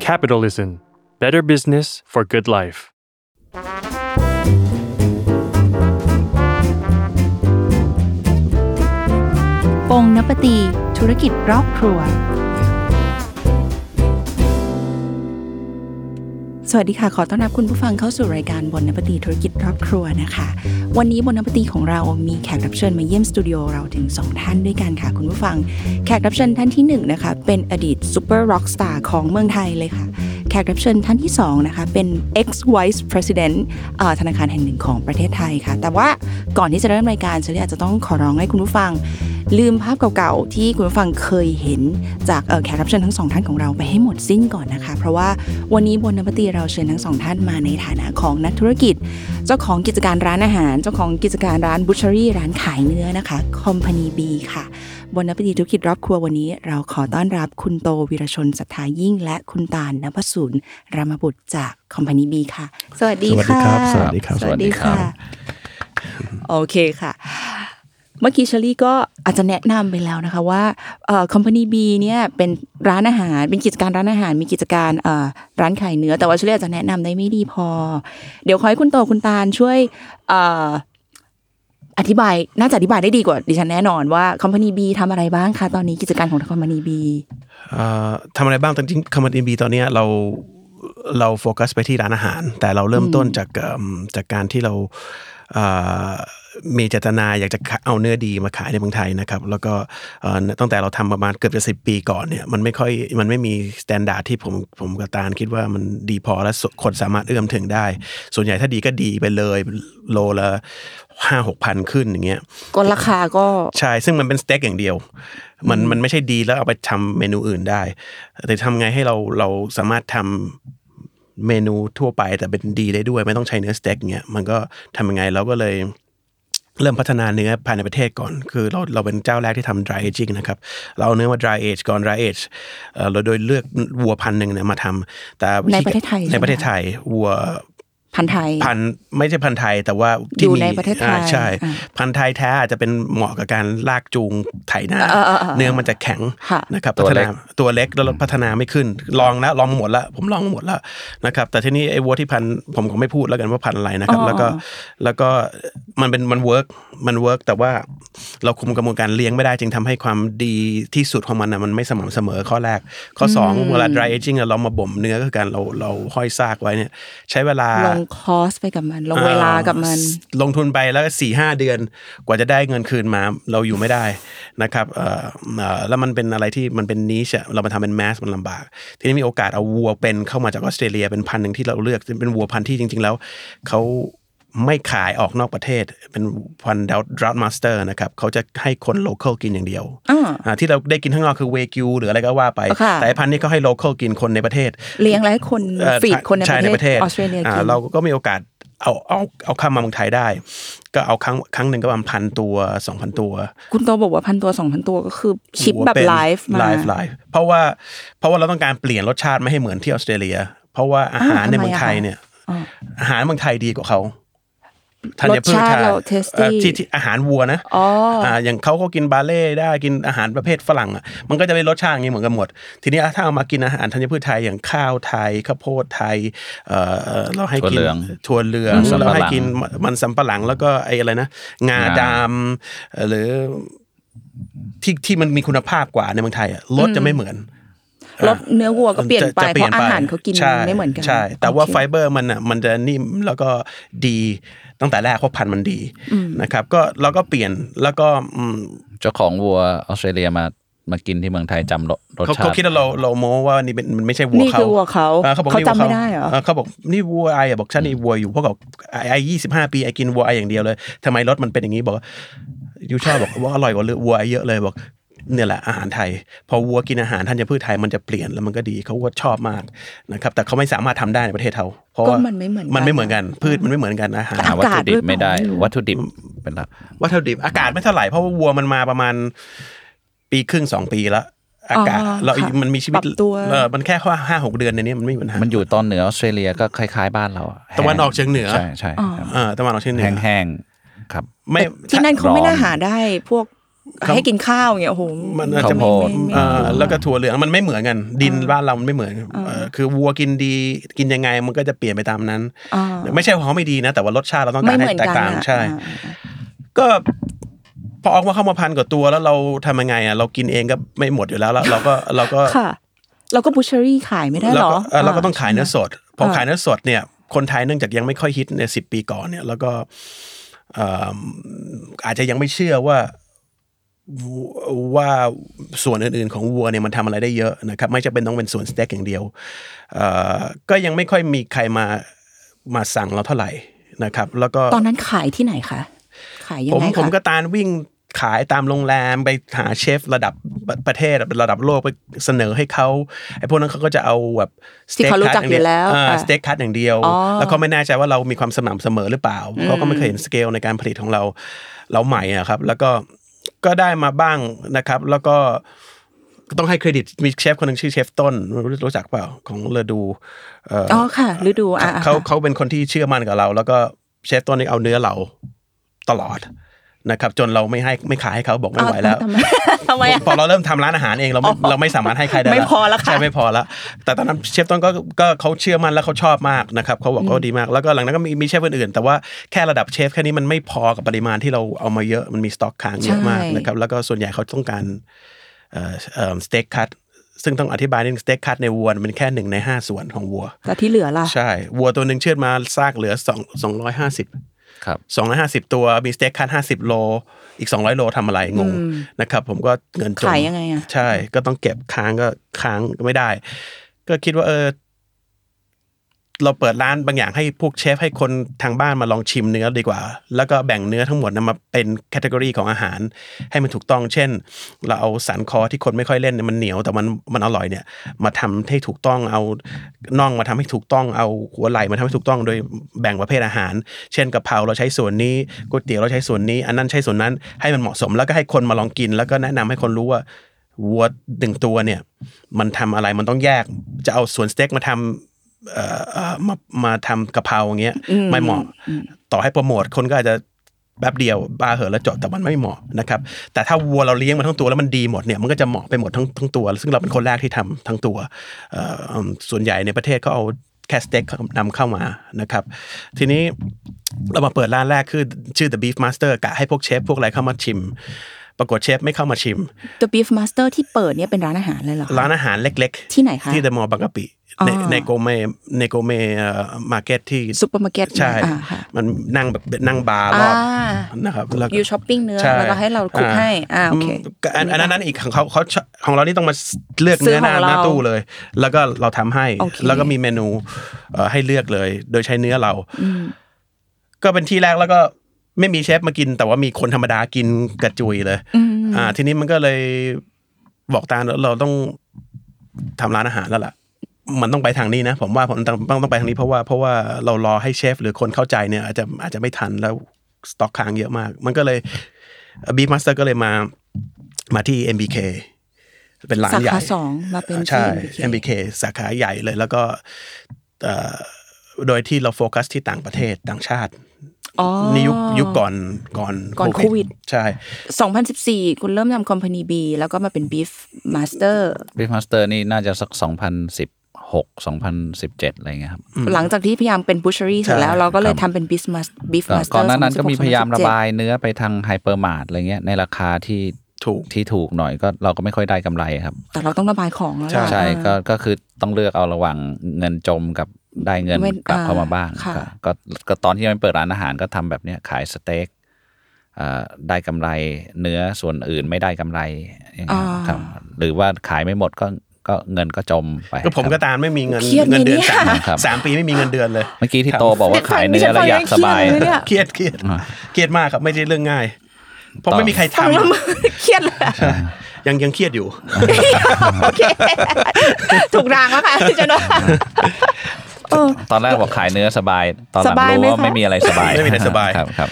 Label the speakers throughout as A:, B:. A: Capitalism Better Business for Good Life
B: ปงนปตี ธุรกิจรอบครัว สวัสดีค่ะ ขอต้อนรับคุณผู้ฟังเข้าสู่รายการบนนปตีธุรกิจรอบครัวนะคะ วันนี้บนนปตีของเรามีแขกรับเชิญมาเยี่ยมสตูดิโอเราถึง 2 ท่านด้วยกันค่ะ คุณผู้ฟัง แขกรับเชิญท่านที่1นงนะคะเป็นอดีตซูเปอร์ร็อกสตาร์ของเมืองไทยเลยค่ะ แขกรับเชิญท่านที่2นะคะเป็น ex vice president เอ่อธนาคารแห่งหนึ่งของประเทศไทยค่ะ แต่ว่าก่อนที่จะเริ่มรายการเชลลี่อาจจะต้องขอร้องให้คุณผู้ฟัง ลืมภาพเก่าๆ ที่คุณผู้ฟังเคยเห็น จากเอ่อแขกรับเชิญทั้งสองท่านของเราไปให้หมดสิ้นก่อนนะคะ เพราะว่าวันนี้บนนปตีเราเชิญทั้งสองท่านมาในฐานะของนักธุรกิจ เจ้าของกิจการร้านอาหาร เจ้าของกิจการร้านบุชเชอรี่ร้านขายเนื้อนะคะคอมพานีบีค่ะ บนนปตีธุรกิจรอบครัววันนี้ เราขอต้อนรับคุณโตวีรชนสัทธายิ่ง และคุณตาลนพสูนรามบุตรจากคอมพานีบีค่ะ สวัสดีค่ะ
C: สวัสดีครับ
B: ส
C: สวั
B: วัส
C: สดี
B: ดี
C: ครั
B: ค่ะ
C: บ
B: โอเคค่ะ เมื่อกี้เชอรี่ก็อาจจะแนะนำไปแล้วนะคะว่าคอมพานีบีเนี่ยเป็นร้านอาหาร เป็นกิจการร้านอาหาร มีกิจการเอ่อร้านขายเนื้อ แต่ว่าเชอรี่อาจจะแนะนำได้ไม่ดีพอ เดี๋ยวขอให้คุณโตคุณตาลช่วยเอ่ออธิบายน่าจะอธิบายได้ดีกว่าดิฉันแน่นอนว่าคอมพานีบีทำอะไรบ้างคะตอนนี้กิจการของคอมพานีบี
C: เอ่อทำอะไรบ้างจริงๆคำว่าอินบีตอนเนี้ยเราเราโฟกัสไปที่ร้านอาหาร แต่เราเริ่มต้นจากเอิ่มจากการที่เราเอ่อมีเจตนาอยากจะเอาเนื้อดีมาขายในเมืองไทยนะครับแล้วก็เอ่อตั้งแต่เราทำประมาณเกือบจะสิปีก่อนเนี่ยมันไม่ค่อยมันไม่มีมาตรฐานที่ผมผมกับตาลคิดว่ามันดีพอและสคนสามารถเอื้อมถึงได้ ส่วนใหญ่ถ้าดีก็ดีไปเลยโลละห้าหกพันขึ้นอย่างเงี้ย
B: ก็ราคาก็
C: ใช่ ซึ่งมันเป็นสเต็กอย่างเดียว มันมันไม่ใช่ดีแล้วเอาไปทำเมนูอื่นได้ แต่ทำไงให้เราเราสามารถทำเมนูทั่วไปแต่เป็นดีได้ด้วย ไม่ต้องใช้เนื้อสเต็กเงี้ยมันก็ทำยังไงเราก็เลย เริ่มพัฒนาเนื้อภายในประเทศก่อน คือเราเราเป็นเจ้าแรกที่ทำ dry aging นะครับ เราเอาเนื้อมา dry age ก่อน dry age เอ่อเราโดยเลือกวัวพันธุ์หนึ่งเนี่ยมาทำแต่วิธี
B: ในประเทศไทยใช่ไหม
C: ในประเทศไทยวัว
B: พันไทย
C: พันธุ์ไม่ใช่พันธุ์ไทยแต่ว่าที่
B: อยู่
C: มี
B: ในประเทศไทย
C: อ่าใช่
B: อ่า
C: พันธุ์ไทยแท้อาจจะเป็นเหมาะกับการลากจูงไถนา
B: เออเออเออ
C: เนื้อมันจะแข็ง
B: ค่ะ
C: นะครับ
D: ตัว
C: พัฒ
D: เล็
C: นาก ตัวเล็กแล้วพัฒนาไม่ขึ้น ลองแล้วลองมาหมดละผมลองมาหมดละนะครับ แต่ที่นี่ไอ้วัวที่พันธุ์ผมก็ไม่พูดแล้วกันว่าพันธุ์อะไรนะครับ แล้วก็แล้วก็มันเป็นมันเวิร์กมันเวิร์กแต่ว่าเราคุมกระบวนการเลี้ยงไม่ได้จึงทำให้ความดีที่สุดของมันนะมันไม่สม่ำเสมอข้อแรก ข้อสองเวลา dry aging อะเรามาบ่มเนื้อก็คือการเราเราห้อยซากไว้เนี่ยใช้เวลา
B: ลงคอสไปกับมันลงเวลากับมัน
C: เอ่อลงทุนไปแล้วสี่ห้าเดือนกว่าจะได้เงินคืนมาเราอยู่ไม่ได้นะครับเอ่อเอ่อแล้วมันเป็นอะไรที่มันเป็นนิชเรามาทำเป็นแมสมันลำบาก ทีนี้มีโอกาสเอาวัวเป็นเข้ามาจากออสเตรเลียเป็นพันธุ์หนึ่งที่เราเลือกซึ่งเป็นวัวพันธุ์ที่จริง ๆ แล้วเขาไม่ขายออกนอกประเทศ เป็นพันธุ์ดราวต์มาสเตอร์นะครับเขาจะให้คนโลเคอลกินอย่างเดียว
B: อ่า
C: อ่าที่เราได้กินข้างนอกคือเวกิวหรืออะไรก็ว่าไป
B: ค่ะ
C: แต่ไอ้พันธุ์นี้เขาให้โลเคอลกินคนในประเทศ
B: เลี้ยงแล้วให้คน
C: เอ่อ
B: ฟีดคน
C: ช่
B: ในประเทศออสเตรเลีย
C: า
B: กิน
C: เราก็มีโอกาสเอาเอาเอาเข้ามาเมืองไทยได้ ก็เอาครั้งครั้งหนึ่งก็ประมาณพันตัวสองพันตัว
B: คุณโตบอกว่าพันตัวสองพันตัวก็คือชิป
C: หัว
B: แบบ
C: เป็น
B: ไลฟ์มา
C: ไลฟ์ไลฟ์เพราะว่าเพราะว่าเราต้องการเปลี่ยนรสชาติไม่ให้เหมือนที่ออสเตรเลีย เพราะว่าอาหาร
B: อ้าว
C: ในเมือง
B: ทำไมอะ
C: ไทย
B: คะ
C: เนี่ย
B: อ๋อ
C: อาหารเมืองไทยดีกว่าเขาธัญพื
B: ร
C: ช
B: สชาติเรา
C: อ่ะ
B: tasty
C: เอ่อที่ที่อาหารวัวนะ
B: อ๋ออ่
C: าอย่างเขาก็กินบาเล่ได้กินอาหารประเภทฝรั่งอ่ะมันก็จะเป็นรสชาติอย่างนี้เหมือนกันหมด ทีนี้ถ้าเอามากินอาหารธัญพืชไทยอย่างข้าวไทยข้าวโพดไทยเอ่อเอ่อเราให้กิน
D: ถั่วเหลือง
C: ถั่วเหลือง
D: มันสำปะหลั
C: เรา
D: ง
C: ให้กินมันสำปะหลังแล้วก็ไอ้อะไรนะงาง
D: า
C: ดำเอ่อหรือที่ที่มันมีคุณภาพกว่าในเมืองไทยอะรสจะไม่เหมือน
B: รสเนื้อวัวก็เปลี่ยน
C: จะ
B: ไป
C: จ
B: เพราะอาหารเขากิน
C: ใช่
B: ไม่เหมือนกัน
C: ใช่ แต่ว่า
B: โอเค
C: ไฟเบอร์มันอ่ะมันจะนิ่มแล้วก็ดีตั้งแต่แรกเพราะพันธุ์มันดีนะครับ ก็เราก็เปลี่ยนแล้วก็อืม
D: เจ้าของวัวออสเตรเลียมามากินที่เมืองไทยจำรสรส
C: เขา
D: ชา
C: เขา
D: ติ
C: คิดว่าเราเราโม้ว่านี่เป็นมันไม่ใช่วัว
B: นี่
C: เขา
B: คือวัวเขา
C: ออเขาบอก
B: เขา
C: นี่
B: จำ
C: วัว
B: ไม่ได้เหรอ
C: เขาบอกนี่วัวไออะบอกฉันนี่วัวอยู่เพราะกับไอยี่สิบห้าปีไอกินวัวไออย่างเดียวเลยทำไมรสมันเป็นอย่างนี้บอกว่า ยูชอบบอก ว่าอร่อยกว่าวัวเยอะเลยบอกเนี่ยแหละอาหารไทย พอวัวกินอาหารธัญพืชไทยมันจะเปลี่ยนแล้วมันก็ดีเขาก็ชอบมากนะครับแต่เขาไม่สามารถทำได้ในประเทศเขาเพราะว่า
B: ก็มันไม่เหมือนกัน
C: มันไม่เหมือนกันพืชมันไม่เหมือนกันอาหาร
D: หาวัตถุ
B: อากาศ
D: ดิ
B: ด้ว
D: บ
B: ย
D: ไม่ได้
B: เปล่าไม่รู้
D: วัตถุดิบเป็นหลัก
C: วัตถุดิบอากาศไม่เท่าไหร่เพราะว่าวัวมันมาประมาณปีครึ่งสองปีละอากาศ
B: อ๋อ
C: เรา
B: ค่ะ
C: มันมีชีวิ
B: ป
C: ต
B: รับตัว
C: เออมันแค่ว่าห้าหกเดือนในนี้มันไม่มีปัญหา
D: มันอยู่ตอนเหนือออสเตรเลียก็คล้าย ๆ บ้านเราอะ
C: ตะวันออกเฉียงเหนือ
D: ใช่ใช่ครับ
C: เออตะวันออกเฉียงเหนือ
D: แห้งๆครับ
C: ไม่
B: ที่นั่นเขาไม่
D: ร้อน
B: น่าหาได้พวก
C: ครับ
B: ให้กินข้าวอย่างเงี้ยโอ้โห
C: มันอาจจะ
D: ข้าวโพด
B: ไม่ไม่ไม่
C: เอ่อแล้วก็ถั่วเหลืองมันไม่เหมือนกัน ดินบ้านเรามันไม่เหมือนเอ่อคือวัวกินดีกินยังไงมันก็จะเปลี่ยนไปตามนั้น
B: อ่า
C: ไม่ใช่ว่าเขาไม่ดีนะ แต่ว่ารสชาติเราต้อง
B: ไม่
C: การ
B: เหมื
C: ให้
B: อน
C: แต
B: กั
C: ก
B: น
C: ต่าง
B: อะ
C: ใช่
B: อ่า
C: ก็พอออกมาเข้ามาพันกว่าตัวแล้วเราทำยังไงอ่ะเรากินเองก็ไม่หมดอยู่แล้วแล้วเราก็เราก็
B: ค่ะ เราก็บูชเชอรี่ขายไม่ได้ห
C: เรา
B: รอ
C: ก็เอ่อเราก็ต้อง
B: ะ
C: ขายเนื้อสด พอ
B: อ่า
C: ขายเนื้อสดเนี่ยคนไทยเนื่องจากยังไม่ค่อยฮิตในสิบปีก่อนเนี่ย แล้วก็เอิ่มอาจจะยังไม่เชื่อว่าว่าส่วนอื่นๆของวัวเนี่ยมันทำอะไรได้เยอะนะครับ ไม่จำเป็นต้องเป็นส่วนสเต็กอย่างเดียวเอ่อก็ยังไม่ค่อยมีใครมามาสั่งเราเท่าไหร่นะครับ แล้วก็
B: ตอนนั้นขายที่ไหนคะ ขายยัง
C: ผม
B: ไง
C: ผม
B: คะ
C: ก็ตานวิ่งขายตามโรงแรมไปหาเชฟระดับประประเทศระดับโลกไปเสนอให้เขาไอ้พวกนั้นเขาก็จะเอาแบบส
B: ที่
C: เต็ก
B: เขารู้
C: คัต
B: จัก
C: อย่างเดี
B: อยู่แล้ว
C: อ่า
B: อ่ะ
C: สเต็กคัตอย่างเดียว
B: อ๋อ
C: แล้วเขาไม่แน่ใจว่าเรามีความสม่ำเสมอหรือเปล่าเขาก็ไม่เคยเห็นสเกลในการผลิตของเราเราใหม่อะครับ แล้วก็ก็ได้มาบ้างนะครับ แล้วก็ต้องให้เครดิตมีเชฟคนหนึ่งชื่อเชฟต้นไม่รู้รู้จักเปล่าของเลอดูเอ่ออ
B: อ๋อค่ะฤดูอ่ะ
C: เขา
B: ค่ะ
C: เขาเป็นคนที่เชื่อมั่นกับเรา แล้วก็เชฟต้นนี่เอาเนื้อเราตลอดนะครับ จนเราไม่ให้ไม่ขายให้เขาบอกไม่ไหวแล้ว
B: อ้าทำไมทำไมอะ
C: พอเราเริ่มทำร้านอาหารเองเราไม่
B: อ๋อ
C: เราไม่สามารถให้ใครได้
B: ไม่พอแล้วค่ะ
C: ใช่ไม่พอแล้วแต่ตอนนั้นเชฟต้นก็ก็เขาเชื่อมั่นแล้วเขาชอบมากนะครับเขาบอกว่าดีมาก แล้วก็หลังนั้นก็มีมีเชฟอื่นๆแต่ว่าแค่ระดับเชฟแค่นี้มันไม่พอกับปริมาณที่เราเอามาเยอะมันมีสต็อกค้างเยอะมากนะครับ แล้วก็ส่วนใหญ่เขาต้องการเอ่อเอ่อสเต็กคัตซึ่งต้องอธิบายนิดนึงสเต็กคัตในวัวมันเป็นแค่หนึ่งในห้าส่วนของวัว
B: แต่ที่เหลือล่ะ
C: ใช่ วัวตัวหนึ่งเชือดมาซากเหลือสองสองร้อยห้าสิบ
D: ครับ
C: สองร้อยห้าสิบตัวมีสเต็กคัดห้าสิบโล อีกสองร้อยโลทำอะไรงงนะครับ ผมก็เงินจน
B: ขายยังไงอะ
C: ใช่ ก็ต้องเก็บค้างก็ค้างก็ไม่ได้ ก็คิดว่าเออ เราเปิดร้านบางอย่างให้พวกเชฟให้คนทางบ้านมาลองชิมเนื้อดีกว่า แล้วก็แบ่งเนื้อทั้งหมดนำมาเป็นแคตตากรีของอาหาร ให้มันถูกต้อง เช่น เราเอาสันคอที่คนไม่ค่อยเล่นเนี่ยมันเหนียวแต่มันมันอร่อยเนี่ย มาทำให้ถูกต้องเอาน่องมาทำให้ถูกต้องเอาหัวไหล่มาทำให้ถูกต้องโดยแบ่งประเภทอาหาร เช่นกะเพราเราใช้ส่วนนี้ก๋วยเตี๋ยวเราใช้ส่วนนี้ อันนั้นใช้ส่วนนั้นให้มันเหมาะสมแล้วก็ให้คนมาลองกิน แล้วก็แนะนำให้คนรู้ว่าวัวหนึ่งตัวเนี่ย มันทำอะไรมันต้องแยกจะเอาส่วนสเต็กมาทำ เอ่อเอ่อมามาทำกะเพราอย่างเงี้ยไม่เหมาะต่อให้โปรโมทคนก็อาจจะแป๊บเดียวบ้าเหอะแล้วจบแต่มันไม่เหมาะนะครับ แต่ถ้าวัวเราเลี้ยงมาทั้งตัวแล้วมันดีหมดเนี่ยมันก็จะเหมาะไปหมดทั้งทั้งตัว ซึ่งเราเป็นคนแรกที่ทำทั้งตัวเอ่ออืมส่วนใหญ่ในประเทศก็เอาแคสเต็กนำเข้ามานะครับ ทีนี้เรามาเปิดร้านแรกคือชื่อ The Beef Master กะให้พวกเชฟพวกอะไรเข้ามาชิม ปรากฏเชฟไม่เข้ามาชิม
B: The Beef Master ที่เปิดเนี่ยเป็นร้านอาหารเลยเหรอคะ
C: ร้านอาหารเล็ก
B: ที่ไหนคะ
C: ที่เดอะมอลล์บางกะปิใน
B: อ๋อ
C: ในโกเมในโกเมมาร์เก็ตที่
B: ซุปเปอร์มาร์เก็ต
C: ใช่
B: เนี่ยอ่าค่ะ
C: มันนั่งแบบนั่งบาร์ร
B: อ่า
C: อบนะครับแล้วก็
B: ยูช้อปปิ้งเนื้อ
C: ใช่
B: แล้วก็ให้เราคุก
C: อ่
B: ให้อ่าโอเค
C: มก็อันอันนั้นอันนั้นอีกของเขาเขาของเรานี่ต้องมาเลือก
B: ซื้อ
C: เนื้อห
B: ของเรา
C: น้าหน้าตู้เลย แล้วก็เราทำให้
B: โอเค
C: แล้วก็มีเมนูเอ่อให้เลือกเลย โดยใช้เนื้อเรา ก็เป็นที่แรกแล้วก็ไม่มีเชฟมากิน แต่ว่ามีคนธรรมดากินกระจุยเลย อ่า ทีนี้มันก็เลยบอกตาเราต้องทำร้านอาหารแล้วล่ะ มันต้องไปทางนี้นะ ผมว่าผมต้องต้องต้องไปทางนี้เพราะว่าเพราะว่าเรารอให้เชฟหรือคนเข้าใจเนี่ยอาจจะอาจจะไม่ทันแล้วสต็อกค้างเยอะมาก มันก็เลยบีมาสเตอร์ก็เลยมามาที่ MBK เป็นร้าน
B: สา
C: ใหญ่
B: ขาสองมาเป็น
C: ใช่
B: ที่
C: MBK สาขาใหญ่เลยแล้วก็เอ่อโดยที่เราโฟกัสที่ต่างประเทศต่างชาติ
B: อ๋อ
C: นี่ยุคยุคก่อนก่อน
B: ก่อนโควิด
C: ใช่
B: 2014 คุณเริ่มทำคอมพานีบีแล้วก็มาเป็น Beef Master
D: บีฟมาสเตอร์นี่น่าจะสัก 2016 2017 อะไรเงี้ยครับ
B: หลังจากที่พยายามเป็น butchery เสร็จแล้ว
C: ใช่
B: เราก็เลยทำเป็น Beef Mas- Beef
D: ก็
B: Master
D: ก่อนหน้านั้นก็มี
B: 2016
D: พยายามระบายเนื้อไปทางไฮเปอร์มาร์ทอะไรเงี้ยในราคาที่
C: ถูก
D: ที่ถูกหน่อยก็เราก็ไม่ค่อยได้กำไรครับ
B: แต่เราต้องระบายของแล้ว
C: ใช่
B: ล่ะ
D: ใช่
B: เอ
D: ก็
B: อ
D: ก็คือต้องเลือกเอาระหว่างเงินจมกับได้เงิน
B: เว้น
D: กลับ
B: อ่า
D: เข้ามาบ้าง
B: ค่ะ
D: ก็ก็ก็ตอนที่มันเปิดร้านอาหารก็ทำแบบเนี้ยขายสเต็กอ่าได้กำไรเนื้อส่วนอื่นไม่ได้กำไรอย่างเงี้ยครับ หรือว่าขายไม่หมดก็ก็เงินก็จมไป
C: ก็ผม
D: ครับ
C: ก็ตามไม่มีเงิน
B: เครียดไหม
C: เงินเดือน
B: เนี่ย
C: สาม
D: ครับ
C: สามปีไม่มีเงินเดือนเลย
D: เมื่อกี้ที่
C: ครับ
D: โตบอกว่าขายเนื้อแล้วอยากสบาย
B: ฟังดิฉันฟังแล้วเครีดเลเนี่ย
C: เครียดเครียดเครียดมากครับไม่ใช่เรื่องง่ายเพราะ
D: ต่อ
C: ไม่มีใครท
B: ฟังแล้วมันเครียด เลยอะ
C: ำยังยังเครียดอยู่
B: โอเค ถูกรางแล้วค่ะ พี่เจนว่า
D: ตอนแรกบอกขายเนื้อสบาย ตอนหลั
B: ส
D: ง
B: บาย
D: รู้
B: ไหม
D: ว่า
B: คะ
D: ไม่มีอะไรสบาย
C: ไม่มีอะไรสบาย
D: ครับครับ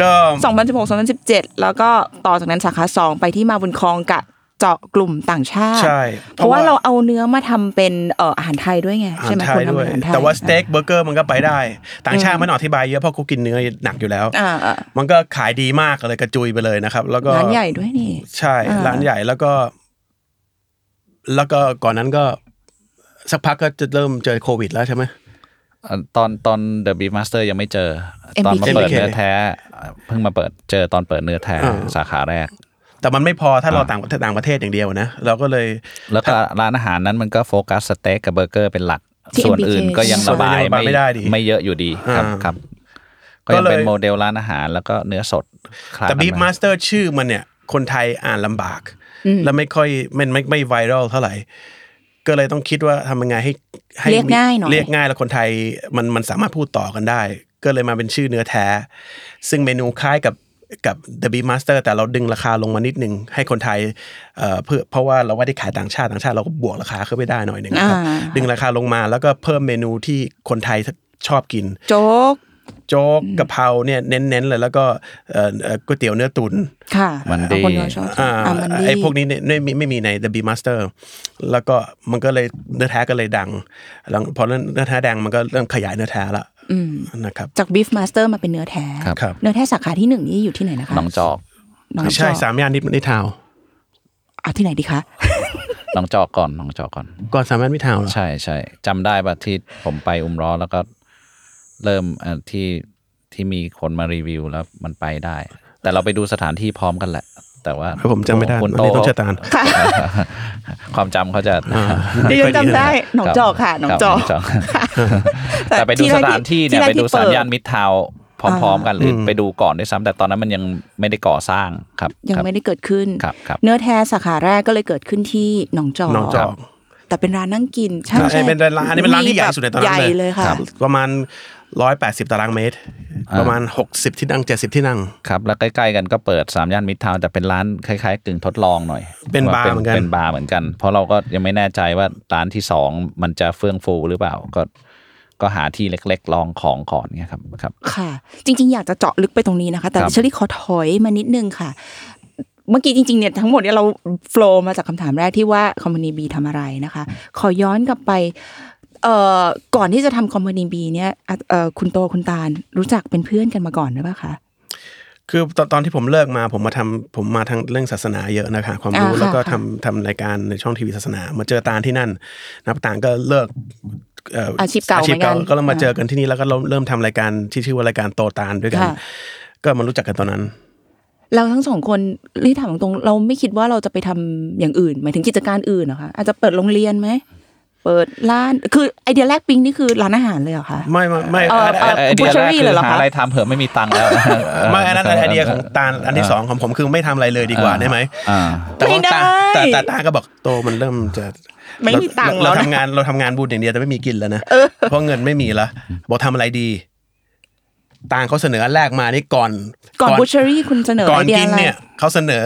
C: ก็
B: 2016 2017 แล้วก็ต่อจากนั้นสาขา 2 ไปที่มาบุญครองกะ เจาะกลุ่มต่างชาติ
C: ใช่
B: เพราะว่าเราเอาเนื้อมาทำเป็นเอ่ออาหารไทยด้วยไง
C: อา
B: ใช่
C: หาร
B: ไหม
C: ไท
B: คน
C: ย
B: ทำ
C: ด้วย
B: อาหารไทย
C: แต่ว่าสเต็กเบอร์เกอร์มันก็ไปได้ ต่างชาติไมันอธิบายเยอะเพราะกูกินเนื้อหนักอยู่แล้ว
B: อ่าอ่า
C: มันก็ขายดีมากเลยกระจุยไปเลยนะครับ แล้วก็
B: ร้านใหญ่ด้วยนี่
C: ใช่
B: อ่า
C: ร้านใหญ่แล้วก็ แล้วก็ก่อนนั้นก็ สักพักก็จะเริ่มเจอโควิด แล้วใช่ไหม
D: เอ่อตอนตอน The Beef Master ยังไม่เจอ
B: MBK
D: ตอนมาเปิด
C: MBK
D: เนื้อแท้เอ่อเพิ่งมาเปิดเจอตอนเปิดเนื้อแท้
C: อ่า
D: สาขาแรก
C: แต่มันไม่พอถ้าเรา
D: อ่า
C: ต่างต่างประเทศอย่างเดียวนะเราก็เลย
D: แล้วก็ร้านอาหารนั้นมันก็โฟกัสสเต็กกับเบอร์เกอร์เป็นหลัก
B: ที่
D: ส่วน
B: MBK
D: อื่นก็ยัง
C: ส่วน
D: ระ
C: อื่น
D: บา
C: ยังระบา
D: ย
C: ยไม่ได้ดิ
D: ไม่เยอะอยู่ดีครับ
C: อ่า
D: ครับ
C: ก็
D: ก็ยังเป็น
C: เลย
D: โมเดลร้านอาหารแล้วก็เนื้อสดคล้าย
C: แต่
D: กัน
C: บีฟ
D: ไป
C: มาสเตอร์ชื่อมันเนี่ย คนไทยอ่านลำบาก แล้วไม่ค่อยมันไม่ไม่ไวรัลเท่าไหร่ ก็เลยต้องคิดว่าทำยังไงให้ให้
B: เรียกง่ายหน่อย
C: เรียกง่ายแล้วคนไทยมันมันสามารถพูดต่อกันได้ ก็เลยมาเป็นชื่อเนื้อแท้ ซึ่งเมนูคล้ายกับกับ The Beef Master แต่เราดึงราคาลงมานิดนึง ให้คนไทยเอ่อเพื่อเพราะว่าเราไม่ได้ขายต่างชาติต่างชาติเราก็บวกราคาขึ้นไปได้หน่อยหนึ่งนะครับ
B: อ่า
C: ดึงราคาลงมาแล้วก็เพิ่มเมนูที่คนไทยชอบกิน
B: โจ๊ก
C: โจ๊กกะเพราเนี่ยเน้นๆเลยแล้วก็เอ่อเอ่อก๋วยเตี๋ยวเนื้อตุ๋น
B: ค่ะ
D: มันดี
B: เอาคนเราชอบ
C: อ่า
B: อ่ามันดี
C: ไอ้พวกนี้เนี่ยไม่มีไม่มีใน The B Master แล้วก็มันก็เลยเนื้อแท้ก็เลยดังแล้วพอเนื้อแท้ดังมันก็เริ่มขยายเนื้อแท้ละ
B: อืม
C: นะครับ
B: จากบีฟมาสเตอร์มาเป็นเนื้อแท้
D: ครับ
C: ครับ
B: เนื้อแท้สาขาที่หนึ่งนี่อยู่ที่ไหนนะคะ
D: น้องจอก
B: หนองจอก
C: ใช่สามย่านนิดนิดทาวน์
B: เอาที่ไหนดีคะ
D: น้องจอกก่อนน้องจอกก่อน
C: ก่อนสามย่านนิดทาวน์เหรอ
D: ใช่ใช่จำได้ป่ะที่ผมไปอุมร้อแล้วก็เริ่มเอ่อที่ที่มีคนมารีวิวแล้วมันไปได้ แต่เราไปดูสถานที่พร้อมกันแหละ แต่ว่า
C: ผมจำไม่ได้
D: คุณ
C: อัน
D: โต
C: นี้ต้องเชะตาน
D: ความจำเขาจะ
C: อ่า
B: ดิฉันจำได้หนองจอกค่ะ
D: รับ
B: หนองจอก
D: รับแต่ไปดูสถานที่เนี่ยไปดูสามย่านมิตรทาวน์พร้อม ๆ กันหรือไปดูก่อนด้วยซ้ำแต่ตอนนั้นมันยังไม่ได้ก่อสร้างครับ
B: ยัง
D: ครับ
B: ไม่ได้เกิดขึ้น
D: ครับครับ
B: เนื้อแท้สาขาแรกก็เลยเกิดขึ้นที่หนองจอก
C: น้องจอก
B: แต่เป็นร้านนั่งกินใช่
C: ใช่
B: ใช่
C: เป็นร้านอันนี้เป็นร้านที่ใหญ่สุดในตอน
B: ให
C: นั้น
B: ญ่
C: เล
B: เลย ยค่ะ
C: ประมาณ 180 ตารางเมตร
D: อ่า
C: ประมาณ 60 ที่นั่ง 70 ที่นั่ง
D: ครับแล้วใกล้ๆกันก็เปิดสามย่านมิตรทาวน์แต่เป็นร้านคล้ายๆกึ่งทดลองหน่อย
C: เป็น
D: ว่
C: บาร์เหมือนกัน
D: เป็นบาร์เหมือนกัน เพราะเราก็ยังไม่แน่ใจว่าร้านที่สองมันจะเฟื่องฟูหรือเปล่าก็ก็หาที่เล็กๆลองของก่อนเนี่ยครับครับ
B: ค่ะ จริง ๆ อยากจะเจาะลึกไปตรงนี้นะคะ แต่
D: ครับ
B: เชอรี่ขอถอยมานิดนึงค่ะ เมื่อกี้จริงๆเนี่ยทั้งหมดเนี่ยเราโฟลว์มาจากคำถามแรกที่ว่าคอมพานีบีทำอะไรนะคะ ขอย้อนกลับไปเอ่อก่อนที่จะทำคอมพานีบีเนี่ยอ่ะเอ่อคุณโตคุณตาลรู้จักเป็นเพื่อนกันมาก่อนหรือเปล่าคะ
C: คือตอนตอนที่ผมเลิกมาผมมาทำผมมาทางเรื่องศาสนาเยอะนะคะความรู้
B: อ่าค่ะ
C: แล้วก็ทำ
B: ค่ะ
C: ทำรายการในช่องทีวีศาสนา มาเจอตาลที่นั่นนับตางก็เลิกเอ่ออา
B: อาชีพเก่าเหมือนกัน
C: ก็เรามาเจอกันที่นี่แล้วก็เริ่มเริ่มทำรายการที่ชื่อว่ารายการโตตาลด้วยกัน
B: ค่ะ
C: ก็มารู้จักกันตอนนั้น
B: เราทั้งสองคนรีถามตรงๆเราไม่คิดว่าเราจะไปทำอย่างอื่น หมายถึงกิจการอื่นเหรอคะอาจจะเปิดโรงเรียนไหมเปิดร้านคือไอเดียแรกปิ๊งนี่คือร้านอาหารเลยเหรอคะ
C: ไม่ไม่ไม่
B: เอ่อเอ่อ
D: ไอเดียแรก
B: butchery
D: คื
B: เลย
D: อ
B: เหรอคะ
D: หาอะไรทำเผื่อไม่มีตังค์แล้ว
C: ไม่อันนั้นไอเดียของตาลอันที่สองของผมคือไม่ทำอะไรเลยดีกว่าได้ไหม
D: อ่า
C: แต่ว่าตาล
B: ไม่ได้
C: แต่แต่ตาลก็บอกโตมันเริ่มจะ
B: ไม่มีตังค์แล้วนะ
C: เราทำงานเราทำงานบูธอย่างเดียวแต่ไม่มีกินแล้วนะเพราะเงินไม่มีละบอกทำอะไรดี ตาลเขาเสนออันแรกมานี่ก่อน
B: ก่อนบูช h รี่คุณเสนอ
C: ก่อ
B: ไอน เดีย
C: กิน
B: อะไร
C: เนี่ยเขาเสนอ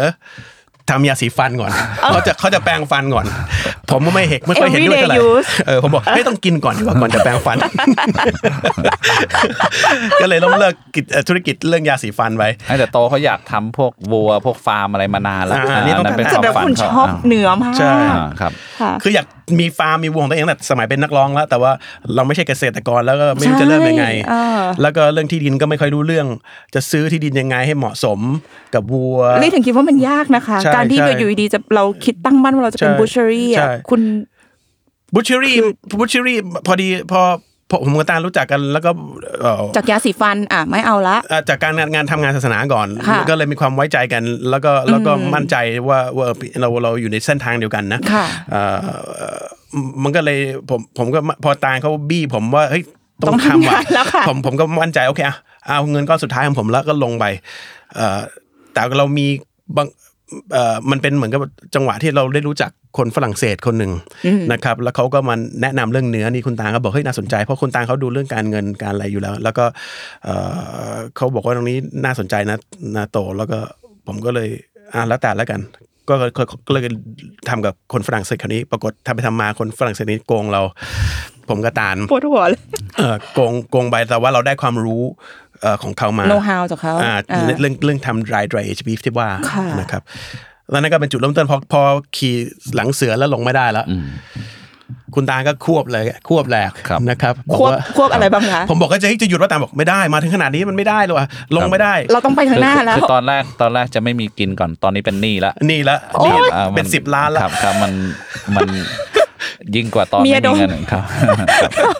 C: ทำยาสีฟันก่อน เขาจะเขาจะแปรงฟันก่อน ผมก็ไม่เห็นไม่ค่อยเห็นด้วยเท่าไหร่
B: Everyday use
C: เออผมบอกไม่ต้องกินก่อนดีกว่าก่อนจะแปรง ฟัน ก็เลยล้มเลิกกิจเอ่อธุรกิจเรื่องยาสีฟันไว้
D: แต่โตเขาอยากทำพวกวัวพวกฟาร์มอะไรมานานแล้ว
C: อ่าอันนี้ต้อง
D: เป็นค
B: แต่
D: วาม
B: แบบ
D: ฝัน
B: คุณช
D: เขา
B: อบเนื้อมาก
C: ใช่
D: อ่าครับ
B: ค่ะ
C: คืออยากมีฟาร์มมีวงของตัวเองตั้งแต่สมัยเป็นนักร้องแล้ว แต่ว่าเราไม่ใช่เกษตรกรแล้วก็ไม่รู้จะเริ่มยังไง
B: ใช่เออ
C: แล้วก็เรื่องที่ดินก็ไม่ค่อยรู้เรื่อง จะซื้อที่ดินยังไงให้เหมาะสมกับวัว
B: นี่ถึงคิดว่ามันยากนะคะ
C: ใช่
B: การที่
C: ใช่
B: อยู่ดีๆจะเราคิดตั้งมั่นว่าเราจะเป็น
C: ใช่
B: บูช h รี่
C: ใช่
B: อ่ะคุณ
C: บูชรี่บูชรี่พอดีพอพอผมกับตารู้จักกันแล้วก็เอ่อ
B: จากยาสีฟันอ่ะไม่เอาละ
C: อ่ะจากการงานงานทำงานศาสนาก่อน
B: ค่ะ
C: ก็เลยมีความไว้ใจกัน แล้วก็แล้วก็มั่นใจว่าว่าเราเราอยู่ในเส้นทางเดียวกันนะ
B: ค่ะ
C: เอ่อมันก็เลยผมผมก็พอตาเขาบี้ผมว่าเฮ้ยต้
B: ต้
C: อ
B: อง ง
C: ทำ
B: ทำงานแล้วค่ะ
C: ผมผมก็มั่นใจโอเคอ่ะเอาเงินก้อนสุดท้ายของผมแล้วก็ลงไปเอ่อแต่เรามีบางเอ่อมันเป็นเหมือนกับจังหวะที่เราได้รู้จักคนฝรั่งเศสคนหนึ่งนะครับ แล้วเขาก็มาแนะนำเรื่องเนื้อนี่คุณตาเขาบอกเฮ้ยน่าสนใจเพราะคุณตาเขาดูเรื่องการเงินการอะไรอยู่แล้ว แล้วก็เอ่อเขาบอกว่าตรงนี้น่าสนใจนะนาโตแล้วก็ผมก็เลยอ่ะแล้วแต่แล้วกัน ก็ก็ก็เลยทำกับคนฝรั่งเศสคนนี้ ปรากฏทำไปทำมาคนฝรั่งเศสนี้โกงเรา ผมกับตาล
B: ปวดหัวเลย
C: เอ่อโกงโกงไปแต่ว่าเราได้ความรู้เอ่อของเขามา
B: know how จากเขา
C: อ่า
B: อ่า
C: เรื่องเรื่องทำ dry dry beef ที่ว่า
B: ค่ะ
C: นะครับ แล้วนั่นก็เป็นจุดเริ่มต้นพอพอขี่หลังเสือแล้วลงไม่ได้แล้ว
D: อืม
C: คุณตาก็ควบเลยควบแหลก
D: ครับ
C: นะครับบ
B: ค
C: อก
B: วบ
C: ว่า
B: ควบอะไรบ้างคะ
C: ผมบอกก็จะให้จะหยุดว่าตามบอกไม่ได้มาถึงขนาดนี้มันไม่ได้เลยว่ะลงไม่ได้
B: เราต้องไปทางหน้า
D: คือ
B: แล้ว
D: คือตอนแรกตอนแรกจะไม่มีกินก่อนตอนนี้เป็นหนี้ละ
C: นี่ละ
B: โอ๊ย
C: นี่
D: อ่ามั
C: เป็นสิบล้านละ
D: ครับครับมันมันยิ่งกว่าตอน
B: เมี
D: ไม่
B: ยโดน
D: มีเงินครับ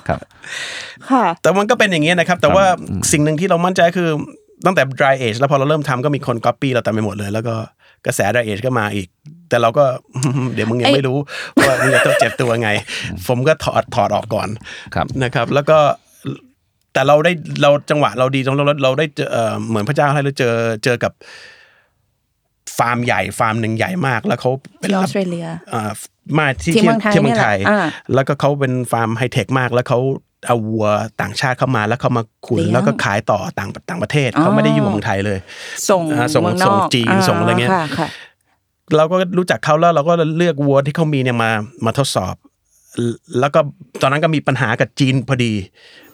D: ครับครับ
B: ค่ะ
C: แต่มันก็เป็นอย่างเงี้ยนะครับ แต่ว่าสิ่งหนึ่งที่เรามั่นใจคือตั้งแต่ dry age แล้วพอเราเริ่มทำก็มีคน copy เราตามไปหมดเลย แล้วก็กระแส dry age ก็มาอีก แต่เราก็ เดี๋ยวมึงยัง
B: ไอ้
C: ไม่รู้ว่ามึงจะต้องเจ็บตัวไง ผมก็ถอดถอดออกก่อน
D: ครับ
C: นะครับ แล้วก็แต่เราได้เราจังหวะเราดีตรงเราเราได้เจอเอ่อเหมือนพระเจ้าให้เราเจอเจอกับฟาร์มใหญ่ฟาร์มหนึ่งใหญ่มาก แล้วเขาเป็น
B: ที่ออ
C: รั
B: บ สเตรเลีย
C: อ่ามาที่
B: ที่เมืองไทย
C: ที่เมืองไทย
B: เนี่ยแหละอ่า
C: แล้วก็เขาเป็นฟาร์มไฮเทคมาก แล้วเขาเอาวัวต่างชาติเข้ามาแล้วเขามาขุน
B: เลี้ยง
C: แล้วก็ขายต่อต่างต่างประเทศ
B: อ๋อ
C: เขาไม่ได้อยู่เมืองไทยเลย
B: ส่ง
C: อ่าส่ง
B: เมืองนอก
C: ส่งจีนส่งอะไรเงี้ย
B: าค่ะ
C: เราก็รู้จักเขาแล้วเราก็เลือกวัวที่เขามีเนี่ยมามาทดสอบ แล้วก็ตอนนั้นก็มีปัญหากับจีนพอดี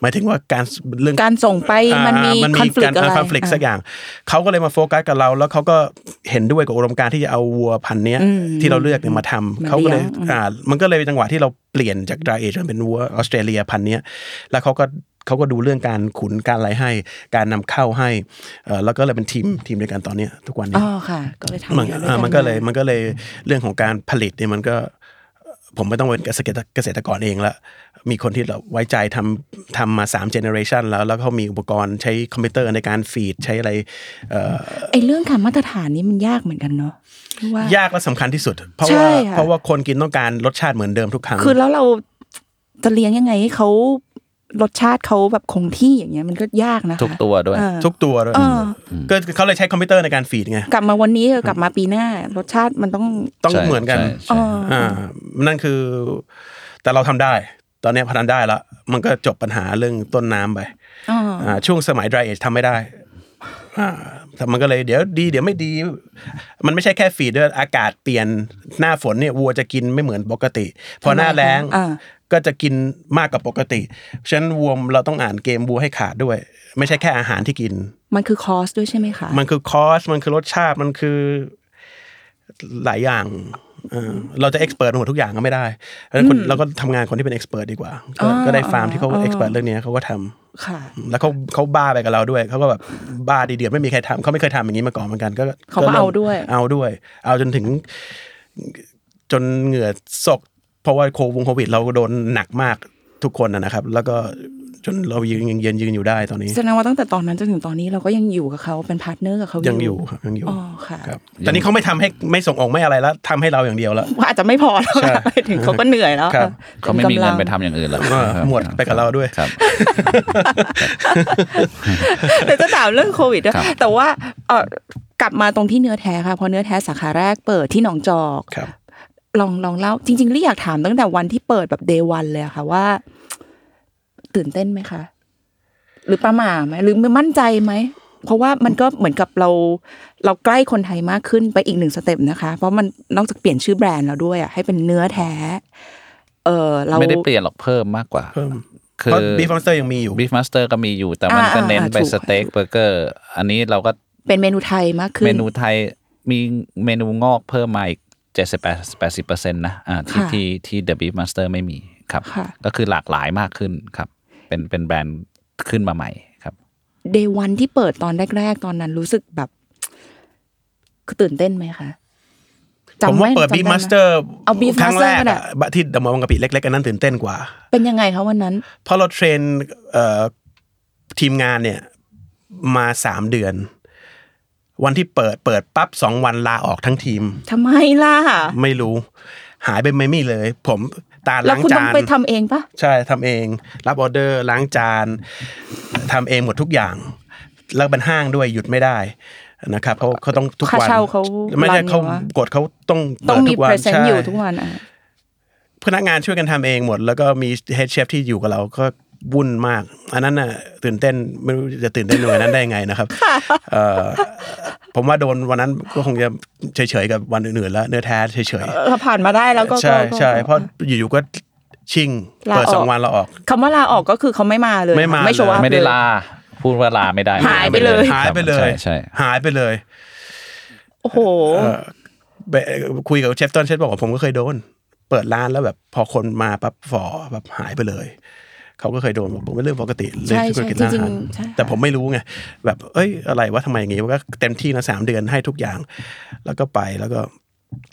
C: หมายถึงว่าการเรื่อง
B: การส่งไปมันมี
C: อ่า
B: คอนฟ lict อะไร
C: คอนฟ lict
B: อ่า
C: สักอย่าง เขาก็เลยมาโฟกัสกับเรา แล้วเขาก็เห็นด้วยกับอุดมการณ์ที่จะเอาวัวพันธุ์เนี้ย
B: อืม
C: ที่เราเลือกเนี่ยมา
B: ม
C: ทำ
B: า
C: เขาก็เลย
B: เลี้ยงอืม
C: อ่ามันก็เลยเป็นจังหวะที่เราเปลี่ยนจากดราเอจเป็นวัวออสเตรเลียพันธุ์เนี้ยแล้วเขาก็เขาก็ดูเรื่องการขุนการอะไรให้ การนำเข้าให้เอ่อแล้วก็เลยเป็นทีมทีมเดียวกันตอนเนี้ยทุกวันเนี้
B: อ๋
C: ย
B: อค่ะ ก็เลยทำ
C: มัน
B: งาด้วย
C: อ่า
B: กั
C: มันก็เลยมันก็เลยเรื่องของการผลิตเนี่ยมันก็ ผมไม่ต้องเป็นเกษตรเกษตรกรเองละ มีคนที่เราไว้ใจทำทำมา3 generation แล้ว แล้วเขามีอุปกรณ์ใช้คอมพิวเตอร์ในการฟีดใช้อะไรเอ่อ
B: ไอ้เรื่องการมาตรฐานนี้มันยากเหมือนกันเนาะเพราะว่า
C: ยากและสำคัญที่สุด เพราะ
B: ใช่
C: ว่า
B: ค่ะ
C: เพราะว่าคนกินต้องการรสชาติเหมือนเดิมทุกครั้ง
B: คือแล้วเราจะเลี้ยงยังไงให้เขารสชาติเขาแบบคงที่อย่างเงี้ยมันก็ยากนะคะ
D: ทุกตัวด้วย
B: เออ
C: ทุกตัวด้วย
B: เออ
C: ก็เขาเลยใช้คอมพิวเตอร์ในการฟีดไง
B: กลับมาวันนี้กับกลับมาปีหน้า รสชาติมันต้อง
C: ต้อง
D: ใช่
C: เหมือนกัน
B: เอ
D: ใช่
B: อ
D: ใช่
B: อ
C: อ่านั่นคือแต่เราทำได้ ตอนเนี้ยพอทำได้ละมันก็จบปัญหาเรื่องต้นน้ำไป
B: เออ
C: อ่าช่วงสมัย dry age ทำไม่ได้อ่าแต่มันก็เลยเดี๋ยวดีเดี๋ยวไม่ดี มันไม่ใช่แค่ฝีดด้วยอากาศเปลี่ยนหน้าฝนเนี่ยวัวจะกินไม่เหมือนปกติ พอหน้าแล้ง
B: อ่า
C: ก็จะกินมากกว่าปกติฉะนั้นวัวเราต้องอ่านเกมวัวให้ขาดด้วย ไม่ใช่แค่อาหารที่กิน
B: มันคือคอสด้วยใช่ไหมคะ
C: มันคือคอสมันคือรสชาติมันคือหลายอย่างเออเราจะเอ็กซ์เพรสหมดทุกอย่างก็ไม่ได้เพราะฉะนั้นคนเราก็ทำงานคนที่เป็นเอ็กซ์เพรสดีกว่าก็ก็ได้ฟาร์มที่เขาเอ็กซ์เพรสเรื่องเนี้ยเขาก็ทำ
B: ค่ะ
C: แล้วเขาเขาบ้าไปกับเราด้วย เขาก็แบบบ้าดีเดือดไม่มีใครทำเขาไม่เคยทำอย่างนี้มาก่อนเหมือนกัน ก็
B: เขาก็
C: ริ่ม
B: เอาด้วย
C: เอาด้วย เอาจนถึง จนเหงื่อซกเพราะว่าโควงโควิด เราโดนหนักมากทุกคนนะนะครับ แล้วก็จนเรายืนยังยืนยืนอยู่ได้ตอนนี้
B: แสดงว่าตั้งแต่ตอนนั้นจนถึงตอนนี้เราก็ยังอยู่กับเขาเป็นพาร์ทเนอร์กับเขา
C: ยังอยู่ครับยังอยู่
B: อ๋อค่ะ
C: ครับตอนนี้เขาไม่ทำให้ไม่ส่งออกไม่อะไรแล้วทำให้เราอย่างเดียวแล้ว
B: ว่าอาจจะไม่พอแล้ว
C: ใช่
B: นะไปถึงเขาก็เหนื่อยแล้ว
C: ครับ
B: ออ
D: เขาไม่มีเงินไป
B: ป็กำลั
D: ทำอย่างอื่นแล้ว
C: เออหมดไปกับเราด้วย
D: ครับ
B: เดี๋ยวจะถามเรื่องโควิดด้วย
D: ครับ
B: แต่ว่าเออกลับมาตรงที่เนื้อแท้ค่ะเพอเนื้อแท้สาขาแรกเปิดที่หนองจอก
C: ครับ
B: ลองลองเล่าจริงๆเรียอยากถามตั้งแต่วันที่เปิดแบบเดวันเลยอะค่ะว่า ตื่นเต้นไหมคะ หรือประหม่าไหมหรือมั่นใจไหม เพราะว่ามันก็เหมือนกับเรา เราใกล้คนไทยมากขึ้นไปอีกหนึ่งสเต็ปนะคะ เพราะมันนอกจากเปลี่ยนชื่อแบรนด์แล้วด้วยอะให้เป็นเนื้อแท้ เออเรา
D: ไม่ได้เปลี่ยนหรอกเพิ่มมากกว่า
C: เพิ่ม
D: คื
C: เพราะ
D: อ
C: บีฟอนสเตอร์ยังมีอยู่
D: บีฟมาสเตอร์ก็มีอยู่แต่มัน
B: อ่า
D: ก็เน้น
B: อ่า
D: ไป
B: ถูก
D: สเต็กเบอร์เกอร์อันนี้เราก็
B: เป็นเมนูไทยมากขึ้น
D: เมนูไทยมีเมนูงอกเพิ่มมาอีกเจ็ดสิบแปดแปดสิบเปอร์เซ็นต์นะอ่าที่
B: ค่ะ
D: ที่ที่เดอะบีฟมาสเตอร์ไม่มีครับ
B: ค่ะ
D: ก็คือหลากหลายมากขึ้นครับ เป็นเป็นแบรนด์ขึ้นมาใหม่ครับ
B: เดวันที่เปิดตอนแรก ๆ ตอนนั้นรู้สึกแบบคือตื่นเต้นไหมคะจำ
C: ผมว่า
B: แน
C: เปิด
B: จำ
C: บีฟ
B: ไไห
C: มาสเตอร์
B: เอา Beef
C: ครั้งแร
B: Master
C: ก
B: ก็ได้
C: อะที่เดอะมอลล์บางกะปิเล็กๆอันนั้นตื่นเต้นกว่า
B: เป็นยังไงคะวันนั้น
C: เพราะเราเทรนเอ่อทีมงานเนี่ยมาสามเดือน วันที่เปิดเปิดปั๊บสองวันลาออกทั้งทีม
B: ทำไมล่ะ
C: ไม่รู้ หายไปไม่มีเลย ผมตา
B: แล้ว
C: ล้าง
B: คุณต้อ
C: จาง น
B: ไปทำเองปะ
C: ใช่ทำเอง รับออเดอร์ล้างจานทำเองหมดทุกอย่าง แล้วเป็นห้างด้วยหยุดไม่ได้นะครับเขาเขาต้องทุกวัน
B: ค่าเช่าเขา
C: ไม่ใช่
B: รันอยู่
C: เขา
B: วะ
C: กดเขาต้อง
B: ต้
C: เปิ
B: อ
C: ด
B: งมี
C: ทุกวั
B: เพรสเซน
C: ใช่
B: ต์อยู่ทุกวันอ่ะ
C: พนักงานช่วยกันทำเองหมด แล้วก็มีเฮดเชฟที่อยู่กับเราก็วุ่นมาก อันนั้นน่ะตื่นเต้นไม่รู้จะตื่นเต้นหน่วยนั้นได้ไงนะครับเอ่อผมว่าโดนวันนั้นก็คงจะเฉยๆกับวันอื่นๆแล้วเนื้อแท้เฉย
B: เออผ่านมาได้แล้วก็
C: ๆใช่
B: ก็
C: ใช่
B: ก็
C: เพราะอยู่ๆก็ชิ่ง
B: ลาออก
C: เปิดสองวันเราออก
B: คำว่าลาออกก็คือเขาไม่มาเลย
C: ไม่มา
B: ไม่โชว์
C: เลย
B: อัพ
D: ไม่ได้ลา พูดว่าลาไม่ได้
B: หายไปเลย
D: ครั บ
C: หายไปเลย
D: ใช่ใช่
C: หายไปเลย
B: โอ้โห
C: เอ่อ ไปคุยกับเชฟต้นเชฟบอกว่าผมก็เคยโดน เปิดร้านแล้วแบบพอคนมาปั๊บฝอแบบหายไปเลย เขาก็เคยโดนบอกผมเป็นเรื่องปกติเรื่อง
B: ใช่
C: ธุรกิจร้านอา
B: ใช่จ
C: หาร
B: ริงๆใช่ค่ะ
C: แต่ผมไม่รู้ไงแบบเอ้ยอะไรวะทำไมอย่างงี้มันก็เต็มที่นะสามเดือนให้ทุกอย่าง แล้วก็ไปแล้วก็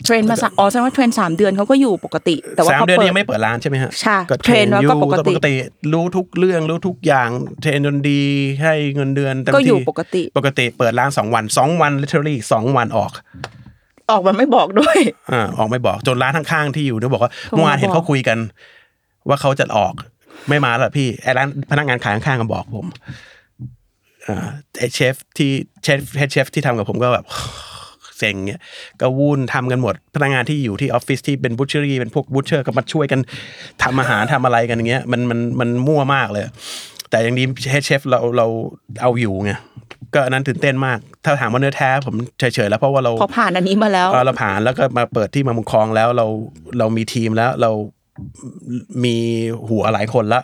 B: เทรนมาสักอ๋อแสดงว่าเทรนสามเดือนเขาก็อยู่ปกติ แต่ว่า
C: สาม
B: เขา
C: เดือน
B: เปิด
C: ยังไม่เปิดร้านใช่ไหมฮะ
B: ใช่
C: ก็
B: เทรนแล้วก็
C: อยู่
B: ปกติ
C: ปกติ รู้ทุกเรื่องรู้ทุกอย่างเทรนจนดีให้เงินเดือนเต็ม
B: ก็อยู่
C: ที่
B: ปกติ
C: ปกติเปิดร้านสองวันสองวัน literally สองวันออก
B: ออกมาไม่บอกด้วย
C: อ่าออกไม่บอกจนร้านข้างๆที่อยู่เนี่ยบอกว่า
B: โทรมา
C: เมื่อวานเห็
B: บ
C: น
B: อก
C: เขาคุยกัน ว่าเขาจะออกไม่มาแล้วพี่ไอ้ร้านพนักงานขายข้างๆก็บอกผมอ่าไอ้เชฟที่เชฟเฮดเชฟที่ทำกับผมก็แบบ เซ็งเนี่ยก็วุ่นทำกันหมด พนักงานที่อยู่ที่ออฟฟิศที่เป็นบูชเชอรี่เป็นพวกบูชเชอร์ก็มาช่วยกันทำอาหารทำอะไรกันอย่างเงี้ยมันมันมันมั่วมากเลย แต่อย่างนี้เฮดเชฟเราเราเอาอยู่ไงก็อันนั้นตื่นเต้นมาก ถ้าถามว่าเนื้อแท้ผมเฉยๆแล้วเพราะว่าเรา
B: พอผ่านอันนี้มาแล้ว
C: เออเราผ่านแล้วก็มาเปิดที่เมามุงคลองแล้วเราเรามีทีมแล้วเรามีหัวหลายคนละ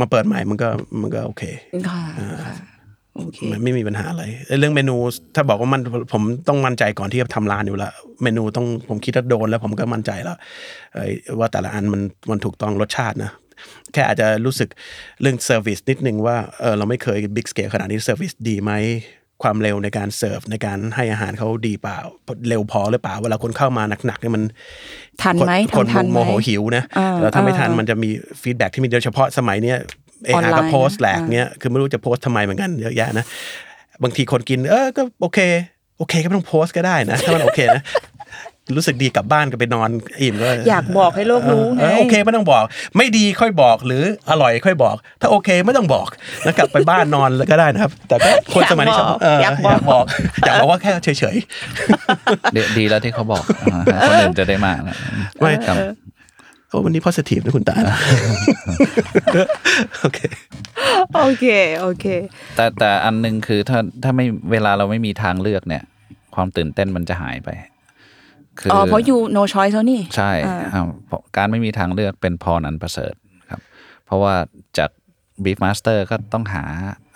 C: มาเปิดใหม่มันก็มันก็โอเค
B: ค่ะค่ะโอเค
C: มันไม่มีปัญหาอะไรเอ้ยเรื่องเมนู ถ้าบอกว่ามันผมต้องมั่นใจก่อนที่จะทำร้านอยู่ละเมนูต้องผมคิดว่าโดนแล้วผมก็มั่นใจแล้วเอ้ยว่าแต่ละอันมันมันถูกต้องรสชาตินะ แค่อาจจะรู้สึกเรื่องเซอร์วิสนิดนึงว่าเออเราไม่เคยบิ๊กสเกลขนาดนี้เซอร์วิสดีไหม ความเร็วในการเสิร์ฟในการให้อาหารเขาดีเปล่า เร็วพอหรือเปล่า เวลาคนเข้ามาหนักๆเนี่ยมัน
B: ทันไหม
C: คน
B: ทำทัน
C: คน
B: ไหม
C: โมโหหิวนะ
B: อ่า
C: แล้วถ้าไม่ทัน
B: อ่ามั
C: มันจะมีฟีดแบ็กที่มีโดยเฉพาะสมัยเนี้ยเอ
B: ออนไลน์
C: ก็โพสต์
B: นะ
C: แหลก
B: อ่า
C: เนี้ยคือไม่รู้จะโพสต์ทำไมเหมือนกันเยอะแยะนะ บางทีคนกิน เออก็โอเค โอเคก็ไม่ต้องโพสต์ก็ได้นะ ถ้ามันโอเคนะ รู้สึกดีกลับบ้านก็ไปนอนอิ่มก็
B: อยากบอกให้โลกรู้ไง
C: เออโอเคไม่ต้องบอก ไม่ดีค่อยบอกหรืออร่อยค่อยบอก ถ้าโอเคไม่ต้องบอกแล้วกลับไปบ้านนอนแล้วก็ได้นะครับ แต่ก็คนสมัยนี้ชอบเอออยากบอกอยากบอกว่าแค่เฉยๆ
D: ดีดีแล้วที่เขาบอก อ่าคนอื่นจะได้มากนะ
C: ไม่
D: ครับ
C: โอ้วันนี้ positive นะคุณตาล โอเค
B: โอเคโอเค
D: แต่แต่อันหนึงคือถ้าถ้าไม่เวลาเราไม่มีทางเลือกเนี่ย ความตื่นเต้นมันจะหายไป คือ
B: อ๋
D: อ๋
B: อเพราะอยู่ no choice แล้วนี่
D: ใช่
B: อ่า
D: อ่าเพราะการไม่มีทางเลือกเป็นพรอันประเสริฐครับ เพราะว่าจาก Beef Master ก็ต้องหา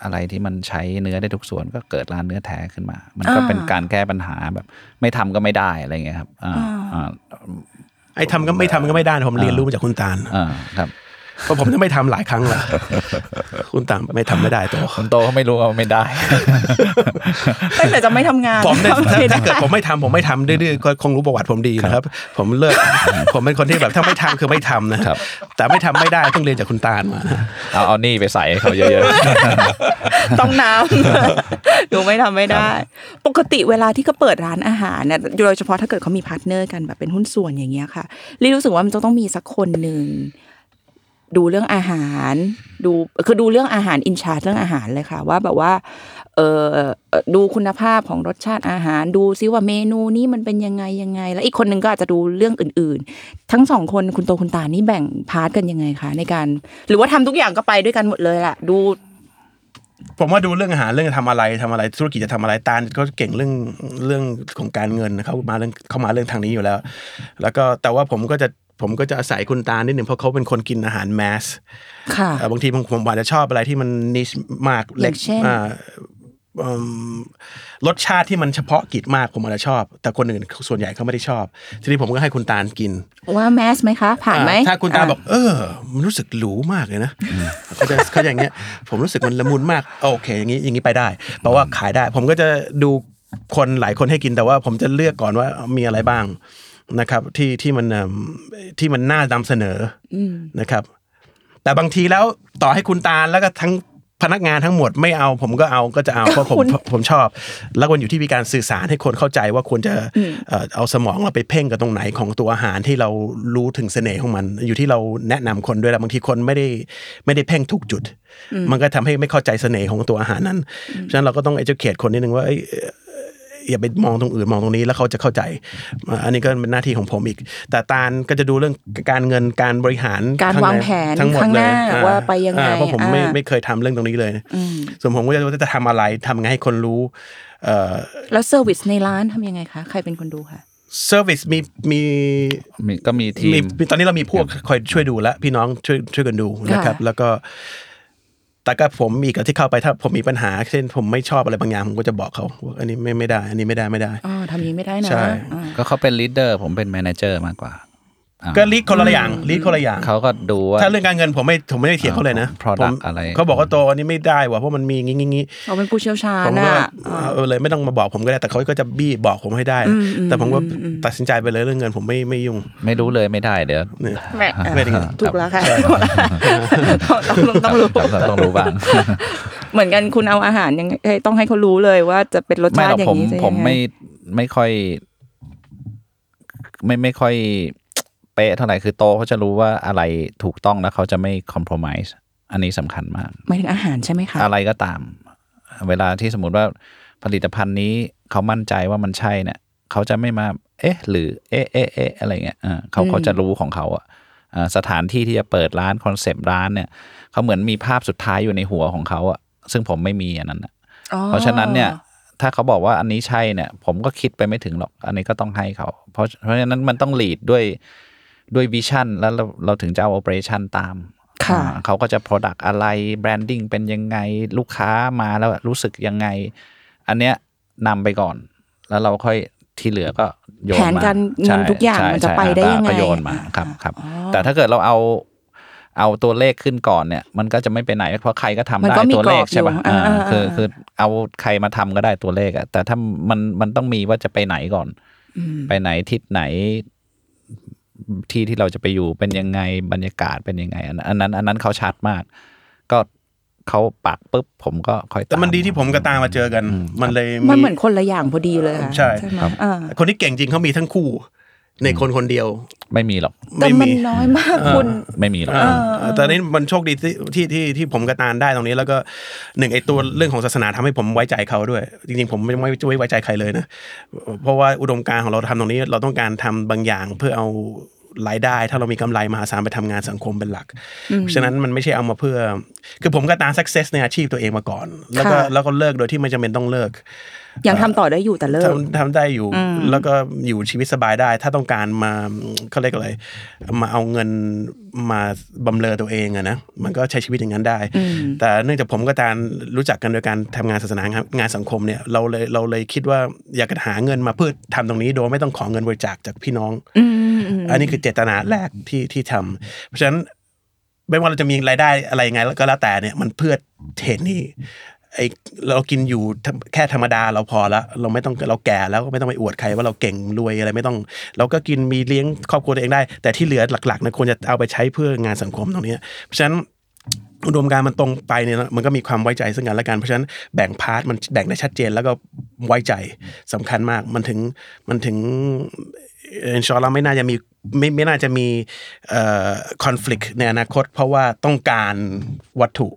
D: อะไรที่มันใช้เนื้อได้ทุกส่วนก็เกิดร้านเนื้อแท้ขึ้นมา มันก็เป็นการแก้ปัญหาแบบ ไม่ทำก็ไม่ได้อะไรเงี้ยครับอ่าอ่า
C: ไอ้ทำก็ไม่ทำก็ไม่ได้นะผมเรียนรู้มาจากคุณตาล
D: อ่าครับ
C: เพราะผมจะไม่ทำหลายครั้ง ละคุณตาลไม่ทำไม่ได้ตัว
D: คนโตเขาไม่รู้ว่าไม่ได้
B: ตั้งแต่จะไม่ทำงาน
C: ผมเนี่ย
B: ทำไม่ได้
C: ถ้าเกิดผมไม่ทำผมไม่ทำดื้อๆก็คงรู้ประวัติผมดีนะครับ ผมเลิก ผมเป็นคนที่แบบถ้าไม่ทำคือไม่ทำนะครับ แต่ไม่ทำไม่ได้ต้องเรียนจากคุณตาลมา
D: เอาเอาหนี่ไปใส่ให้เขาเยอะ
B: ต้องน้ำ หนูไม่ทำไม่ได้ ปกติเวลาที่เขาเปิดร้านอาหารเนี่ยโดยเฉพาะถ้าเกิดเขามีพาร์ทเนอร์กันแบบเป็นหุ้นส่วนอย่างเงี้ยค่ะรีรู้สึกว่ามันจะต้องมีสักคนหนึ่ง ดูเรื่องอาหาร ดูคือดูเรื่องอาหารอินชาร์เรื่องอาหารเลยค่ะ ว่าแบบว่าเออเอ่อดูคุณภาพของรสชาติอาหาร ดูซิว่าเมนูนี้มันเป็นยังไงยังไง แล้วอีกคนหนึ่งก็อาจจะดูเรื่องอื่น ๆ ทั้งสองคนคุณโตคุณตานี่แบ่งพาร์ทกันยังไงคะในการ หรือว่าทำทุกอย่างก็ไปด้วยกันหมดเลยล่ะ ดู
C: ผมว่าดูเรื่องอาหารเรื่องจะทำอะไรทำอะไรธุรกิจจะทำอะไรตาลก็เก่งเรื่องเรื่องของการเงินนะเขามาเรื่องเขามาเรื่องทางนี้อยู่แล้ว แล้วก็แต่ว่าผมก็จะผมก็จะอาศัยคุณตาลนิดหนึ่งเพราะเขาเป็นคนกินอาหารแมส
B: ค่ะ
C: เอ่อบางทีผมผมอาจจะชอบอะไรที่มันนิชมาก
B: อย่างเช่น
C: อ่าอืมรสชาติที่มันเฉพาะกิจมากผมอาจจะชอบ แต่คนอื่นส่วนใหญ่เขาไม่ได้ชอบ ทีนี้ผมก็ให้คุณตาลกิน
B: ว่าแมสไหมคะ ผ่านไหม
C: อ่ถ้าคุณตาล
B: ะ
C: บอก เออ มันรู้สึกหรูมากเลยนะ เขาจะเขาจะอย่างเงี้ย ผมรู้สึกมันละมุนมากโอเค อย่างนี้อย่างนี้ไปได้แปลว่าขายได้ ผมก็จะดูคนหลายคนให้กินแต่ว่า ผมจะเลือกก่อนว่ามีอะไรบ้างนะครับ ที่ที่มันเอิ่มที่มันน่านำเสนอ
B: อืม
C: นะครับ แต่บางทีแล้วต่อให้คุณตาลแล้วก็ทั้งพนักงานทั้งหมดไม่เอา ผมก็เอาก็จะ เอาเพราะผมผมชอบ แล้วมันอยู่ที่มีการสื่อสารให้คนเข้าใจว่าควรจะเอ่อเอาสมองเราไปเพ่งกับตรงไหนของตัวอาหารที่เรารู้ถึงเสน่ห์ของมัน อยู่ที่เราแนะนำคนด้วยแหละบางทีคนไม่ได้ไม่ได้เพ่งทุกจุด มันก็ทำให้ไม่เข้าใจเสน่ห์ของตัวอาหารนั้นฉะนั้นเราก็ต้อง educate คนนิดนึงว่าเอ้ย อย่าไปมองตรงอื่นมองตรงนี้แล้วเขาจะเข้าใจอ่าอันนี้ก็เป็นหน้าที่ของผมอีก แต่ตาลก็จะดูเรื่องการเงินการบริหาร
B: การ
C: ข้ใน
B: วางแผน
C: ทั้งหมด
B: ข้าง
C: เล
B: ห
C: ย
B: น้า
C: อ่
B: ว่าไปยังไง
C: อ่าเพราะผม
B: อ่า
C: ไม่ไม่เคยทำเรื่องตรงนี้เลยนะส่วนผมก็จะว่าจะทำอะไรทำไงให้คนรู้เอ่อ
B: แล้วเซอร์วิสในร้านทำยังไงคะ ใครเป็นคนดูคะ
C: เซอร์วิสมีมี
D: ๆ มีก็มีทีม
C: มีตอนนี้เรามีพวกคอยช่วยดูและพี่น้องช่วยช่วยกันดูนะครับ
B: ค่ะ
C: แล้วก็ แต่ก็ผมมีกับที่เข้าไปถ้าผมมีปัญหา เช่นผมไม่ชอบอะไรบางอย่างผมก็จะบอกเขาว่าอันนี้ไม่ไม่ได้ อันนี้ไม่ได้ไม่ได้
B: อ๋อทำอย่างนี้ไม่ได้นะ
C: ใช่
B: อ่า
D: ก็เขาเป็นลีดเดอร์ผมเป็นแมเนเจอร์มากกว่าอ่า
C: ก็ลีดคนละอย่างลีดคนละอย่าง
D: เขาก็ดูว่า
C: ถ้าเรื่องการเงินผมไม่ผมไม่ได้เถียงเขาเลยนะ
D: อ่า product
C: ผม
D: อะไร
C: เขาบอกว่าโตอันนี้ไม่ได้ว่ะเพราะมันมีงี้งี้งี้
B: เขาเป็นผู้เชี่ยวชาญ
C: ผมก็
B: อ่ะ
C: เออเออเลยไม่ต้องมาบอกผมก็ได้แต่เขาก็จะบี้บอกผมให้ได้ แต่ผมก็ตัดสินใจไปเลยเรื่องเงินผมไม่ไม่ยุ่ง
D: ไม่รู้เลยไม่ได้เดี๋ยว
C: เนี่ย
B: อ่ะ
C: ไม่ได้เงิน
B: ถูกแล้วค่ะต้องรู้ต้องรู้
D: ครับครับต้องรู้ บ้าง
B: เหมือนกันคุณเอาอาหารยังไงต้องให้เขารู้เลยว่าจะเป็นรส
D: ไม่
B: ชา
D: หร
B: ติ
D: อก
B: อย่า
D: ผ
B: ง
D: ม
B: นี้จะยังง
D: ผมไม่ไม่ค่อย ไม่ไม่ค่อย เป๊ะเท่าไหร่คือโตเขาจะรู้ว่าอะไรถูกต้องแล้วเขาจะไม่คอม p r o m i s e อันนี้สำคัญมาก
B: หมายถึงอาหารใช่ไหมคะ
D: อะไรก็ตาม เวลาที่สมมติว่าผลิตภัณฑ์นี้เขามั่นใจว่ามันใช่เนี่ยเขาจะไม่มา เอ๊ะ หรือเอ๊ะเอ๊ะเอ๊ะอะไรเงี้ยอ่าเขาเขาจะรู้ของเขาอะอ่าสถานที่ที่จะเปิดร้านคอนเซปต์ร้านเนี่ยเขาเหมือนมีภาพสุดท้ายอยู่ในหัวของเขาอะซึ่งผมไม่มีอันนั้นอะ
B: อ๋อ
D: เพราะฉะนั้นเนี่ยถ้าเขาบอกว่าอันนี้ใช่เนี่ย ผมก็คิดไปไม่ถึงหรอก อันนี้ก็ต้องให้เขา เพราะเพราะฉะนั้นมันต้องหลีดด้วยด้วยวิชั่นแล้วเราเราถึงจะเอาโอเปอเรชั่นตาม
B: ค่ะ
D: อ่าเขาก็จะ Product อะไรแบรนดิ้งเป็นยังไงลูกค้ามาแล้วรู้สึกยังไง อันเนี้ยนำไปก่อน แล้วเราค่อยที่เหลือก็โยนมา
B: แผนการเงิน
D: ใช่
B: ทุกอย่าง
D: ใช่
B: มันจะ
D: ใช่
B: ไปได้
D: อ่า
B: ยังไง
D: ก็โยนมา
B: อ่า
D: ครับครับ
B: อ๋อ
D: แต่ถ้าเกิดเราเอาเอาตัวเลขขึ้นก่อนเนี่ย มันก็จะไม่ไปไหน เพราะใครก็ทำ
B: มัน
D: ได้
B: ก็มี
D: ตัวเลขใช่
B: กร
D: ป่ะ
B: อบอยู่อ่า
D: อ่า
B: อ่า
D: คือคือ เอาใครมาทำก็ได้ตัวเลขอะแต่ถ้ามันมันต้องมีว่าจะไปไหนก่อน ไปไหนทิศไหน ที่ที่เราจะไปอยู่เป็นยังไงบรรยากาศเป็นยังไงอันอันนั้น อันนั้นเขาชัดมาก ก็เขาปักปุ๊บผมก็ค่อย
C: แต่มัน
D: ตา
C: ดีที่ผมกับตามาเจอกัน มันเลย
B: มันเหมือนคนละอย่างพอดีเลยค่ะ
C: ใช่
B: ไหม
D: ครับ
B: อ่า
C: คนที่เก่งจริงเขามีทั้งคู่ ในคนคนเดียว
D: ไม่มีหรอก
B: แต่
C: ไม่
B: มัน
C: มี
B: น้อยมากคุณ
D: ไม่มีหรอก
C: อ่าแต่นี่มันโชคดีที่ที่ที่ที่ผมกระตานได้ตรงนี้ แล้วก็หนึ่งไอตัวเรื่องของศาสนาทำให้ผมไว้ใจเขาด้วย จริงๆ ผมไม่ไม่ไม่ไว้ใจใครเลยนะเพราะว่าอุดมการณ์ของเราทำตรงนี้เราต้องการทำบางอย่างเพื่อเอารายได้ ถ้าเรามีกำไรมหาศาลไปทำงานสังคมเป็นหลัก ฉะนั้นมันไม่ใช่เอามาเพื่อ คือผมกระตาน success ในอาชีพตัวเองมาก่อน แล้วก็
B: ค่ะ
C: แล้วก็เลิกโดยที่ไม่จำเป็นต้องเลิก
B: ยังทำต่อได้อยู่แต่เลิก
C: ทำทำได้อยู่แล้วก็อยู่ชีวิตสบายได้ ถ้าต้องการมาเขาเรียกอะไร มาเอาเงินมาบำเรอตัวเองอะนะมันก็ใช้ชีวิตอย่างนั้นได้ แต่เนื่องจากผมกับตาลรู้จักกันโดยการทำงานศาสนางานสังคมเนี่ยเราเลยเราเลยคิดว่าอยากจะหาเงินมาเพื่อทำตรงนี้โดยไม่ต้องขอเงินบริจาคจากพี่น้อง อันนี้คือเจตนาแรกที่ที่ทำเพราะฉะนั้น ไม่ว่าเราจะมีรายได้อะไรยังไงก็แล้วแต่เนี่ยมันเพื่อเทนนี่ไอเรากินอยู่ธรรมแค่ธรรมดาเราพอละเราไม่ต้องเราแก่แล้วก็ไม่ต้องไปอวดใครว่าเราเก่งรวยอะไรไม่ต้อง เราก็กินมีเลี้ยงครอบครัวตัวเองได้ แต่ที่เหลือหลักๆนะควรจะเอาไปใช้เพื่องานสังคมตรงเนี้ยเพราะฉะนั้นอุดมการณ์มันตรงไปเนี่ยนะมันก็มีความไว้ใจซึ่งกันและกันเพราะฉะนั้นแบ่งพาร์ทมันแบ่งได้ชัดเจนแล้วก็ไว้ใจสำคัญมากมันถึงมันถึง อินชาอัลลอฮ์ไม่น่าจะมีไม่ไม่น่าจะมีคอน FLICT ในอนาคต เพราะว่าต้องการวัตถุ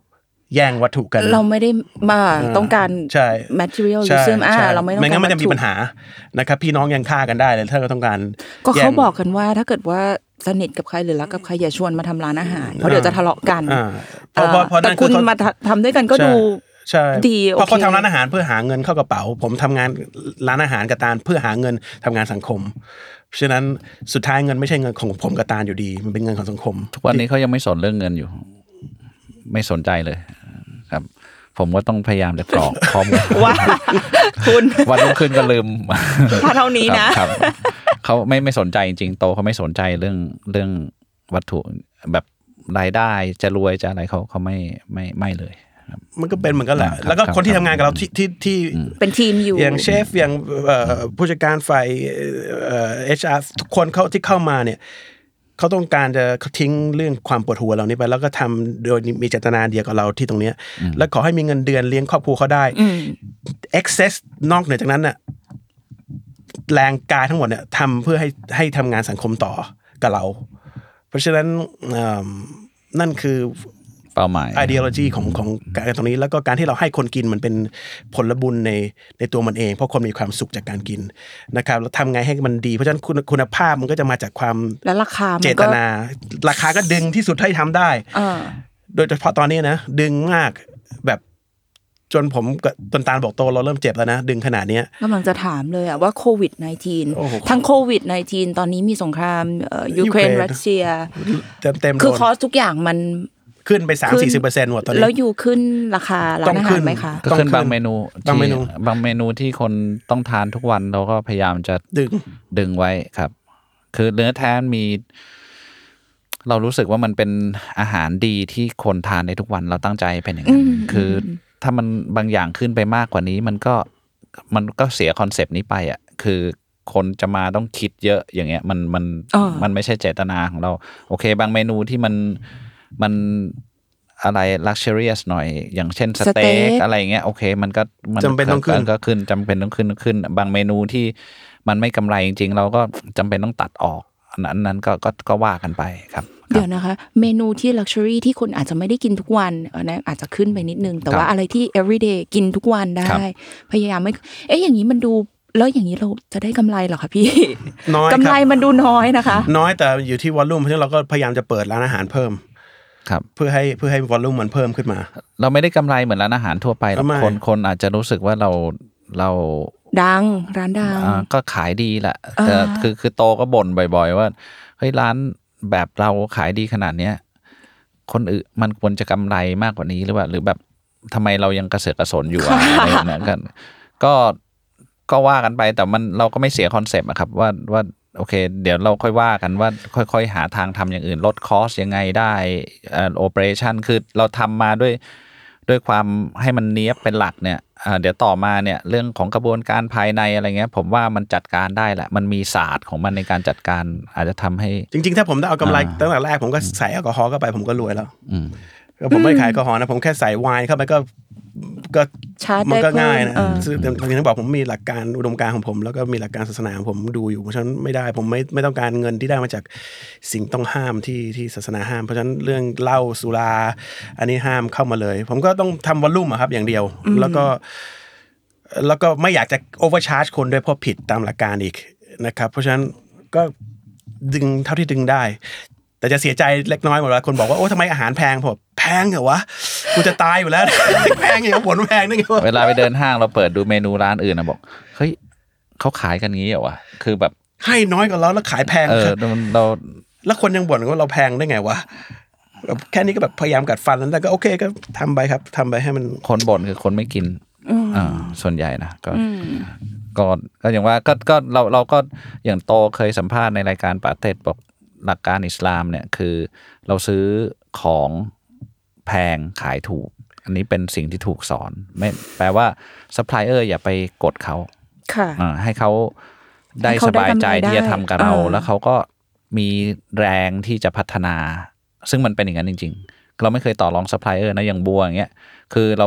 C: แย่งวัตถุกัน
B: เราไม่ได้มา
C: อ่
B: ต้องการ
C: ใช่
B: material
C: ใช่
B: ism อ่า
C: ใช่
B: เราไม่ต้อง
C: ไม่งั้นมัน
B: การวัตถุ
C: จะมีปัญหานะครับพี่น้องยังฆ่ากันได้เลยถ้าเราต้องการ
B: ก็
C: แย่
B: เขา
C: ง
B: บอกกันว่าถ้าเกิดว่าสนิทกับใครหรือรักกับใครอย่าชวนมาทำร้านอาหารเพราะเดี๋ยวจะทะเลาะกัน
C: อ่าเพราะเพราะเพราะนั่
B: แต่
C: นคือ
B: คุณ
C: เขาม
B: มาทะทำด้วยกันก็
C: ใช่
B: ดู
C: ใช่
B: ดีโอเค
C: เพราะเขาทำร้านอาหารเพื่อหาเงินเข้ากระเป๋า ผมทำงานร้านอาหารกับตาลเพื่อหาเงินทำงานสังคมเพราะฉะนั้นสุดท้ายเงินไม่ใช่เงินของผมกับตาลอยู่ดี มันเป็นเงินของสังคม
D: ทุกวันนี้เขายังไม่สนเรื่องเงินอยู่ ไม่สนใจเลยครับ ผมก็ต้องพยายามจะกรอก ข้อมูล
B: ว่า คุณ
D: วันรุ่งขึ้นก็ลืม
B: ถ้าเท่านี้นะ
D: ครับครับเขาไม่ไม่สนใจจริงๆโตเขาไม่สนใจเรื่องเรื่องวัตถุแบบรายได้จะรวยจะอะไรเขาเขาไม่ไม่ไม่เลย
C: มันก็เป็นเหมือนกันแหละ
D: ครับ
C: แล้วก็
D: ครับ
C: คนที่ทำงานกับเราที่ที่ที่
B: เป็นทีมอยู่
C: อย่างเชฟอย่างเอ่อผู้จัดการฝ่ายเอชอาร์ทุกคนเขาที่เข้ามาเนี่ยเขาต้องการจะทิ้งเรื่องความปวดหัวเหล่านี้ไป แล้วก็ทำโดยมีเจตนาเดียวกับเราที่ตรงเนี้ยแล้วขอให้มีเงินเดือนเลี้ยงครอบครัวเขาได้ excess นอกเหนือจากนั้นน่ะแรงกายทั้งหมดเนี่ยทำเพื่อให้ให้ทำงานสังคมต่อกับเรา เพราะฉะนั้นเอิ่มนั่นคือ
D: เป้าหมาย
C: ideology ของของการตรงนี้แล้วก็การที่เราให้คนกินมันเป็นผลบุญในในตัวมันเอง เพราะคนมีความสุขจากการกินนะครับแล้วทำไงให้มันดี เพราะฉะนั้นคุณคุณภาพมันก็จะมาจากความ
B: และราคามันก็
C: เจตนา ราคาก็ดึงที่สุดเท่าที่ทำได้
B: เออ
C: โดยเฉพาะตอนนี้นะ ดึงมากแบบจนผมกับตนตาลบอกโตเราเริ่มเจ็บแล้วนะ ดึงขนาดเนี้ย
B: กำลังจะถามเลยอะว่าโควิด
C: โอ้โห
B: -19 ทั้งโควิด -19 ตอนนี้มีสงครามยูเครน
C: Ukraine
B: รัสเซีย
C: เต็มเต็มๆโด
B: คือน คอสทุกอย่างมัน
C: ขึ้นไปสาม
B: ขึ้
C: สี่สิบเปอร์เซ็น
B: น
C: ต์หมดตอนนี้
B: แล้วอยู่ขึ้นราคาร้า
C: ต้อน ง
B: อา
C: ขึ้
B: หาร
C: น
B: ไหมคะ
D: ก็
C: ต้อง
D: ขึ้นบาง
C: ขึ้น
D: เมนู
C: บางเมนู
D: ที่บางเมนูที่คนต้องทานทุกวันเราก็พยายามจะ
C: ดึง
D: ดึงไว้ครับ คือเนื้อแท้มี เรารู้สึกว่ามันเป็นอาหารดีที่คนทานได้ทุกวันเราตั้งใจเป็นอย่างนั้น
B: อืม
D: คือถ้ามันบางอย่างขึ้นไปมากกว่านี้ มันก็มันก็เสียคอนเซปต์นี้ไปอ่ะคือคนจะมาต้องคิดเยอะอย่างเงี้ย มันมัน
B: อ่ามั
D: มันไม่ใช่เจตนาของเรา โอเค บางเมนูที่มันมันอะไรลักชัวรีสหน่อย อย่างเช่นส
B: สเต็
D: เต็
B: ก
D: กอะไรเงี้ยโอเค มันก็มั
C: จำเป็นต้องขึ้น
D: ก็ขึ้นจำเป็นต้องขึ้นขึ้น บางเมนูที่มันไม่กำไรจริง ๆ เราก็จำเป็นต้องตัดออกอันนั้นนั้นก็ก็ก็ว่ากันไปครับค
B: เดี๋ย
D: รับ
B: วนะคะ เมนูที่ luxury ที่คุณอาจจะไม่ได้กินทุกวันเออนะอาจจะขึ้นไปนิดนึง แต่
D: ครับ
B: ว่าอะไรที่ everyday กินทุกวันได้
D: ครับ
B: พยายามไม่เอ๊ะอย่างนี้มันดูแล้วอย่างนี้เราจะได้กำไรเหรอคะพี่
C: น้อย
B: กำ
C: ค
B: ไร
C: รับ
B: มันดูน้อยนะคะ
C: น้อยแต่อยู่ที่วอลลุ่มเพราะฉะนั้นเราก็พยายามจะเปิดร้านอาหารเพิ่ม
D: ครับ
C: เพื่อให้เพื่อให้วอลลุ่มมันเพิ่มขึ้นมา
D: เราไม่ได้กำไรเหมือนร้านอาหารทั่วไปหรอก
C: ทำไม
D: คนคนอาจจะรู้สึกว่าเราเรา
B: ดังร้านดัง
D: อ่าก็ขายดีแหละ
B: อ่า
D: เออคือคือโตก็บ่นบ่อย ๆ ว่าเฮ้ยร้านแบบเราขายดีขนาดเนี้ยคนอื่นมันควรจะกำไรมากกว่านี้หรือเปล่าหรือแบบทำไมเรายังกระเสือกกระสนอยู่อะอะไรแบบนั้นกัน ก็ก็ว่ากันไปแต่มันเราก็ไม่เสียคอนเซปต์อะครับว่าว่าโอเค เดี๋ยวเราค่อยว่ากันว่าค่อย ๆ หาทางทำอย่างอื่นลดคอสยังไงได้โอเปอเรชันคือเราทำมาด้วยด้วยความให้มันเนี้ยบเป็นหลักเนี่ยอ่าเดี๋ยวต่อมาเนี่ยเรื่องของกระบวนการภายในอะไรเงี้ย ผมว่ามันจัดการได้แหละ มันมีศาสตร์ของมันในการจัดการอาจจะทำให้
C: จริง ๆ ถ้าผมได้เอากำไร
D: อ่า
C: ตั้งแต่แรกผมก็ใส่แอลกอฮอล์เข้าไปผมก็รวยแล้ว
D: อืม
C: ก็ผมไม่ขายแอลกอฮอล์นะผมแค่ใส่ไวน์เข้าไปก็ก็
B: ชาร์จ
C: มัน
B: ได้
C: ก็
B: เพิ่
C: ง่ายนะ
B: เออ
C: ซึ่งแต่ผมถึงบอกผมมีหลักการอุดมการณ์ของผม แล้วก็มีหลักการศาสนาของผมดูอยู่ เพราะฉะนั้นไม่ได้ผมไม่ไม่ต้องการเงินที่ได้มาจากสิ่งต้องห้ามที่ที่ศาสนาห้าม เพราะฉะนั้นเรื่องเหล้าสุรา อันนี้ห้ามเข้ามาเลย ผมก็ต้องทำวอลลุ่มอะครับอย่างเดียว แล้วก็ แล้วก็ไม่อยากจะโอเวอร์ชาร์จคนด้วยเพราะผิดตามหลักการอีกนะครับ เพราะฉะนั้นก็ดึงเท่าที่ดึงได้ แต่จะเสียใจเล็กน้อยหมดแล้วคนบอกว่าโอ้ทำไมอาหารแพงผมแพงเหรอวะกูจะตายอยู่แล้ว แพงอย่างเงี้ยผลแพงนึกว่า
D: เวลาไปเดินห้างเราเปิดดูเมนูร้านอื่นนะบอกเฮ้ยเขาขายกันงี้เหรอวะคือแบบ
C: ให้น้อยกว่าเราแล้วขายแพง
D: เออ
C: ครับ
D: มันเรา
C: แล้วคนยังบ่นว่าเราแพงได้ไงวะแบบแค่นี้ก็แบบพยายามกัดฟันแล้วแต่ก็โอเคก็ทำไปครับทำไปให้มัน
D: คนบ่นคือคนไม่กิน
B: อืม
D: อ่าส่วนใหญ่นะก็
B: อืม
D: ก็ก็อย่างว่าก็ก็เราเราก็อย่างโตเคยสัมภาษณ์ในรายการปาเต็ดบอกหลักการอิสลามเนี่ยคือเราซื้อของแพงขายถูก อันนี้เป็นสิ่งที่ถูกสอนไม่แปลว่าซัพพลายเออร์อย่าไปกดเขา
B: ค่ะ
D: อ่าให้เขาได้
B: ให้เขา
D: สบายใจ
B: ได้กำไร
D: ที่จะทำกับ
B: ได้
D: เรา
B: เออ
D: แล้วเขาก็มีแรงที่จะพัฒนา ซึ่งมันเป็นอย่างนั้นจริง ๆ เราไม่เคยต่อรองซัพพลายเออร์นะอย่างบัวอย่างเงี้ยคือเรา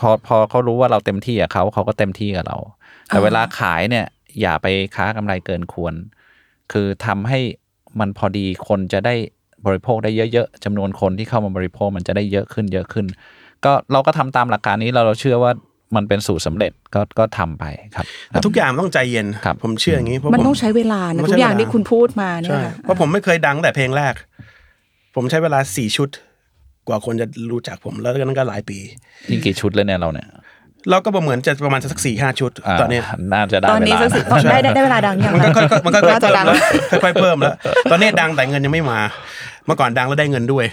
D: พอพอเขารู้ว่าเราเต็มที่กับเขาเขาก็เต็มที่กับเรา แต่เวลาขายเนี่ย อย่าไปค้ากำไรเกินควร คือทำให้มันพอดีคนจะได้บริโภคได้เยอะๆจำนวนคนที่เข้ามาบริโภคมันจะได้เยอะขึ้นเยอะขึ้น ก็เราก็ทำตามหลักการนี้เราเราเชื่อว่ามันเป็นสูตรสำเร็จก็ก็ทำไปครับ
C: แต่ทุกอย่างมันต้องใจเย็น
D: ครับ
C: ผมเชื่ออย่างนี้เพราะ
B: มัน
C: ผม
B: ต้องใช้เวลานะ
C: มันใช้
B: ทุกอย่าง
C: เวลา
B: ที่คุณพูดมาเนี่ย
C: ใช่
B: ค่ะ
C: เพราะผมไม่เคยดังแต่เพลงแรก ผมใช้เวลาสี่ชุด กว่าคนจะรู้จักผมแล้วก็นั่นก็หลายปี
D: นี่กี่ชุดแล้วเนี่ยเราเนี่ย
C: เราก็ประเมินจะประมาณสักสี่ห้าชุด
D: า
C: ตอนเนี้ย
D: น่าจะได้
B: ตอนนี้
D: เวลา
B: สักสิบตอนได้ได้ได้เวลาดังยัง
C: มันก็ค่อยๆมันก็ค่อย
B: น่า
C: ๆ
B: จะ
C: เพิ่ม
B: ดัง
C: แล้วค่อยๆเพิ่มแล้ว ตอนนี้ดังแต่เงินยังไม่มา เมื่อก่อนดังแล้วได้เงินด้วย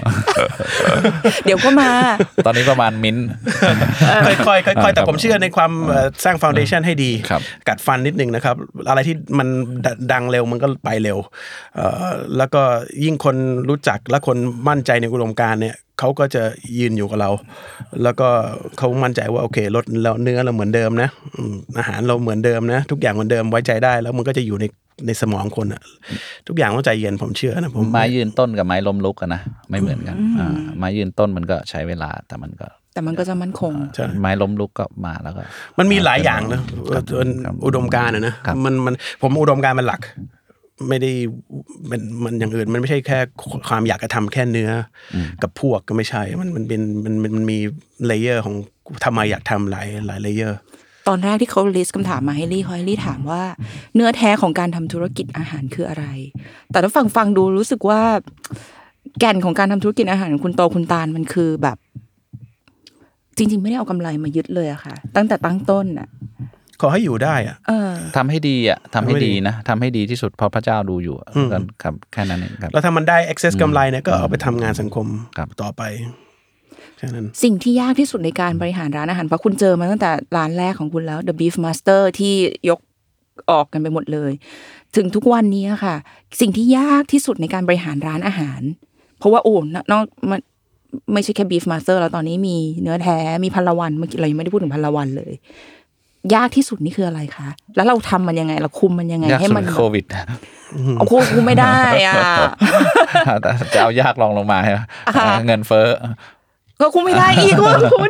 B: เดี๋ยวก็มา
D: ตอนนี้ประมาณมิ้นท์
C: ค่อยๆค่อยๆแต่
D: ครับ
C: ผมเชื่อในความเอ่อสร้างฟ u n d a t i o n ให้ดี
D: ครับ
C: กัดฟันนิดนึงนะครับ อะไรที่มันดดังเร็วมันก็ไปเร็วเอ่อแล้วก็ยิ่งคนรู้จักและคนมั่นใจในอุดมการณ์เนี่ยเขาก็จะยืนอยู่กับเรา แล้วก็เขามั่นใจว่าโอเครสเราเนื้อเราเหมือนเดิมนะอืมอาหารเราเหมือนเดิมนะ ทุกอย่างเหมือนเดิมไว้ใจได้แล้วมันก็จะอยู่ในในสมองคนอะทุกอย่างต้องใจเย็นผมเชื่อนะผม
D: ไม้ยืนต้นกับไม้ล้มลุกกันนะไม่เหมือนกันอ่าไม้ยืนต้นมันก็ใช้เวลาแต่มันก็
B: แต่มันก็จะมั่นคง
C: ใช่
D: ไม้ล้มลุกก็มาแล้วก็
C: มันมีหลายอย่างนะครับ เอ่อ
D: ครับ
C: อุดมการณ์อะนะครับ มันมันผมอุดมการณ์มันหลัก ไม่ได้มันมันอย่างอื่น มันไม่ใช่แค่ความอยากจะทำแค่เนื้ออกับพวกก็ไม่ใช่ มันมันเป็นมันมันมันมีเลเยอร์ของทำไมอยากทำหลายหลายเลเยอร์
B: ตอนแรกที่เขา list คำถามมาให้ลี่เขาให้ลี่ถามว่า เนื้อแท้ของการทำธุรกิจอาหารคืออะไร แต่ถ้าฟังฟังดูรู้สึกว่า แก่นของการทำธุรกิจอาหารของคุณโตคุณตาลมันคือแบบ จริง ๆ ไม่ได้เอากำไรมายึดเลยอะค่ะ ตั้งแต่ตั้งต้นอะ
C: ขอให้อยู่ได้อะ
B: เออ
D: ทำให้ดีอ่ะทำให้
C: ทำให้ดี
D: ดีนะทำให้ดีที่สุดเพราะพระเจ้าดูอยู่อะ
C: อืม
D: ครับแค่นั้นเองครับ
C: แล้วถ้ามันได้ access กำไรเนี่ยก็เอาไปทำงานสังคม
D: ครับ
C: ต่อไป ค่นั้น
B: สิ่งที่ยากที่สุดในการบริหารร้านอาหารเพราะคุณเจอมาตั้งแต่ร้านแรกของคุณแล้ว The Beef Master ที่ยกออกกันไปหมดเลย ถึงทุกวันนี้ค่ะ สิ่งที่ยากที่สุดในการบริหารร้านอาหาร เพราะว่าโอ้นนอกมันไม่ใช่แค่ Beef Master แล้วตอนนี้มีเนื้อแท้มีพันละวันเมื่อกี้เรายังไม่ได้พูดถึงพันละวันเลย ยากที่สุดนี่คืออะไรคะแล้วเราทำมันยังไงเราคุมมันยังไง
D: ยาก
B: ให้
D: สุ
B: มัน
D: ดโควิด
B: เอาควบคุมไม่ได้ อ่ะ
D: จะเอายากลองลงมาใช่ไหม
B: ค่ะ
D: เงินเฟ้อ
B: ก็คุมไม่ได้อีก ว่าคุณ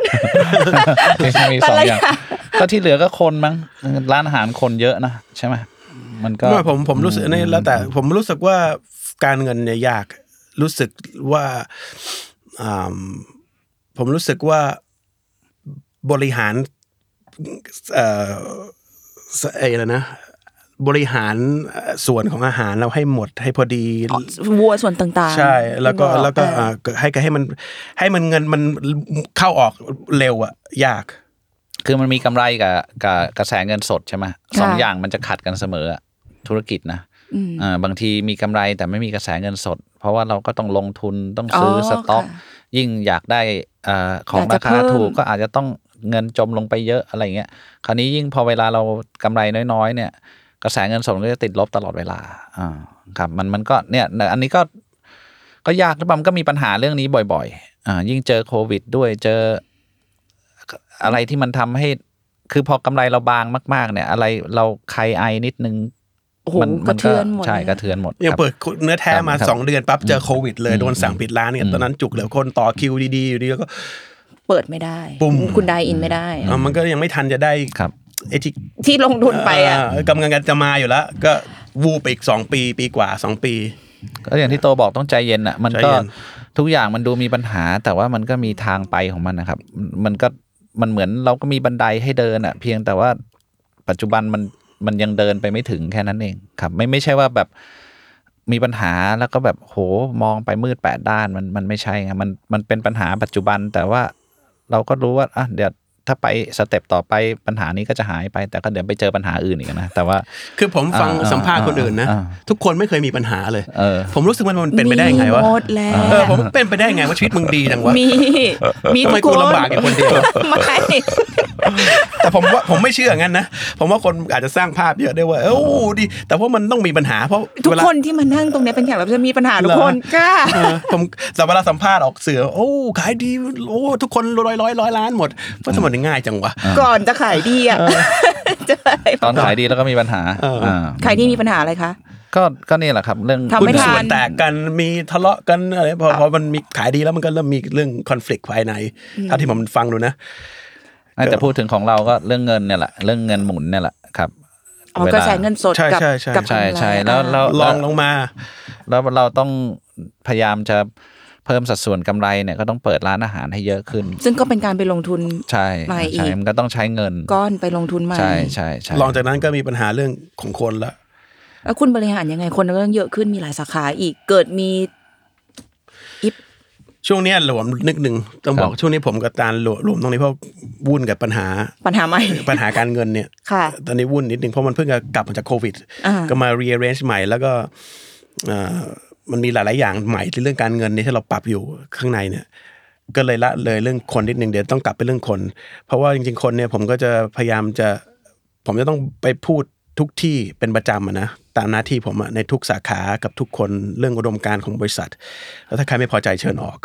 D: มี
B: แต่
D: สอง
B: ละ
D: อย่าง
B: อย่าง
D: ก็ที่เหลือก็คนมั้งร้านอาหารคนเยอะนะใช่ไหมมันก็
C: ไม่ผมผมรู้สึกนี่แล้วแต่ผมรู้สึกว่าการเงินเนี่ยยากรู้สึกว่าอ่าผมรู้สึกว่าบริหารเอ่อสเอ้แล้วนะ บริหารเอ่อส่วนของอาหารเราให้หมดให้พอดี
B: วัวส่วนต่างๆ
C: ใช่ แล้วก็
B: ที่บอ
C: แล้วก็
B: อ่า
C: อ่าให้ให้มันให้มันเงินมันเข้าออกเร็วอะยาก
D: คือมันมีกำไรกับกับกระแสเงินสดใช่ไหมสอง
B: ค่ะ
D: อย่างมันจะขัดกันเสมออะธุรกิจนะ
B: อืม
D: เอ่อบางทีมีกำไรแต่ไม่มีกระแสเงินสด เพราะว่าเราก็ต้องลงทุนต้องซื้ออ
B: อ
D: สต็อก
B: ค่ะ
D: ยิ่งอยากได้เอ่อของ
B: อยา
D: ราก
B: จะ
D: คา
B: เพิ่ม
D: ถูกก็อาจจะต้องเงินจมลงไปเยอะอะไรเงี้ยคราวนี้ยิ่งพอเวลาเรากำไรน้อยๆ เนี่ย กระแสเงินสดก็จะติดลบตลอดเวลาอ่าครับมันมันก็เนี่ยอันนี้ก็ ก็ยากหรือเปล่ามันก็มีปัญหาเรื่องนี้บ่อยๆอ่ายิ่งเจอโควิดด้วยเจอ อะไรที่มันทำให้ คือพอกำไรเราบางมากๆ เนี่ย อะไรเราใครไอนิดนึง
B: โอ้โหกระเทือนหมด
D: ใช่
B: เลยอะ
D: กระเทือนหมด
C: ยัง
D: ครับ
C: เปิดเนื้อแท้มา
D: ครับ
C: สองเดือนปั๊บเจอโควิดเลย
D: อืม
C: โดนสั่งปิดร้านเนี่ย
D: อืม
C: ตอนนั้นจุกเหลือคนต่อคิวดีๆอยู่ดีแล้วก็
B: เปิดไม่ได้
C: ปุ่ม
B: คุณได้อินไม่ได้
C: เอ่อมันก็ยังไม่ทันจะได้
D: ครับ
C: ไอ้ที่
B: ที่ลงทุนไปอ่ะ
C: เกำลังกันจะมาอยู่แล้ว ก็วูบไปอีกสองปีปีกว่าสองปี
D: ก็อย่างที่โตบอกต้องใจเย็นอ่ะ มันก็
C: ใจเย็น
D: ทุกอย่างมันดูมีปัญหา แต่ว่ามันก็มีทางไปของมันนะครับ มันก็มันเหมือนเราก็มีบันไดให้เดินอ่ะ เพียงแต่ว่าปัจจุบันมันมันยังเดินไปไม่ถึงแค่นั้นเองครับ ไม่ไม่ใช่ว่าแบบมีปัญหาแล้วก็แบบโหมองไปมืดแปดด้านมันมันไม่ใช่ไงมันมันเป็นปัญหาปัจจุบัน แต่ว่าเราก็รู้ว่าอ่ะเดี๋ยวถ้าไปสเต็ปต่อไปปัญหานี้ก็จะหายไป แต่ก็เดี๋ยวไปเจอปัญหาอื่นอีกนะแต่ว่า
C: คือผมฟัง
D: อ่า
C: สัมภาษณ์คนอื่นนะ
D: อ่า
C: ทุกคนไม่เคยมีปัญหาเลย
D: เออ
C: ผมรู้สึกว่ามันเป็นไปได้ยังไงวะ
B: มีหมดแหล้ว
C: เออผมเป็นไปได้ยังไงว่าชีวิตมึงดีจังวะ
B: มี มี
C: ทำไมกูลำบากอย่างคนเดียว
B: ไม่
C: แต่ผมว่าผมไม่เชื่องั้นนะ ผมว่าคนอาจจะสร้างภาพเยอะได้ว่าเออดี แต่ว่ามันต้องมีปัญหาเพราะ
B: ทุก
C: เวลา
B: คนที่มานั่งตรงเนี้ยเป็นแขกรับเชิญมีปัญหาทุกคน
C: เหรอ
B: ค่ะ
C: เออผมแต่เวลาสัมภาษณ์ออกเสือ โอ้ขายดีโอ้ทุกคนร้อยร้อยร้อยล้านหมดเพราะสมมติง่ายจังวะ
B: ก่อนจะขายดีอ่ะเจะอะไร
D: ตอนขายดีแล้วก็มีปัญหา
C: เอออ่
D: า
B: ขายดีมีปัญหาอะไรคะ
D: ก็ก็นี่แหละครับ เรื่อง
B: ทำไม่
C: หุ้น
B: ทั
C: ส่วน
D: น
C: แตกกันมีทะเลาะกันอะไรพอพอมันมีขายดีแล้วมันก็เริ่มมีเรื่องคอน FLICT ภายในเท่าที่ผมฟังดูนะ
D: แต่พูดถึงของเราก็เรื่องเงินเนี่ยแหละเรื่องเงินหมุนเนี่ยแหละครับ
B: อ๋อ
D: เวลาก
B: ระแสเงินสด
C: ใช่
B: กับ
C: ใช่ใช่
B: กั
D: ใช่
B: กำไร
D: ใช่แล้ว
B: อ่ะ
D: แล้ว
C: ลองล
D: แล้ว
C: งมา
D: แล้วเราต้องพยายามจะเพิ่มสัดส่วนกำไรเนี่ยก็ต้องเปิดร้านอาหารให้เยอะขึ้น
B: ซึ่งก็เป็นการไปลงทุน
D: ใช่
B: มาอีก
D: ใช่มันก็ต้องใช้เงิน
B: ก้อนไปลงทุนใหม่
D: ใช่ใช่ใช่
C: ลองจากนั้นก็มีปัญหาเรื่องของคนละ
B: แล้วคุณบริหารยังไงคนก็ต้องเยอะขึ้นมีหลายสาขาอีกเกิดมี
C: ช่วงเนี้ยหลวมนึกหนึ่งต้องบอกช่วงนี้ผมกับตาลหลวหลวมตรงนี้เพราะวุ่นกับปัญหา
B: ปัญหาใหม่
C: ปัญหาการเงินเนี่ย
B: ค่ะ
C: ตอนนี้วุ่นนิดนึงเพราะมันเพิ่งจะกลับมาจากโควิด
B: อ่า
C: ก็มา rearrange ใหม่แล้วก็เอ่อมันมีหลาย ๆ อย่างใหม่ที่เรื่องการเงินนี่ที่เราปรับอยู่ข้างในเนี่ย ก็เลยละเลยเรื่องคนนิดนึงเดี๋ยวต้องกลับไปเรื่องคน เพราะว่าจริง ๆ คนเนี่ยผมก็จะพยายามจะ ผมจะต้องไปพูดทุกที่เป็นประจำอะนะตามหน้าที่ผมอะในทุกสาขากับทุกคนเรื่องอุดมการณ์ของบริษัท แล้วถ้าใครไม่พอใจเชิญออก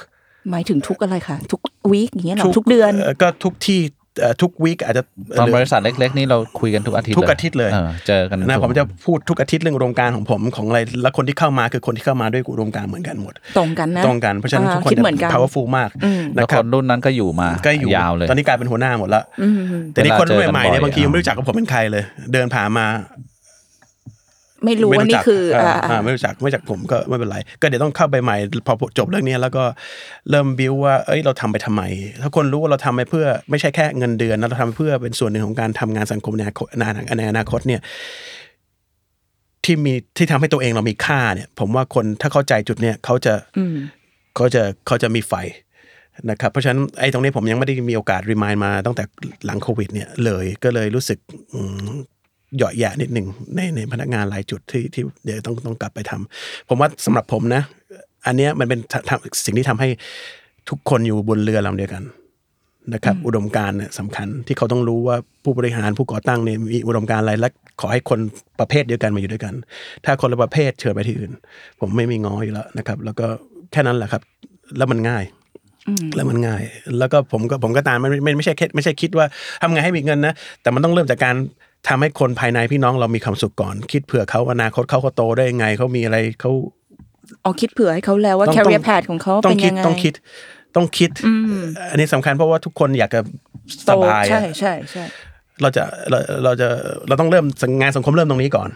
B: หมายถึงทุกอะไรคะทุกวีคอย่างเงี้ยเหรอทุกเดือน
C: ก็ทุกที่เอ่อทุกวีคอาจจะ
D: ตอนบริษัทเล็ก ๆ นี่เราคุยกันทุกอาทิตย์
C: ทุกอาทิตย์เลย
D: อเจอกัน
C: นะ
D: ทุก
C: ผมจะพูดทุกอาทิตย์เรื่องอุดมการณ์ของผมของอะไรและคนที่เข้ามาคือคนที่เข้ามาด้วยอุดมการณ์เหมือนกันหมด
B: ตรงกันนะ
C: ตรงกันเพราะฉะนั้น
B: อ่
C: ทุกคน
B: คิดเหมือน
C: จะ
B: กัน
C: powerful มาก
B: อืม
D: แล้
C: นะ
D: ว
C: ค
D: ค
C: รั
D: น
C: บ
D: รุ่นนั้นก็อยู่มา
C: ก็อยู่
D: ยาวเลย
C: ตอนนี้กลายเป็นหัวหน้าหมดละ
B: อืม
C: แต่นี่คนรุ่น
D: เวลาเจอกัน
C: ใหม่ๆเนี่ย
D: บ่อย
C: บางที
D: อ่ะ
C: ยังไม่รู้จักกับผมเป็นใครเลย เดินผ่านมา
B: ไม่รู้ว่า
C: รู้
B: นี่
C: จั
B: คืออ่า
C: าไม่รู้จักไม่รู้จักผมก็ไม่เป็นไร ก็เดี๋ยวต้องเข้าไปใหม่พอจบเรื่องนี้แล้วก็เริ่มบิวว่าเอ้ยเราทำไปทำไม ถ้าคนรู้ว่าเราทำไปเพื่อไม่ใช่แค่เงินเดือนนะเราทำเพื่อเป็นส่วนหนึ่งของการทำงานสังคมในอนาคตในอนาคตเนี่ย ที่มีที่ทำให้ตัวเองเรามีค่าเนี่ย ผมว่าคนถ้าเข้าใจจุดเนี่ยเขาจะ
B: อืม
C: เขาจะเขาจะมีไฟนะครับเพราะฉะนั้นไอ้ตรงนี้ผมยังไม่ได้มีโอกาสรีมายมาตั้งแต่หลังโควิดเนี่ยเลยก็เลยรู้สึกอืมเหยาะแยะนิดหนึ่งในในพนักงานรายจุดที่ที่เดี๋ยวต้องต้องกลับไปทำผมว่าสำหรับผมนะ อันเนี้ยมันเป็นทำสิ่งที่ทำให้ ทุกคนอยู่บนเรือลำเดียวกันนะครับ อุดมการณ์เนี่ยสำคัญที่เขาต้องรู้ว่าผู้บริหารผู้ก่อตั้งเนี่ยมีอุดมการณ์อะไรและขอให้คนประเภทเดียวกันมาอยู่ด้วยกัน ถ้าคนละประเภทเชิญไปที่อื่น ผมไม่มีง้ออยู่แล้วนะครับ แล้วก็แค่นั้นแหละครับ แล้วมันง่าย แล้วมันง่าย แล้วก็ผมก็ผมก็ตามมันไม่ไม่ไม่ใช่แค่ไม่ใช่คิดว่าทำไงให้มีเงินนะ แต่มันต้องเริ่มจากการทำให้คนภายในพี่น้องเรามีความสุขก่อน คิดเผื่อเขาว่าอนาคตเขาเขาโตได้ยังไงเขามีอะไรเขา
B: เอาคิดเผื่อให้เขาแล้วว่า
C: ต้อง
B: career path ของเขา
C: ต้อ
B: เป็
C: ง
B: น
C: คิ
B: ยั
C: ด
B: งไง
C: ต้องคิดต้องคิด อันนี้สำคัญเพราะว่าทุกคนอยากจะสบาย
B: โต
C: อะ
B: ใช่ใช่ใช่
C: เราจะเราเราจะเราต้องเริ่มงานสังคมเริ่มตรงนี้ก่อน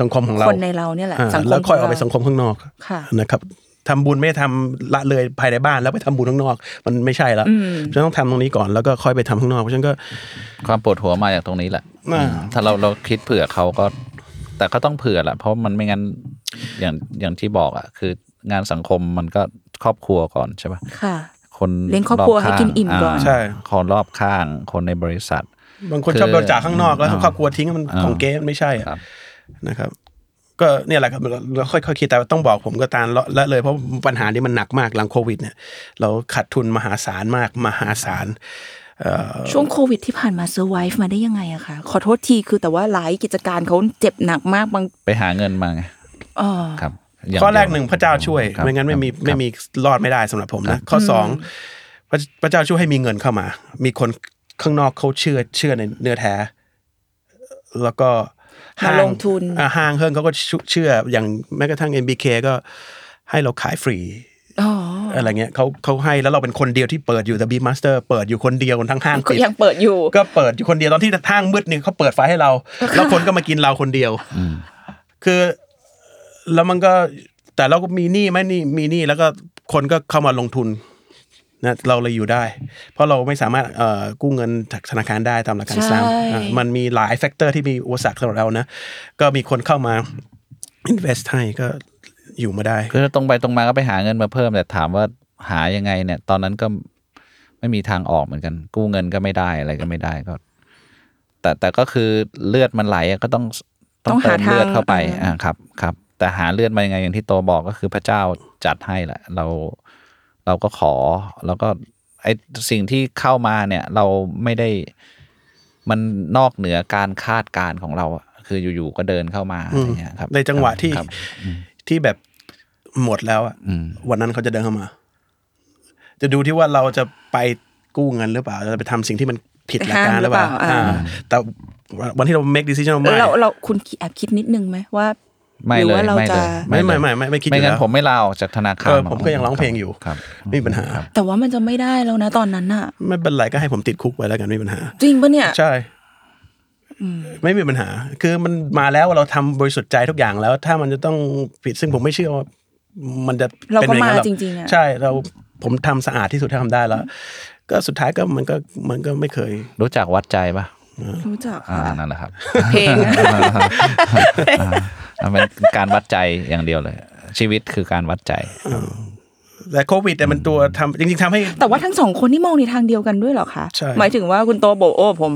C: สังคมของเรา
B: คนในเราเนี่ยแหละ
C: อ่า
B: สังคม
C: แล้วค่อยออกไป
B: ของเรา
C: สังคมข้างนอก
B: ค่ะ
C: นะครับทำบุญไม่ทำละเลยภายในบ้านแล้วไปทำบุญข้างนอก มันไม่ใช่แล้วฉันต้องทำตรงนี้ก่อนแล้วก็ค่อยไปทำข้างนอกเพราะฉะนันก็
D: ความปวดหัวมาจากตรงนี้แหละ
C: อ่า
D: ถ้าเราเราคิดเผื่อเขาก็ แต่ก็ต้องเผื่อแหละเพราะมันไม่งั้นอย่างอย่างที่บอกอ่ะคืองานสังคมมันก็ครอบครัวก่อนใช่ปะ
B: ค่ะ
D: คน
B: เลี้ยงครอบครัวให้กินอิ่มก่อน
D: า
C: ใช่
D: คนรอบข้างคนในบริษัท
C: บางคน
D: คือ
C: ชอบบริจาคข้างนอกแล้วครอบครัวทิ้งมันของเก๊ไม่ใช่อะ
D: ครับ
C: นะครับก็เนี่ยแหละครับเราเราค่อยค่อยคิดแต่ต้องบอกผมก็ตามละละเลยเพราะปัญหานี้มันหนักมากหลังโควิดเนี่ยเราขาดทุนมหาศาลมากมหาศาลเอ่อ
B: ช่วงโควิดที่ผ่านมาเซอร์ไวฟ์มาได้ยังไงอะคะขอโทษทีคือแต่ว่าหลายกิจการเขาเจ็บหนักมากบาง
D: ไปหาเงินมาไง
B: เออ
D: ครับย่าเดียว
C: ข้อแรกหนึ่งพระเจ้าช่วย
D: ครับ
C: ไม่งั้นไม่มี
D: ครับ
C: ไม่มีรอดไม่ได้สำหรับผมนะข้อสองพระพระเจ้าช่วยให้มีเงินเข้ามา มีคนข้างนอกเขาเชื่อเชื่อในเนื้อแท้ แล้วก็
B: มาลงทุน
C: อ่าห้างเฮิร์นเขาก็เชื่ออย่างแม้กระทั่ง MBK ก็ให้เราขายฟรี
B: อ๋อ
C: อะไรเงี้ยเขาเขาให้แล้วเราเป็นคนเดียวที่เปิดอยู่ The Beat Master เปิดอยู่คนเดียวทั้งห้าง
B: ก็
C: ปิด
B: ยังเปิดอยู่
C: ก็เปิดอยู่คนเดียวตอนที่ห้างมืดเนี่ยเขาเปิดไฟให้ เรา แล้วคนก็มากินเราคนเดียวคือแล้วมันก็แต่เราก็มีหนี้ไหมหนี่มีหนี้แล้วก็คนก็เข้ามาลงทุนนะเราเลยอยู่ได้ เพราะเราไม่สามารถเอ่อกู้เงินจากธนาคารได้ตามหลักการซ้ำ
B: ใช่
C: อ่ะมันมีหลายแฟกเตอร์ที่มีอุปสรรคสำหรับเรานะก็มีคนเข้ามา invest ให้ก็อยู่มาได้
D: คือตรงไปตรงมาก็ไปหาเงินมาเพิ่ม แต่ถามว่าหายังไงเนี่ย ตอนนั้นก็ไม่มีทางออกเหมือนกัน กู้เงินก็ไม่ได้อะไรก็ไม่ได้ก็ แต่แต่ก็คือเลือดมันไหลอะก็ต้อง
B: ต้องหา
D: เติมเลือด
B: ทาง
D: เข้าไป
B: เอออ่
D: อ่าครับ ครับ แต่หาเลือดมายังไงอย่างที่โตบอกก็คือพระเจ้าจัดให้แหละ เราเราก็ขอ แล้วก็ไอสิ่งที่เข้ามาเนี่ย เราไม่ได้ มันนอกเหนือการคาดการณ์ของเราอะคืออยู่ๆก็เดินเข้ามาอะไรเงี้ยครับ
C: ในจังหวะที่
D: ครับ
C: ที่แบบหมดแล้วอะ
D: อืม
C: วันนั้นเขาจะเดินเข้ามา จะดูที่ว่าเราจะไปกู้เงินหรือเปล่าเราจะไปทำสิ่งที่มันผิดหลักการหรือเปล่า
B: ห้ามหรือเปล่าอ่า
C: อ่าแต่วันที่เรา make decision
B: แล้ว
C: ไม่
B: เราเราคุณแอบคิดนิดนึงไหมว่า
D: ไม่
B: หรือ
D: เลย
B: ว่าเรา
D: ไม่
B: จะ
D: เลย
C: ไม่ไม่
D: เลย
C: ไม่ไม่ไม่คิดอ
D: ไม่
C: ยู่
D: งั้
C: แล้
D: น
C: ว
D: ผมไม่ลาออกจากธนาคาร
C: เออผมก็ยังร้องเพลงอยู่
D: ครับ
C: ไม่มีปัญหา
B: แต่ว่ามันจะไม่ได้แล้วนะตอนนั้นน่ะ
C: ไม่เป็นไรก็ให้ผมติดคุกไว้แล้วกันไม่มีปัญหา
B: จริงปะเนี่ย
C: ใช่ ไม่มีปัญหา คือมันมาแล้วเราทำบริสุทธิ์ใจทุกอย่างแล้ว ถ้ามันจะต้องผิดซึ่งผมไม่เชื่อว่ามันจะ
B: เรา
C: เป็น
B: ก็
C: อย่งนั้นหอก
B: มาจริงๆอะ
C: ใช่ เราผมทำสะอาดที่สุดที่ทำได้แล้ว ก็สุดท้ายก็มันก็มันก็ไม่เคย
D: รู้จักวัดใจปะ
B: รู้จัก
D: อ่า
B: ค่ะ
D: นั่น แหละครับ
B: เพลงนะ
D: อ่ามันการวัดใจอย่างเดียวเลย ชีวิตคือการวัดใจ
C: แต่โควิดแต่ยมันตัวทำจริง ๆทำให้
B: แต่ว่าทั้งสองคนนี่มองในทางเดียวกันด้วยเหรอคะ
C: ใช่
B: หมายถึงว่าคุณโตบอกโอ้ผม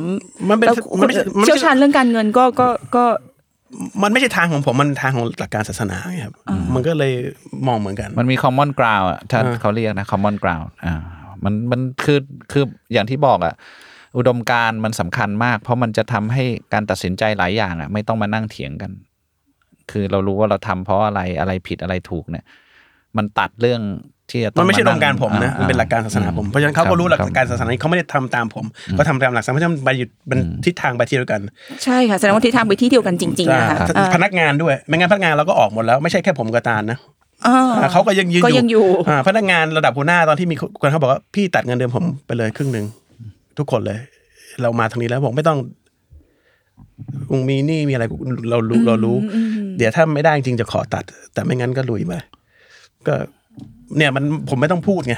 C: มันเป็น
B: แล้ว
C: มันไม่ใช่มัน
B: เชี่ย
C: ไม่
B: ว
C: ใช่
B: ชาญเรื่องการเงินก็ก็ก็
C: มันไม่ใช่ทางของผมมันทางของหลักการศาสนาไงครับมันก็เลยมองเหมือนกัน
D: มันมี common ground อ่ะถ้า
C: อ่า
D: เขาเรียกนะ common ground อ่ามันมันคือคืออย่างที่บอกอ่ะอุดมการณ์มันสำคัญมาก เพราะมันจะทำให้การตัดสินใจหลายอย่างอ่ะไม่ต้องมานั่งเถียงกัน คือเรารู้ว่าเราทำเพราะอะไรอะไรผิดอะไรถูกเนี่ย มันตัดเรื่องที่จะต้อ
C: มั
D: ง
C: นไม่ใช่อุดมการณ์ผมนะ
D: อ่
C: มันเป็นหลักการศาสนาผมเพราะฉะนั้นเขา
D: ค
C: ก็
D: บ
C: รู้หลั
D: คบ
C: กการศาสนาเขาไม่ได้ทำตามผมเขาทำตามหลักศาสนาเพราะฉะนั้นมันไปอยู่มันทิศทางไปที่เดียวกัน
B: ใช่ค่ะแสดงว่าทิศทางไปที่เดียวกันจริงๆนะคะ
C: อ่าพนักงานด้วยไม่งั้นพนักงานเราก็ออกหมดแล้วไม่ใช่แค่ผมกับตาลนะ
B: อ่า
C: อ่าเขาก็ยังยืน
B: ก็ยังอยู่
C: าพนักงานระดับหัวหน้าตอนที่มีคนเขาบอกว่าพี่ตัดเงินเดือนผมไปเลยครึ่งหนึ่งทุกคนเลย เรามาทางนี้แล้วบอกไม่ต้องมึงมีหนี่มีอะไรเรารู้เรารู้ เดี๋ยวถ้าไม่ได้จริงจะขอตัด แต่ไม่งั้นก็ลุยไปก็เนี่ยมันผมไม่ต้องพูดไง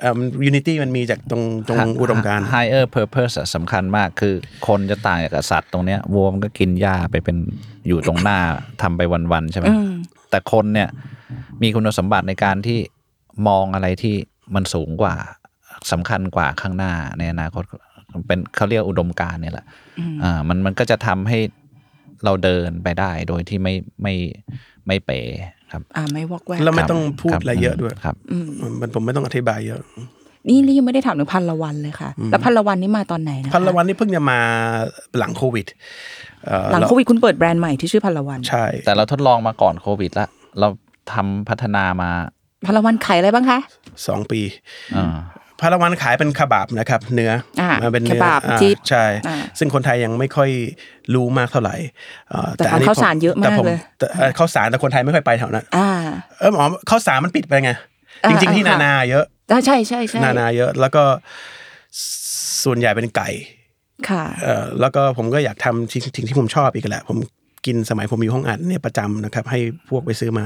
C: เอ่อมันยูนิตี้มันมีจากตรงตรงอุดมการณ์
D: higher purpose อะสำคัญมากคือคนจะต่างจากสัตว์ตรงเนี้ยวัวมันก็กินหญ้าไปเป็นอยู่ตรงหน้า ทำไปวันๆใช่ไหมแต่คนเนี่ยมีคุณสมบัติในการที่มองอะไรที่มันสูงกว่าสำคัญกว่าข้างหน้าในอนาคตเป็นเขาเรียกอุดมการณ์เนี่ยแหละอ่ามันมันก็จะทำให้เราเดินไปได้โดยที่ไม่ไม่ไม่เป๋ ครับ
B: อ่าไม่วอกแวก
C: แล้วไม่ต้องพูด
D: คบ
C: อะไรเยอะด้วย
D: ครับ
B: อืม
C: มันผมไม่ต้องอธิบายเยอะ
B: นี่นี่ยังไม่ได้ถามถึงพันละวันเลยค่ะ แล้วพันละวันนี่มาตอนไหนนะคะ
C: พันละวันนี่เพิ่งจะมาหลังโควิดเอ่อ
B: หลังโควิดคุณเปิดแบรนด์ใหม่ที่ชื่อพันละวัน
C: ใช่
D: แต่เราทดลองมาก่อนโควิดละเราทำพัฒนามา
B: พันละวันขายอะไรบ้างคะ
C: สองปี
D: เอ่อ
C: พันละวันขายเป็นคาบาบนะครับ เนื้อ
B: อ่า
C: มัเป็นเนื้
B: คาบาบ
C: อ่
B: จิ๊บ
C: ใช่
B: อ่า
C: ซึ่งคนไทยยังไม่ค่อยรู้มากเท่าไหร่เอ่อ
B: แต่ของ
C: นนี้
B: ข้าวสารเยอะมาก
C: แต่ผ
B: เลย
C: แต่เอ่อข้าวสารแต่คนไทยไม่ค่อยไปแถวนั้น
B: อ่า
C: เออหมอข้าวสารมันปิดไปไง
B: อ่า
C: จริง ๆ ที่
B: อ่า
C: นา
B: ค่ะ
C: นาเยอะ
B: อ่าใช่ใช่ใช่
C: นานาเยอะ แล้วก็ส่วนใหญ่เป็นไก่
B: ค่ะ
C: เอ่อแล้วก็ผมก็อยากทำสิ่งสิ่งที่ผมชอบอีกแหละ ผมกินสมัยผมอยู่ห้องอัดเนี่ยประจำนะครับ ให้พวกไปซื้อมา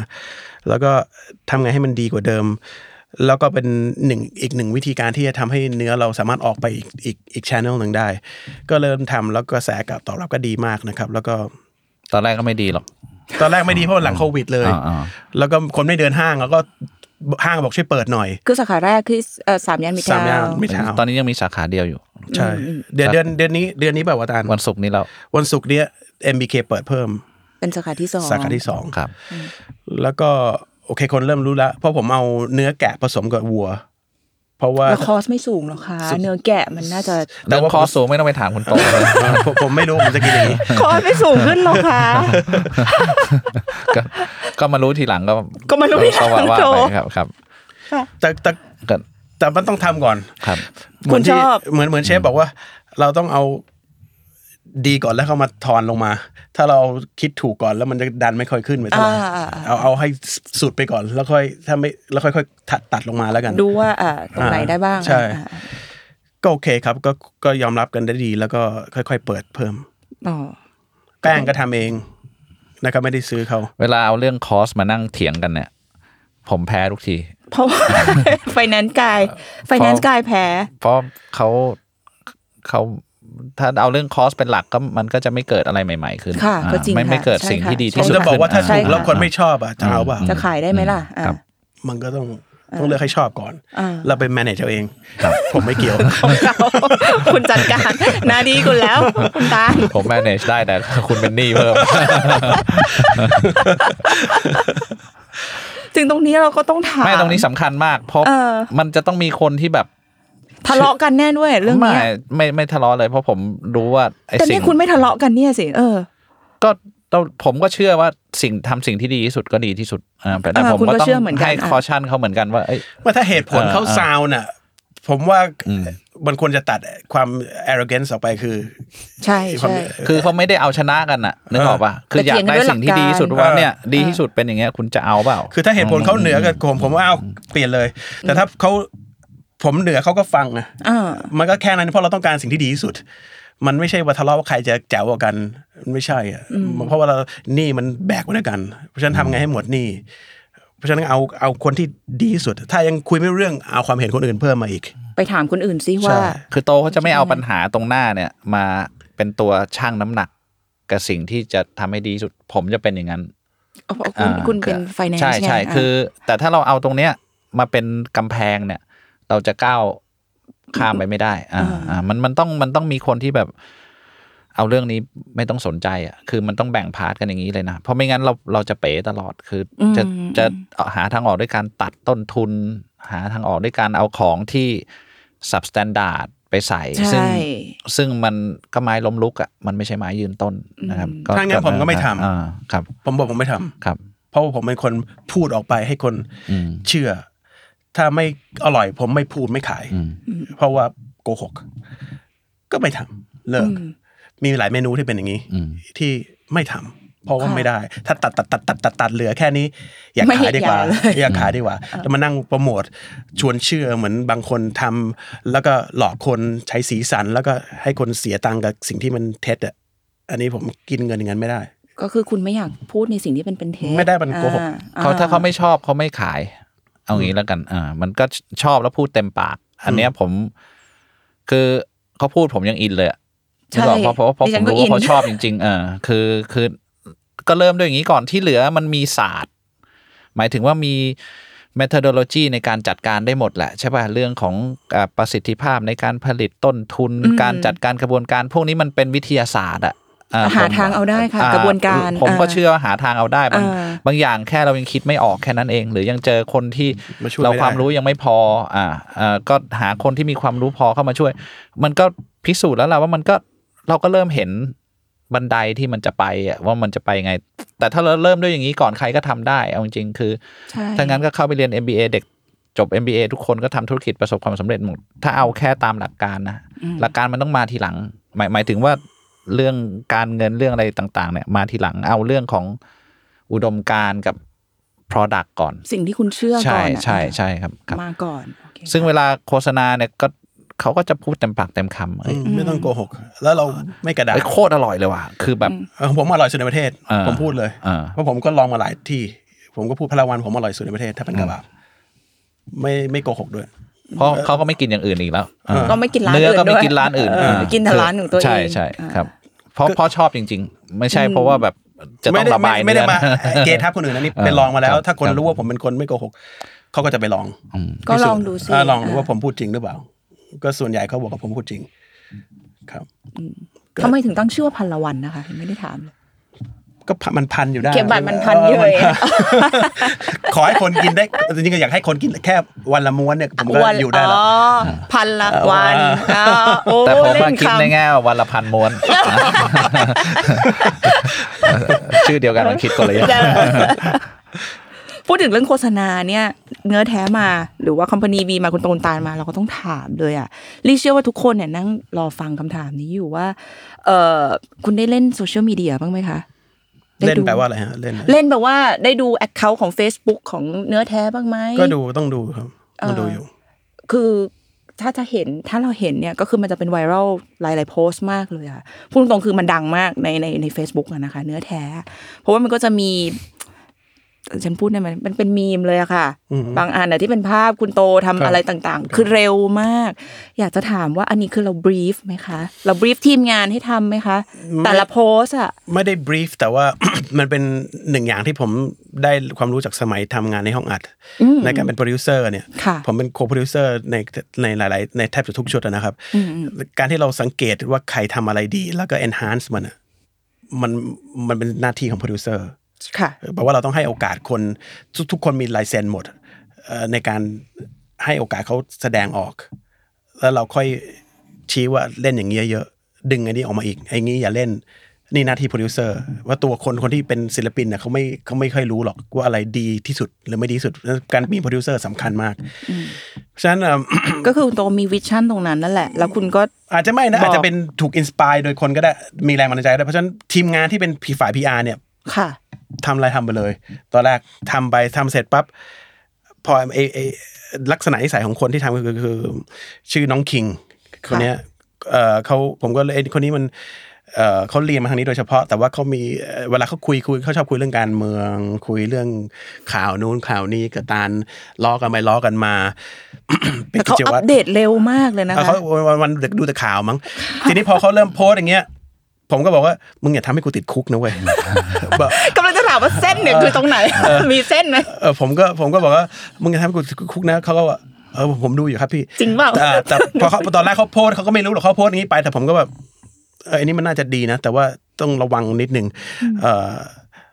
C: แล้วก็ทำไงให้มันดีกว่าเดิม แล้วก็เป็นหนึ่งอีกหนึ่งวิธีการที่จะทำให้เนื้อเราสามารถออกไปอีกอีกอีกชแนลหนึ่งได้ ก็เริ่มทำแล้วกระแสกับตอบรับก็ดีมากนะครับ แล้วก็
D: ตอนแรกก็ไม่ดีหรอก
C: ตอนแรกไม่ดีเพราะหลังโควิดเลย
D: อ่าอ่า
C: แล้วก็คนไม่เดินห้างแล้วก็ห้างบอกช่วยเปิดหน่อย
B: คือสาขาแรกคือเอ่อสามย่านมิตร
C: สามย่า
B: ท
C: น
B: วน์
C: ไม่เช้า
D: ตอนนี้ยังมีสาขาเดียวอยู่
C: ใช่เดือนเดือนเดือนนี้เดือนนี้แบบว่าตาล
D: วันศุกร์นี้เรา
C: วันศุกร์เนี้ย MBK เปิดเพิ่ม
B: เป็นสาขาที่สอง
C: สาขาที่สอง
D: ครับ
C: แล้วก็โอเคคนเริ่มรู้แล้ว เพราะผมเอาเนื้อแกะผสมกับวัว เพราะว่า
B: แล้วคอสไม่สูงหรอกค่ะ เนื้อแกะมันน่าจะ
C: แต่
D: แต่
C: ว่า
D: ว่าคอสูงไม่ต้องไปถามคุณโตเลย
C: ผมผมไม่รู้ผมจะกินอย่างนี้
B: คอสไม่สูงขึ้นหรอกค่ะ
D: ก็ก็มารู้ทีหลังก็
B: ก็มารู้ทีหลัง
D: ก็ว่า
B: โต
D: ไปครับครับ
C: แต่แต่
D: ก็
C: แต่มันต้องทำก่อน
D: ครับ
C: เหมืน
B: ช
C: ที่
B: อบ
C: เหมือนเหมือนเชฟบอกว่า เราต้องเอาดีก่อนแล้วเขามาทอนลงมา ถ้าเราคิดถูกก่อนแล้วมันจะดันไม่ค่อยขึ้นไปเท่าไหร่
B: อ่าอ่าอ่า
C: เอาเอาให้สุดไปก่อน แล้วค่อยถ้าไม่แล้วค่อยๆตัดตัดลงมาแล้วกัน
B: ดูว่าอ่าตรงไหนได้บ้าง
C: ใช่
B: อ่า
C: ก็โอเคครับก็ก็ยอมรับกันได้ดี แล้วก็ค่อย ๆ เปิดเพิ่ม
B: อ๋อ
C: แป้งก็ทำเองนะครับไม่ได้ซื้อเขา
D: เวลาเอาเรื่องคอสมานั่งเถียงกันเนี่ย ผมแพ้ทุกที
B: เพราะ ว่า ไฟแนนซ์ กายไฟแนนซ์กายแพ้
D: เพราะเขาเขาถ้าเอาเรื่องคอสเป็นหลักก็มันก็จะไม่เกิดอะไรใหม่ ๆ ขึ้น
B: ค่ะ
D: อ่า
B: ก็จริง
D: ไม่
B: ค่ะ
D: ไม่เกิด
B: ใช่
D: สิ่งที่
B: ค่ะ
D: ดี
B: ผ
D: ที่
C: ผม
D: สุด
C: จะบอกว่าถ้าถูก
D: ขึ้
B: ใช่ะ
C: แล้วคนไม่
D: อ่า
C: ชอบอ่ะจะเอาเปล่า
B: จะขายได้ไหมล่ะอ่า
D: ครับ
C: มันก็ต้องต้องเลือกให้ชอบก่อน
B: อ่า
C: เราไป manage เอาเอง ผมไม่เกี่ยว
B: ของเรา คุณจัดการหนาดีคุณแล้ว คุณตาล
D: ผม manage ได้แต่คุณเป็นหนี้เพิ่ม
B: ถึงตรงนี้เราก็ต้องถาม
D: ไม่ตรงนี้สำคัญมาก เพราะ
B: เออ
D: มันจะต้องมีคนที่แบบ
B: ทะเลาะกันแน่ด้วยเรื่อง
D: ไม่
B: เนี้ย
D: ไม่ไม่ทะเลาะเลย เพราะผมรู้ว่าไอ้
B: แต่
D: สิ่
B: นี่
D: ง
B: คุณไม่ทะเลาะกันเนี่ยสิเออ
D: ก็ต้องผมก็เชื่อว่าสิ่งทำสิ่งที่ดีที่สุดก็ดีที่สุดอ่าแต่
B: อ่า
D: ผม
B: คุณ
D: ก็
B: ก็
D: ต้อง
B: เชื่อเหมือนกัน
D: ให้
B: อ่ะ
D: คอชั่นเขาเหมือนกันว่าเอ้ย
C: ว่าถ้าเหตุผลเขา
D: เออเออ
C: ซาวน่ะ ผมว่ามันควรจะตัดความ arrogance ออกไปคือ
B: ใช่
C: ความ
B: ใช่
D: คือเขาไม่ได้เอาชนะกันน่ะนึกออกปะคืออยากได้สิ่งที่ดีที่สุด
B: แต่เถียงกันด้วยหลักการ
D: ว่าเนี่ยดีที่สุดเป็นอย่างเงี้ยคุณจะเอาเปล่า
C: คือถ้าเหตุผลเขาเหนือกับผมผมว่าเอาเปลี่ยนเลย แต่ถ้าเขาผมเหนือเขาก็ฟังนะ
B: อ่า
C: มันก็แค่นั้นเพราะเราต้องการสิ่งที่ดีที่สุด มันไม่ใช่ว่าทะเลาะว่าใครจะแจ๋วกว่ากันไม่ใช่อ่ะเพราะว่าเราหนี่มันแบกไว้ด้วยกัน เพราะฉะนั้นทำไงให้หมดหนี่ เพราะฉะนั้นเอาเอาคนที่ดีที่สุด ถ้ายังคุยไม่รู้เรื่องเอาความเห็นคนอื่นเพิ่มมาอีก
B: ไปถามคนอื่นซิว่า
C: ใช่
D: คือโตเขาจะไม่เอาปัญหาตรงหน้าเนี่ยมาเป็นตัวชั่งน้ำหนัก กับสิ่งที่จะทำให้ดีที่สุด ผมจะเป็นอย่างนั้น
B: เอาเพราะคุณ
D: อ่า
B: คุณเป็นไฟแนนซ์
D: ใช่ใช่คือ แต่ถ้าเราเอาตรงเนี้ยมาเป็นกำแพงเนี่ย เราจะก้าวข้ามไปไม่ได้ อ่าอ่ามันมันต้องมันต้องมีคนที่แบบ เอาเรื่องนี้ไม่ต้องสนใจอ่ะคือมันต้องแบ่งพาร์ทกันอย่างนี้เลยนะ เพราะไม่งั้นเราเราจะเป๋ตลอดคืออจะจะหาทางออกด้วยการตัดต้นทุน หาทางออกด้วยการเอาของที่ substandard ไปใส่
B: ใช่
D: ซึ่ง ซึ่งมันก็ไม้ล้มลุกอ่ะมันไม่ใช่ไม้ยืนต้นนะครับ
C: ถ้างั้นผมก็ไม่ทำ
D: อ่าครับ
C: ผมบอกผมไม่ทำ
D: ครับ
C: เพราะว่าผมเป็นคนพูดออกไปให้คน
D: อืม
C: เชื่อ ถ้าไม่อร่อย ผมไม่พูดไม่ขาย
D: อืม
C: เพราะว่าโกหก ก็ไม่ทำเลิกมีหลายเมนูที่เป็นอย่างนี้
D: อืม
C: ที่ไม่ทำเพราะว่า
B: ค่ะ
C: ไม่ได้ ถ้าตัดตัดตัดตัดตัดตัดเหลือแค่นี้ อยาก
B: ไม่
C: ขายดีกว่า
B: อยากเลย
C: อยากขายดีกว่า แล้วมานั่งโปรโมทชวนเชื่อเหมือนบางคนทำแล้วก็หลอกคนใช้สีสัน แล้วก็ให้คนเสียตังค์กับสิ่งที่มันเท็จอ่ะอันนี้ผมกินเงินอย่างนั้นไม่ได้
B: ก็คือคุณไม่อยากพูดในสิ่งที่เป็นเป็นเท็จ
C: ไม่ได้มันโกหก
B: อ่อ่
D: เขาถ้าเขาไม่ชอบเขาไม่ขาย เอางี้แล้วกันอ่ามันก็ชอบแล้วพูดเต็มปาก อันเนี้ยผม คือเขาพูดผมยังอินเลยอะนึ
B: ใช่
D: กออกปะเพราะเพราะ
B: ดิ
D: ผ
B: ฉั
D: ม
B: นก็
D: รู้
B: อิ
D: ว่าเขาชอบจริง ๆ เออคือคือ ก็เริ่มด้วยอย่างนี้ก่อนที่เหลือมันมีศาสตร์ หมายถึงว่ามี methodology ในการจัดการได้หมดแหละใช่ป่ะเรื่องของอ่าประสิทธิภาพในการผลิตต้นทุน การจัดการกระบวนการ พวกนี้มันเป็นวิทยาศาสตร์อะ เอ่อ
B: หา
D: ผม
B: ทางเอาได้ค่ะ
D: อ่
B: กระบวนการ
D: ผมก็
B: า
D: เชื่อว่าหาทางเอาได้บาง
B: อ่า
D: บางอย่างแค่เรายังคิดไม่ออกแค่นั้นเอง หรือยังเจอคนที่
C: มาช่วย
D: เรา
C: ไม่ได้
D: ความรู้ยังไม่พออ่าเอ่อก็หาคนที่มีความรู้พอเข้ามาช่วย มันก็พิสูจน์แล้วล่ะว่ามันก็เราก็เริ่มเห็นบันไดที่มันจะไปอะว่ามันจะไปยังไง แต่ถ้าเราเริ่มด้วยอย่างนี้ก่อนใครก็ทำได้เอาจริงๆคือ
B: ใช่
D: ถ้างั้นก็เข้าไปเรียน MBA เด็กจบ MBA ทุกคนก็ทำธุรกิจประสบความสำเร็จหมด ถ้าเอาแค่ตามหลักการนะ
B: อืม
D: หลักการมันต้องมาทีหลัง หมายหมายถึงว่าเรื่องการเงินเรื่องอะไรต่าง ๆ เนี่ยมาทีหลังเอาเรื่องของอุดมการณ์กับ Product ก่อน
B: สิ่งที่คุณเชื่อก่
D: ใช่
B: อนอะ
D: ใช่ใช่ครับครับ
B: มาก่อนโอเค
D: ซึ่งเวลาโฆษณาเนี่ยก็เขาก็จะพูดเต็มปากเต็มคำเอ้ย
C: อืมไม่ต้องโกหก แล้วเราไม่กระดาษ
D: เอ้ยโคตรอร่อยเลยว่ะคือแบบ
C: เออผมอร่อยสุดในประเทศ
D: เออ
C: ผมพูดเลย
D: เออ
C: เพราะผมก็ลองมาหลายที่ ผมก็พูดพลวันผมอร่อยสุดในประเทศ ถ้าเป็นกระบาบไม่ไม่โกหกด้วย
D: เพราะเขาก็ไม่กินอย่างอื่นอีกแล้ว
C: เออ
B: ก็ไม่กินร้าน
D: เนื้อ
B: อื่น
D: ก็ไม่
B: ด้วย
D: กินร้านอื่น
B: เออกินแต่ร้านของตัวเอง
D: ใช่ใช่
B: อ่า
D: ครับ เพราะเพราะชอบจริง ๆ ไม่ใช่เพราะว่าแบบจะต้อง
C: ไม่ได้
D: ระบาย
C: ไม่ได้
D: เนื้อ
C: มาเกทับคนอื่นนะนี่
D: เออ
C: ไปลองมาแล้ว
D: ครับ
C: ถ้าคน
D: ครับ
C: รู้ว่าผมเป็นคนไม่โกหกเขาก็จะไปลอง
D: อืม
B: ก็ลองดูสิ
C: เลองดูว่าผมพูดจริงหรือเปล่า ก็ส่วนใหญ่เขาบอกว่าผมพูดจริง ครับ
B: ทำไมถึงตั้งชื่อว่าพันละวันนะคะยังไม่ได้ถามเลย
C: ก็พันมันพันอยู่ได้
B: เก็บบัตรมันพันเยอะ
C: มัพันขอให้คน กินได้จริงๆก็อยากให้คนกินแค่วันละม้วนเนี่ยผมก็
B: วั
C: อยู่ได้แล้ว
B: อ๋อพันละวันอ๋อโอ้
D: แต่ผม
B: เล่
D: ว่าน คิดใน
B: คำ
D: แง่ว่าวันละพัน ม้วน ชื่อเดียวกันมันคิดคนละอย่าง
B: พูดถึงเรื่องโฆษณาเนี่ย เนื้อแท้มาหรือว่าคอมพานีบีมาคุณตูนตานมาเราก็ต้องถามเลยอ่ะรีเชื่อว่าทุกคนเนี่ยนั่งรอฟังคำถามนี้อยู่ว่าเออคุณได้เล่นโซเชียลมีเดียบ้างไหมคะได้
C: เล่น
B: ดู
C: แปลว่าอะไรฮะเล่น
B: เล่นแบบว่าได้ดูแอคเคาท์ของ Facebook ของเนื้อแท้บ้างไหม
C: ก็ดูต้องดูครับต้องดู
B: เอ่อ
C: อ
B: อ
C: ยู่
B: คือถ้าจะเห็นถ้าเราเห็นเนี่ยก็คือมันจะเป็นไวรัลหลายๆโพสต์มากเลยอะพูดตรงๆคือมันดังมากในในใน a c e b o o k อะนะคะ เนื้อแท้ เพราะว่ามันก็จะมี ฉันพูดได้ไหมมันเป็นมีมเลยอะค่ะ
C: อืม
B: บางอันอะที่เป็นภาพคุณโตทำอะไรต่างๆ คือเร็วมาก อยากจะถามว่าอันนี้คือเรา brief ไหมคะ เรา brief ทีมงานให้ทำไหมคะ แต่ละโพสต์อะ
C: ไม่ได้ brief แต่ว่า มันเป็นหนึ่งอย่างที่ผมได้ความรู้จากสมัยทำงานในห้องอัด ในการเป็นโปรดิวเซอร์เนี่ย
B: ค่ะ
C: ผมเป็นโคโปรดิวเซอร์ในในหลาย ๆ ในแทบจะทุกชุดอะนะครับ การที่เราสังเกตว่าใครทำอะไรดี แล้วก็ enhance มันอะมันมันเป็นหน้าที่ของโปรดิวเซอร์
B: ค่ะ
C: แปลว่าเราต้องให้โอกาสคนทุกทุกคนมีลายเซ็นหมดเอ่อในการให้โอกาสเขาแสดงออก แล้วเราค่อยชี้ว่าเล่นอย่างนี้เยอะๆดึงไอ้นี้ออกมาอีกไอ้นี้อย่าเล่นนี่หน้าที่โปรดิวเซอร์ว่าตัวคนคนที่เป็นศิลปินเน่ยเขาไม่เขาไม่ค่อยรู้หรอกว่าอะไรดีที่สุดหรือไม่ดีที่สุดการมีโปรดิวเซอร์สำคัญมากฉะนั้นเอ่อ
B: ก็คือคุณโตมีวิชั่นตรงนั้นนั่นแหละ แล้วคุณก็
C: อาจจะไม่นะ
B: บอก
C: อาจจะเป็นถูกอินสปายโดยคนก็ได้มีแรงบันดาลใจก็ได้เพราะฉะนั้นทีมงานที่เป็นฝ่าย PR เนี่ย
B: ค่ะ
C: ทำอะไรทำไปเลย ตอนแรกทำไปทำเสร็จปั๊บ พอไอไอลักษณะนิสัยของคนที่ทำก็คือคือ ชื่อน้องคิง คนเนี้ยเอ่อเขาผมก็เลยไอ้คนนี้มันเอ่อเขาเรียนมาทางนี้โดยเฉพาะ แต่ว่าเขามีเอ่อเวลาเขาคุยคุยเขาชอบคุยเรื่องการเมือง คุยเรื่องข่าวนู้นข่าวนี้กับตารล้อกันไปล้อกันมา เป็น
B: แต่
C: กิ
B: เขา
C: จ
B: อั
C: วั
B: ป
C: ตร
B: เดตเร็วมากเลยนะ
C: เออ
B: คะ
C: เขาวันวันดูแต่ข่าวมั้ง ทีนี้พอเขาเริ่มโพสต์อย่างเงี้ย ผมก็บอกว่า มึงอย่าทำให้กูติดคุกนะเว้ย แบบ
B: กำลังจะถามว่าเส้นเนี่ยคือตรงไหน มีเส้นไหม
C: เออผมก็ผมก็บอกว่า มึงอย่าทำให้กูติดคุกนะเขาก็ว่าเออผมดูอยู่ครับพี่
B: จริงเปล่า
C: แต่แต่พอเขาตอนแรกเขาโพสต์เขาก็ไม่รู้หรอกเขาโพสต์อย่างนี้ไป แต่ผมก็แบบเอออันนี้มันน่าจะดีนะ แต่ว่าต้องระวังนิดนึงเออ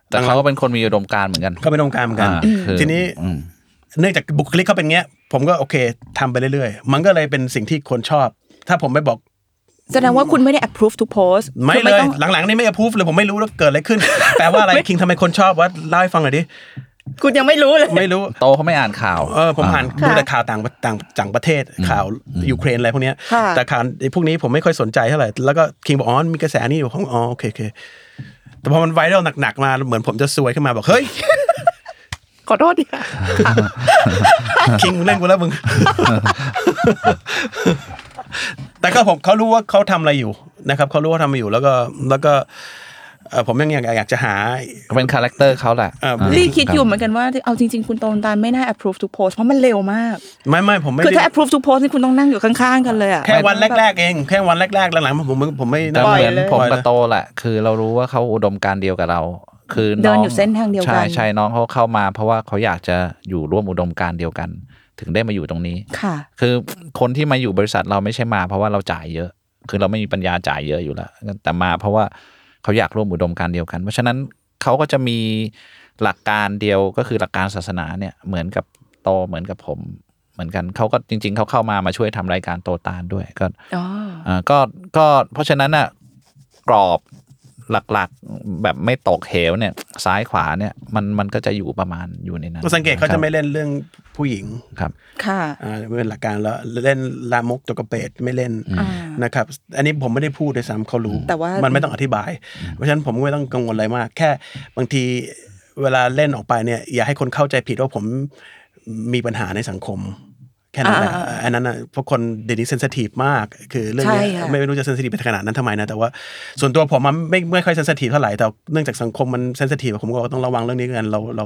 D: แต่เขาก็เป็นคนมีอุดมการณ์เหมือนกัน
C: ก็ไม่ต้องการเหมือนกัน
D: อ่าคือ
C: ทีนี้
D: อืม
C: เนื่องจากบุคลิกเขาเป็นเงี้ย ผมก็โอเคทำไปเรื่อยๆ มันก็เลยเป็นสิ่งที่คนชอบ ถ้าผมไม่บอก
B: แสดงว่าคุณไม่ได้ approve ทุกโพสต์
C: ไม่
B: คือ
C: เลย
B: ต้อง
C: หลังๆนี่ไม่ approve เลยผมไม่รู้ว่าเกิดอะไร ขึ้น แปลว่าอะไรคิงทำไมคนชอบว่าเล่าให้ฟังหน่อยดิ
B: คุณยังไม่รู้เลย
C: ไม่รู้
D: โตเขาไม่อ่านข่าว
C: เออผมอ่าน
B: ค่ะ
C: ดูแต่ข่าวต่างต่างต่างประเทศข่าวยูเครนอะไรพวกเนี้ย
B: ค่ะ
C: แต่ข่าวไอ้พวกนี้ผมไม่ค่อยสนใจเท่าไหร่แล้วก็คิงบอกอ๋อมีกระแสนี่อยู่ของอ๋อโอเคโอเคแต่พอมันไวรัลหนักๆมาเหมือนผมจะซวยขึ้นมาบอกเฮ้ย
B: ขอโทษดิค่ะ
C: คิงเล่นกู แล้วมึง แต่ก็ผมเขารู้ว่าเขาทำอะไรอยู่นะครับเขารู้ว่าทำอะไรอยู่แล้วก็แล้วก็เอ่อผมยังอยากอยากจะหา
D: เป็นคาแรคเตอร์เขาแหละ
C: อ่า
D: อ่า
B: รีคิด
D: รับ
B: อยู่เหมือนกันว่า เอาจริง ๆ คุณโตนตาลไม่น่า approve ทุกโพสต์เพราะมันเร็วมาก
C: ไม่ไม่ผมไม่
B: คือ
C: ได้
B: ถ้า approve ทุกโพสต์นี่คุณต้องนั่งอยู่ข้างๆกันเลยอ่ะ
C: แค่วันแรกๆเองแค่วันแรกๆหลังๆผมผมผมไม่
D: แต่
C: ปล่
D: เห
C: ย
D: มือน
C: เลย
D: ผม
C: ปล่อย
D: กับ
C: เลย
D: โตแหละ คือเรารู้ว่าเขาอุดมการณ์เดียวกับเรา คือ
B: เดิน
D: ง
B: อยู่เส้นทางเดียวกัน
D: ใช่ใช่น้องเขาเข้ามา เพราะว่าเขาอยากจะอยู่ร่วมอุดมการณ์เดียวกัน ถึงได้มาอยู่ตรงนี้
B: ค่ะ
D: คือคนที่มาอยู่บริษัทเราไม่ใช่มา เพราะว่าเราจ่ายเยอะ คือเราไม่มีปัญญาจ่ายเยอะอยู่แล้ว แต่มาเพราะว่า เขาอยากร่วมอุดมการณ์เดียวกัน เพราะฉะนั้นเขาก็จะมีหลักการเดียวก็คือหลักการศาสนาเนี่ยเหมือนกับโตเหมือนกับผม เหมือนกันเขาก็จริง ๆเขาเข้ามามาช่วยทำรายการโตตานด้วยก็
B: อ๋อ
D: อ่าก็ก็เพราะฉะนั้นน่ะกรอบหลักๆแบบไม่ตกเหวเนี่ย ซ้ายขวาเนี่ยมันมันก็จะอยู่ประมาณอยู่ในนั้น
C: เราสังเกตเขา
D: ครับ
C: จะไม่เล่นเรื่องผู้หญิง
D: ครับ
B: ค่ะ
C: อ่าไม่เป็นหลักการแล้วเล่นลามกจกกระเปดไม่เล่น
B: อ่า
C: นะครับ อันนี้ผมไม่ได้พูดด้วยซ้ำเขารู้
B: แต่ว่ามั
C: นไม่ต้องอธิบาย เพราะฉะนั้นผมก็ไม่ต้องกังวลอะไรมาก แค่บางทีเวลาเล่นออกไปเนี่ย อย่าให้คนเข้าใจผิดว่าผมมีปัญหาในสังคม แค่นั้นแหละ
B: อ่าอ่า
C: อันนั้นนะเพราะคนเดี๋ยวนี้เซนซิทีฟมาก คือเรื่องเนี้ย
B: ใช่ค่ะ
C: ไม่รู้จะเซนซิทีฟไปขนาดนั้นทำไมนะแต่ว่าส่วนตัวผมมันไม่ไม่ค่อยเซนซิทีฟเท่าไหร่แต่เนื่องจากสังคมมันเซนซิทีฟผมก็บอกว่าต้องระวังเรื่องนี้กันเราเรา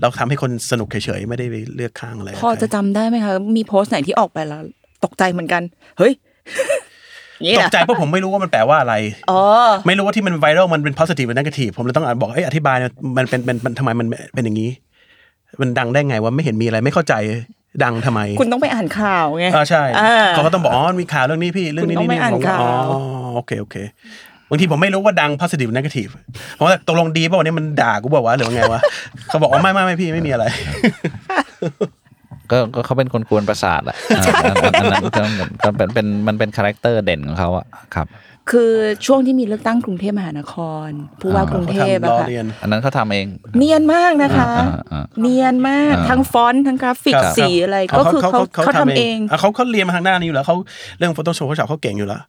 C: เราทำให้คนสนุกเฉยๆไม่ได้ไปเลือกข้างอะไร
B: พอจะจำได้ไหมคะมีโพสต์ไหนที่ออกไปแล้ว ตกใจเหมือนกัน เฮ้ยอย่างนี้
C: ต
B: เหรอก
C: ใจเพราะผมไม่รู้ว่ามันแปลว่าอะไร
B: อ๋อ
C: ไม่รู้ว่าที่มันไวรัลมันเป็น positive หรือ negative ผมเลยต้องอ่านบอกเอ้ยอธิบายนะมันเป็นเป็นมันทำไมมันเป็นอย่างนี้ มันดังได้ไงว่าไม่เห็นมีอะไรไม่เข้าใจดังทำไม
B: คุณต้องไปอ่านข่าวไง
C: อ่าใช่
B: อ่า
C: เขาก็ต้องบอกอ๋อมันมีข่าวเรื่องนี้พี่เรื่องนี้
B: คุณต้อง
C: นี่
B: ไปอ่าน
C: ผมก็
B: ข่าว
C: อ๋อโอเคโอเคบางทีผมไม่รู้ว่าดัง positive หรือ negative ผมว่าตกลงดีป่ะวันนี้มันด่ากูบอกว่าวะหรือว่าไงวะ เขาบอกอ๋อไม่ไม่ไม่พี่ไม่มีอะไร
D: ก็ก็เขาเป็นคนกวนประสาทแหละอ่าอันนั้นก็ก็เป็นเป็นมันเป็นคาแรคเตอร์เด่นของเขาอะครับ
B: คือช่วงที่มีเลือกตั้งกรุงเทพมหานครผู้ว่า
D: อ่า
B: กรุงเทพอะ
C: เขาทำล้อ
B: ค่ะ
C: เลียน
D: อันนั้นเขาทำเอง
B: เนียนมากนะคะ
D: อ่าอ่า
B: เนียนมากทั้งฟอนต์ทั้งกราฟิก
C: ครับ
B: สี
C: ครับ
B: อะไรก็คือเขาเขาทำเอง
C: ะเขาเขาเรียนมาทางด้านนี้อยู่แล้วเขาเรื่อง Photoshop Photoshop เขาเก่งอยู่แล้ว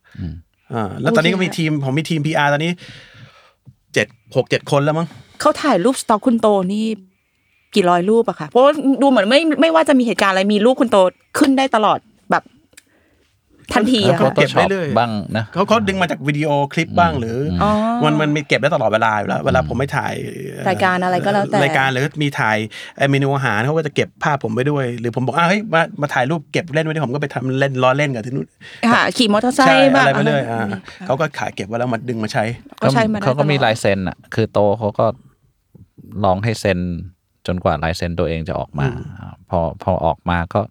C: อ่าแล้วตอนนี้ก็มี
B: โอเค
C: ทีมผมมีทีม PR ตอนนี้เจ็ดหกเจ็ดคนแล้วมั้ง
B: เขาถ่ายรูปสต็อกคุณโตนี่กี่ร้อยรูปอะค่ะ เพราะว่าดูเหมือนไม่ไม่ว่าจะมีเหตุการณ์อะไรมีรูปคุณโตขึ้นได้ตลอดแบบทันทีอะ
D: เขา
B: ค่ะ
D: ตัวชอบบ้างนะ
C: เขาเขาดึงมาจากวิดีโอคลิปบ้างหรืออ
B: อ๋อ
C: มันมันมีเก็บได้ตลอดเวลาอยู่แล้วเวลาผมไม่ถ่ายเอ่อ
B: รายการอะไรก็แล้วแต่
C: รายการหรือมีถ่ายเอ่อเมนูอาหารเขาก็จะเก็บภาพผมไปด้วย หรือผมบอกอ้าวเฮ้ยมามาถ่ายรูปเก็บเล่นไว้ด้วยผมก็ไปทำเล่นล้อเล่นกับที่นู่น
B: ค่ะขี่มอเตอร์ไซค์บ้าง
C: อะไรไปเรื่อยอ่า
B: มี
C: เขาก็ขายเก็บไว้แล้วมาดึงมาใช้
B: ก็ใช้มาได้
D: เขาก็มี
B: ตอด
D: ลายเซ็นอ่ะ คือโตเขาก็ลองให้เซ็นจนกว่าลายเซ็นตัวเองจะออกมาอ่าพอพอออกมาก็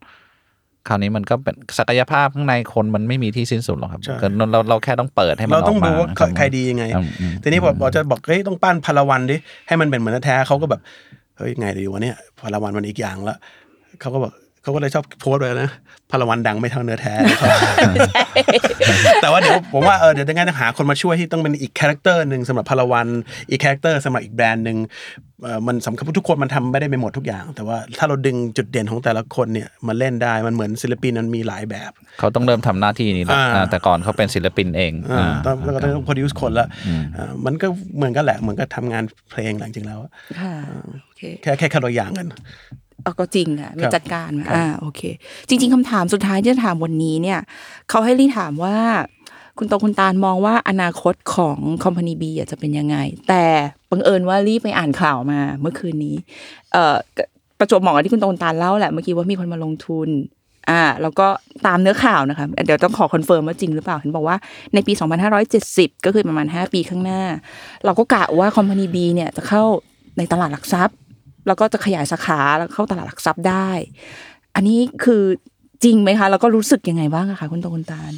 D: คราวนี้มันก็เป็นศักยภาพข้างในคนมันไม่มีที่สิ้นสุดหรอกครับ
C: ใช่
D: ก็เราเราแค่ต้องเปิดให้มันอ
C: เรา
D: อกมา
C: ต้องดูว่า
D: นะ
C: ใครใครดียังไง
D: อืมอืม
C: ทีนี้ผมบอกจะบอกเฮ้ยต้องปั้นพลวันดิให้มันเป็นเหมือนแท้เขาก็แบบเฮ้ยไงดีวะเนี่ยพลวันมันอีกอย่างละเขาก็บอกเขาก็เลยชอบโพสต์เลยนะพลวันดังไม่เท่าเนื้อแท้ แต่ว่าเดี๋ยวผมว่าเออเดี๋ยวจะงั้นหาคนมาช่วยที่ต้องเป็นอีกคาแรคเตอร์หนึ่งสำหรับพลวันอีกคาแรคเตอร์สำหรับอีกแบรนด์หนึ่งเอ่อมันสำคัญทุกคนมันทำไม่ได้ไปหมดทุกอย่าง แต่ว่าถ้าเราดึงจุดเด่นของแต่ละคนเนี่ยมาเล่นได้มันเหมือนศิลปินมันมีหลายแบบ
D: เขาต้องเริ่มทำหน้าที่นี้แล้ว
C: อ่า
D: อ่าแต่ก่อนเขาเป็นศิลปินเอง
C: อ่า
D: า
C: ต้องแล้วก็ต้อง produce คนละอ่ามันก็เหมือนกันแหละเหมือนกับทำงานเพลงหลังจริงๆแล้วอะ
B: ค่ะโอเค
C: แค่แค่แค่ตัวอย่างกัน
B: เอาก็จริงค่ะมี
C: ครับ
B: จัดการมาอ่าโอเค จริง ๆคำถามสุดท้ายที่จะถามวันนี้เนี่ยเขาให้ลี่ถามว่า คุณโตคุณตาลมองว่าอนาคตของคอมพานีบีจะเป็นยังไง แต่บังเอิญว่าลี่ไปอ่านข่าวมาเมื่อคืนนี้ เอ่อประจวบเหมาะกับที่คุณโตคุณตาลเล่าแหละเมื่อกี้ว่ามีคนมาลงทุน อ่าแล้วก็ตามเนื้อข่าวนะคะเดี๋ยวต้องขอคอนเฟิร์มว่าจริงหรือเปล่าเห็นบอกว่าในปี 2570 ก็คือประมาณ 5 ปีข้างหน้า เราก็กะว่าคอมพานีบีเนี่ยจะเข้าในตลาดหลักทรัพย์ แล้วก็จะขยายสาขาแล้วเข้าตลาดหลักทรัพย์ได้ อันนี้คือจริงไหมคะ แล้วก็รู้สึกยังไงบ้างอะคะคุณโตคุณตาล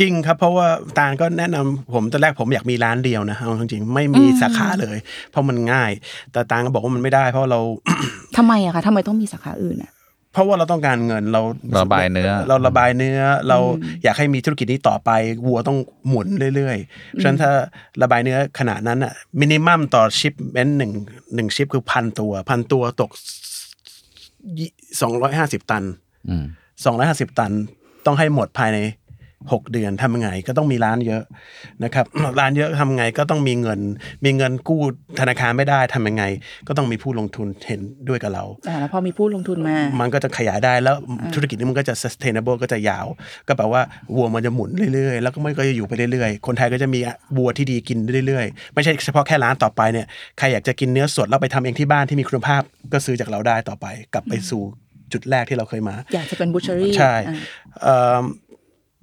C: จริงครับ เพราะว่าตาลก็แนะนำผมตอนแรกผมอยากมีร้านเดียวนะเอาจริงๆไม่มีสาขาเลย เพราะมันง่าย แต่ตาลก็บอกว่ามันไม่ได้ เพราะเรา
B: ทำไมอะคะทำไมต้องมีสาขาอื่นอะ
C: เพราะว่าเราต้องการเงินเรา
D: ระบายเนื้อ
C: เราระบายเนื้อ เราอยากให้มีธุรกิจนี้ต่อไปวัวต้องหมุนเรื่อยๆเพราะฉะนั้นถ้าระบายเนื้อขนาดนั้นอ่ะมินิมัมต่อชิปเมนหนึ่งหนึ่งชิปคือพันตัวพันตัวตกสองร้อยห้าสิบตัน
D: อืม
C: 250 ตันต้องให้หมดภายใน 6 เดือนทำยังไงก็ต้องมีร้านเยอะนะครับ ร้านเยอะทำยังไงก็ต้องมีเงิน มีเงินกู้ธนาคารไม่ได้ทำยังไง ก็ต้องมีผู้ลงทุนเห็นด้วยกับเรา
B: อ่าแล้วพอมีผู้ลงทุนมา
C: มันก็จะขยายได้แล้วธุรกิจนี้มันก็จะ sustainable ก็จะยาว ก็แปลว่าวัวมันจะหมุนเรื่อยๆ แล้วก็มันก็จะอยู่ไปเรื่อยๆ คนไทยก็จะมีวัวที่ดีกินเรื่อยๆ ไม่ใช่เฉพาะแค่ร้านต่อไปเนี่ยใครอยากจะกินเนื้อสดแล้วไปทำเองที่บ้านที่มีคุณภาพก็ซื้อจากเราได้ต่อไป กลับไปสู่จุดแรกที่เราเคยมา
B: อยากจะเป็นบูช h รี่
C: ใช่เอิ่ม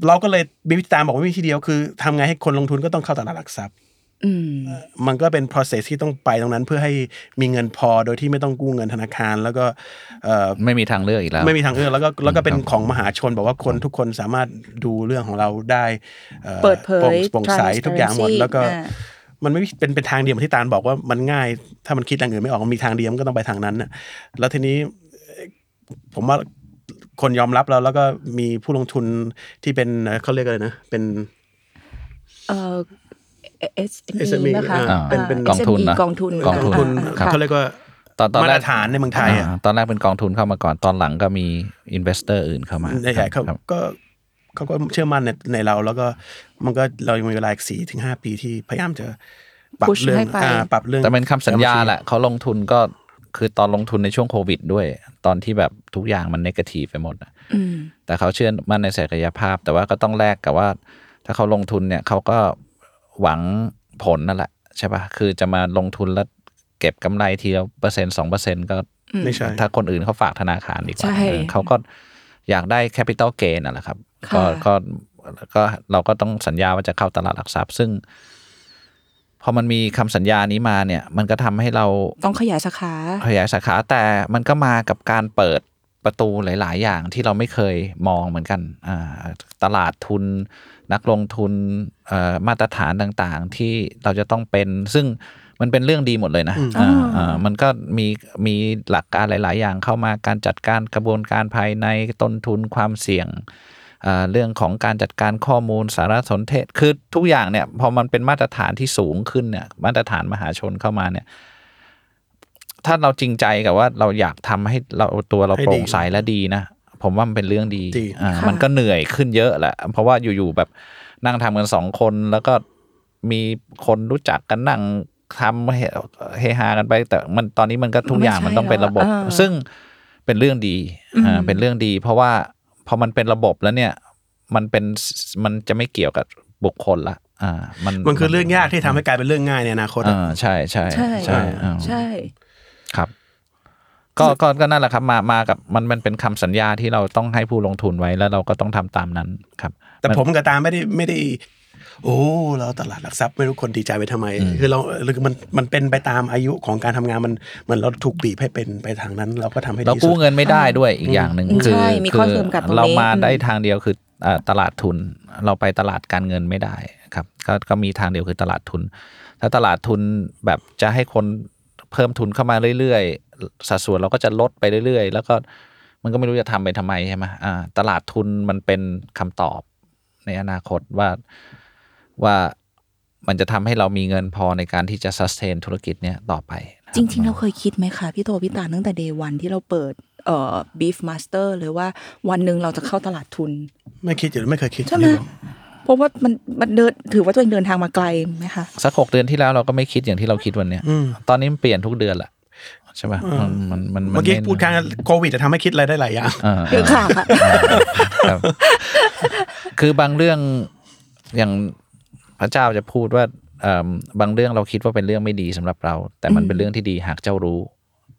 C: เราก็เลยมีวิธีตามบอกว่ามีวิธีเดียวคือทำไงให้คนลงทุนก็ต้องเข้าตลาดหลักทรัพย์
B: อืม
C: มันก็เป็น process ที่ต้องไปตรงนั้นเพื่อให้มีเงินพอโดยที่ไม่ต้องกู้เงินธนาคาร แล้วก็เอ่อ
D: ไม่มีทางเลือกอีกแล้ว
C: ไม่มีทางเลือกแล้วก็แล้วก็เป็นของมหาชนบอกว่าคนทุกคนสามารถดูเรื่องของเราได้อ่อ
B: เปิดเผย
C: โปร่งโปร่งใส
B: transparency
C: ทุกอย่างหมด แล้วก็
B: อ่า
C: มันไม่เป็นเป็นทางเดียวเหมือนที่ตาลบอกว่ามันง่าย ถ้ามันคิดอย่างอื่นไม่ออกมันมีทางเดียวมันก็ต้องไปทางนั้นน่ะแล้วทีนี้เอ่อผมว่าคนยอมรับแล้วแล้วก็มีผู้ลงทุนที่เป็นเอ่อเขาเรียกอะไรนะเป็น
B: เอ่อ SME
C: SME
B: นะคะ
C: อ่าเป็นเป็น
D: กองทุนนะ
B: กองทุน
D: กองทุน
B: า
D: ครับ
B: ค่ะ
C: เขาเรียกว่า
D: ตอนตอนแร
C: มาก ตรฐานในเมืองไทยอะ
D: าตอนแรกเป็นกองทุนเข้ามาก่อนตอนหลังก็มีอินเวสเตอร์อื่นเข้ามา
C: ใหญ่ๆเขา
D: ครับ
C: ก็เขาก็เชื่อมั่นในในเรา แล้วก็มันก็เรายังมีเวลาอีกสี่ถึงห้าปีที่พยายามจะปรับ
B: Push
C: เรื่อง
B: ให้ไป
C: อ่าปรับเรื่อง
D: แต่เป็นคำสัญญาแหละเขาลงทุนก็คือตอนลงทุนในช่วงโควิดด้วย ตอนที่แบบทุกอย่างมันเนกาทีฟไปหมดอะ
B: อืม
D: แต่เขาเชื่อมั่นในศักยภาพ แต่ว่าก็ต้องแลกกับว่า ถ้าเขาลงทุนเนี่ยเขาก็หวังผลนั่นแหละใช่ปะคือจะมาลงทุนแล้วเก็บกำไรทีละเปอร์เซ็นต์สองเปอร์เซ็นต์ก็
C: ไม่ใช่
D: ถ้าคนอื่นเขาฝากธนาคารดีกว่า
B: ใช่
D: เออเขาก็อยากได้แคปิตอลเกนน่ะแหละครับ
B: ค่ะ
D: ก็ก็ก็เราก็ต้องสัญญาว่าจะเข้าตลาดหลักทรัพย์ซึ่ง พอมันมีคำสัญญานี้มาเนี่ย มันก็ทำให้เรา
B: ต้องขยายสาขา
D: ขยายสาขาแต่มันก็มากับการเปิดประตูหลาย ๆ อย่างที่เราไม่เคยมองเหมือนกันอ่าตลาดทุน นักลงทุนเอ่อมาตรฐานต่างๆ ที่เราจะต้องเป็น ซึ่งมันเป็นเรื่องดีหมดเลยนะอ่าอ่ามันก็มีมีหลักการหลาย ๆ อย่างเข้ามาการจัดการกระบวนการภายในต้นทุนความเสี่ยง อ่าเรื่องของการจัดการข้อมูลสารสนเทศ คือทุกอย่างเนี่ย พอมันเป็นมาตรฐานที่สูงขึ้นเนี่ย มาตรฐานมหาชนเข้ามาเนี่ย ถ้าเราจริงใจกับว่าเราอยากทำให้เราตัวเรา
C: ให้ดี
D: โปร่งใสและดีนะ ผมว่ามันเป็นเรื่องดี
C: ดี
D: อ่า
B: ค่ะ
D: มันก็เหนื่อยขึ้นเยอะแหละ เพราะว่าอยู่ๆแบบนั่งทำกันสองคน แล้วก็มีคนรู้จักกันนั่งทำเฮเฮฮากันไป แต่มันตอนนี้มันก็ทุกอย่างมันต้องเป็นระบบ
B: ไม่ใช่แล้วอ่า
D: ซึ่งเป็นเรื่องดีอ่าเป็นเรื่องดี เพราะว่าพอมันเป็นระบบแล้วเนี่ย มันเป็นมันจะไม่เกี่ยวกับบุคคลละ อ่า มัน
C: มันคือเรื่องยากที่ทำให้กลายเป็นเรื่องง่ายในอนาคตอะ
D: อ่าใช่ใช่
B: ใช่
D: ใช่อ่า
B: ใช่
D: ครับ ก็ก็ก็นั่นแหละครับ มามากับมันมันเป็นคำสัญญาที่เราต้องให้ผู้ลงทุนไว้แล้วเราก็ต้องทำตามนั้นครับ
C: แต่ผมกับตาไม่ได้ไม่ได้ โอ้เราตลาดหลักทรัพย์ไม่รู้คนดีใจไปทำไม คือเราคือมันมันเป็นไปตามอายุของการทำงานมันเหมือนเราถูกบีบให้เป็นไปทางนั้น เราก็ทำให้
D: เรา
C: ดีสุ
D: กู้
C: ด
D: เงินไม่ได้ด้วยอีกอย่างหนึ่ง
B: อืม
D: คือ
B: ใช่มีข้อจำกัดตรงนี้
D: เรามาได้ทางเดียวคืออ่าตลาดทุน เราไปตลาดการเงินไม่ได้ครับ ก็ก็มีทางเดียวคือตลาดทุน ถ้าตลาดทุนแบบจะให้คนเพิ่มทุนเข้ามาเรื่อยๆสัดส่วนเราก็จะลดไปเรื่อยๆ แล้วก็มันก็ไม่รู้จะทำไปทำไมใช่ไหมอ่าตลาดทุนมันเป็นคำตอบในอนาคตว่าว่ามันจะทำให้เรามีเงินพอในการที่จะ sustain ธุรกิจเนี้ยต่อไปนะคบ
B: จริง ๆ เราเคยคิดไหมคะ พี่โตพี่ตาลตั้งแต่เดวันที่เราเปิดเอ่อ beef master เลยว่าวันหนึ่งเราจะเข้าตลาดทุน
C: ไม่คิดอยู่แล้วไม่เคยคิด
B: ใช่ไหม
C: อยู่
B: เพราะว่ามันมันเดินถือว่าตัวเองเดินทางมาไกลไหมคะ
D: สักหกเดือนที่แล้วเราก็ไม่คิดอย่างที่เราคิดวันเนี้ยตอนนี้มันเปลี่ยนทุกเดือนแหละใช่ป่ะมันมันมันน
C: เมื่อกี้
D: ไ
C: พูดค้างโควิดจะทำให้คิดอะไรได้หลายอย่าง
D: อ่า
B: เดี๋ยวค่ะค่ะ
D: ครับคือบางเรื่องอย่างพระเจ้าจะพูดว่าเอิ่มบางเรื่องเราคิดว่าเป็นเรื่องไม่ดีสำหรับเรา แต่มันเป็นเรื่องที่ดีหากเจ้ารู้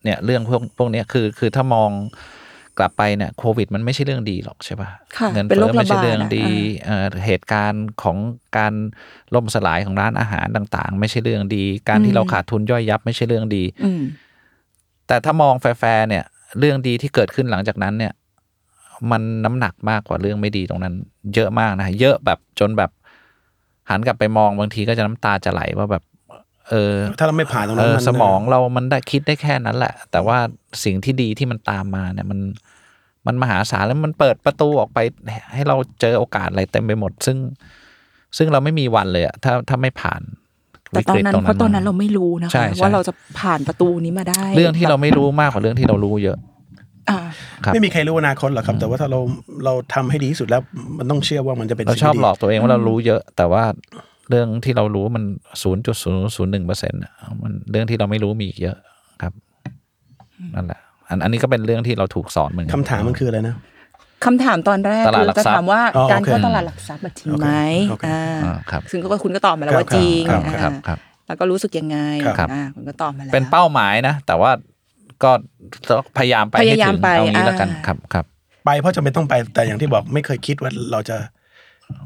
D: เนี่ยเรื่องพวกพวกเนี้ยคือคือถ้ามองกลับไปเนี่ยโควิด มันไม่ใช่เรื่องดีหรอกใช่ป่ะ
B: ค่ะ
D: เงิน
B: เป็นโรค
D: เฟ้อไม่
B: ระบาด
D: ใช่เรื่อง
B: อะ
D: ดี เอ่อเหตุการณ์ของการล่มสลายของร้านอาหารต่างๆ ไม่ใช่เรื่องดี การที่เราขาดทุนย่อยยับไม่ใช่เรื่องดี
B: อืม
D: แต่ถ้ามองแฟร์ๆเนี่ย เรื่องดีที่เกิดขึ้นหลังจากนั้นเนี่ย มันน้ำหนักมากกว่าเรื่องไม่ดีตรงนั้น เยอะมากนะ เยอะแบบจนแบบหันกลับไปมองบางทีก็จะน้ำตาจะไหลว่าแบบ เออ
C: ถ้าเราไม่ผ่านตรง
D: เอ
C: นั้น
D: อ
C: มัน
D: สมองเรามันได้คิดได้แค่นั้นแหละ แต่ว่าสิ่งที่ดีที่มันตามมาเนี่ยมันมันมหาศาลแล้วมันเปิดประตูออกไปให้เราเจอโอกาสอะไรเต็มไปหมด ซึ่ง ซึ่งเราไม่มีวันเลยอะถ้าถ้าไม่ผ่าน
B: แต่ตอนนั้น
D: วิกฤ
B: เพราะตอนนั้นเราไม่รู้นะ
D: ใช่
B: คะ
D: ใช่
B: ว่าเราจะผ่านประตูนี้มาได้
D: เรื่องที่เราไม่รู้มากกว่าเรื่องที่เรารู้เยอะ
B: อ่า
D: ครับ
C: ไม่มีใครรู้อนาคตหรอกครับ แต่ว่าถ้าเราเราทำให้ดีที่สุดแล้ว มันต้องเชื่อว่ามันจะเป็น
D: เรา
C: สิ่ง
D: ชอบ
C: ที่ดี
D: หลอกตัวเองว่าเรารู้เยอะ แต่ว่าเรื่องที่เรารู้มันศูนย์จุดศูนย์ศูนย์หนึ่งเปอร์เซ็นต์มันเรื่องที่เราไม่รู้มีอีกเยอะครับนั่นแหละ อันอันนี้ก็เป็นเรื่องที่เราถูกสอนเหมือนกั
C: คำถามมันคืออะไรนะ
B: คำถามตอนแรก
D: ตลาดหลั
B: คือ
D: ก
B: จะ
D: ทรัพย์
B: ถามว่า
C: อ๋อ
B: การ
C: โอเค
B: เข้าตลาดหลักทรัพย์อะจริงไหม
C: โอเคโอเค
B: อ่า
D: อ่าครับ
B: ซึ่งก็คุณก็ตอบมาแล้วว่า
C: ครับ
B: จริง
C: ครับ
D: ครับ
B: อ่า
D: ครับ
B: แล้วก็รู้สึกยังไง
D: ครับ
B: อ่าคุณก็ตอบมาแล้ว
D: เป็นเป้าหมายนะ แต่ว่าก็ต้องพยายามไป
B: พ
D: ให้
B: ยายาม
D: ถึง
B: ไป
D: เอางี้แล้วกัน
B: อ่า
D: ครับครับ
C: ไปเพราะจำเป็นต้องไปแต่อย่างที่บอกไม่เคยคิดว่าเราจะ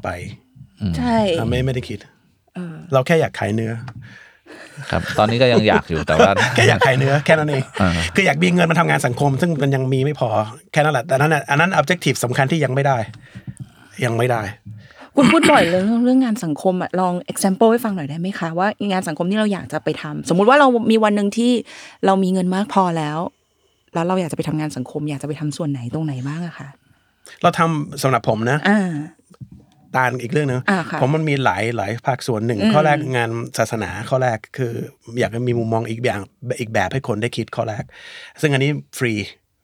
C: ไป
B: ใช่
C: อ่ะไม่ไม่ได้คิด
B: เออ
C: เราแค่อยากขายเนื้อ
D: ครับ ตอนนี้ก็ยังอยากอยู่แต่ว่า
C: แค่อยากขายเนื้อแค่นั้นเอง
D: อ่า
C: คืออยากมีเงินมาทำงานสังคม ซึ่งมันยังมีไม่พอแค่นั้นแหละแต่นั้นน่ะอันนั้น objective สำคัญที่ยังไม่ได้ ยังไม่ได้
B: คุณพูดบ่อยเรื่องเรื่องงานสังคมอะลอง example ให้ฟังหน่อยได้ไหมคะ ว่างานสังคมที่เราอยากจะไปทำสมมุติว่าเรามีวันหนึ่งที่เรามีเงินมากพอแล้ว แล้วเราอยากจะไปทำงานสังคม อยากจะไปทำส่วนไหนตรงไหนบ้างอะคะ
C: เราทำสำหรับผมนะ
B: อ่า
C: ตานอีกเรื่องหนึง
B: อ่าค่ะ
C: ผมมันมีหลายหลายภาคส่วนหนึ่งข้อแรกงานศาสนาข้อแรกคือ อยากให้มีมุมมองอีกอย่างอีกแบบให้คนได้คิดข้อแรก ซึ่งอันนี้ฟรี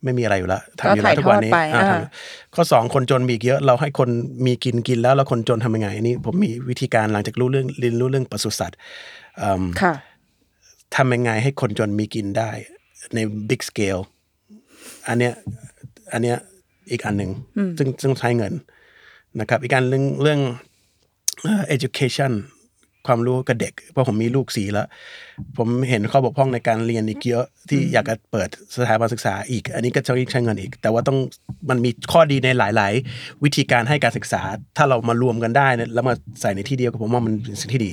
C: ไม่มีอะไรอยู่แล้วทำอยู่แล้วทุกวันนี้
B: ก็ถ่ายทอดไป
C: อ่า
B: อ่า
C: ทำข้อสองคนจนมีอีกเยอะเราให้คนมีกินกินแล้วแล้วคนจนทำยังไงอันนี้ผมมีวิธีการหลังจากรู้เรื่องเรียนรู้เรื่องปศุสัตว์เอิ่ม
B: ค่ะ
C: ทำยังไงให้คนจนมีกินได้ใน big scale อันเนี้ยอันเนี้ยอีกอันหนึ่งซึ่งซึ่งใช้เงินนะครับ อีกอันเรื่องเรื่องเอ่อ education ความรู้กับเด็ก เพราะผมมีลูกสีแล้ว ผมเห็นข้อบกพร่องในการเรียนอีกเยอะ ที่อยากจะเปิดสถาบันศึกษาอีก อันนี้ก็จะใช้เงินอีก แต่ว่าต้องมันมีข้อดีในหลาย ๆ วิธีการให้การศึกษา ถ้าเรามารวมกันได้เนี่ยแล้วมาใส่ในที่เดียวกับผมว่ามันเป็นสิ่งที่ดี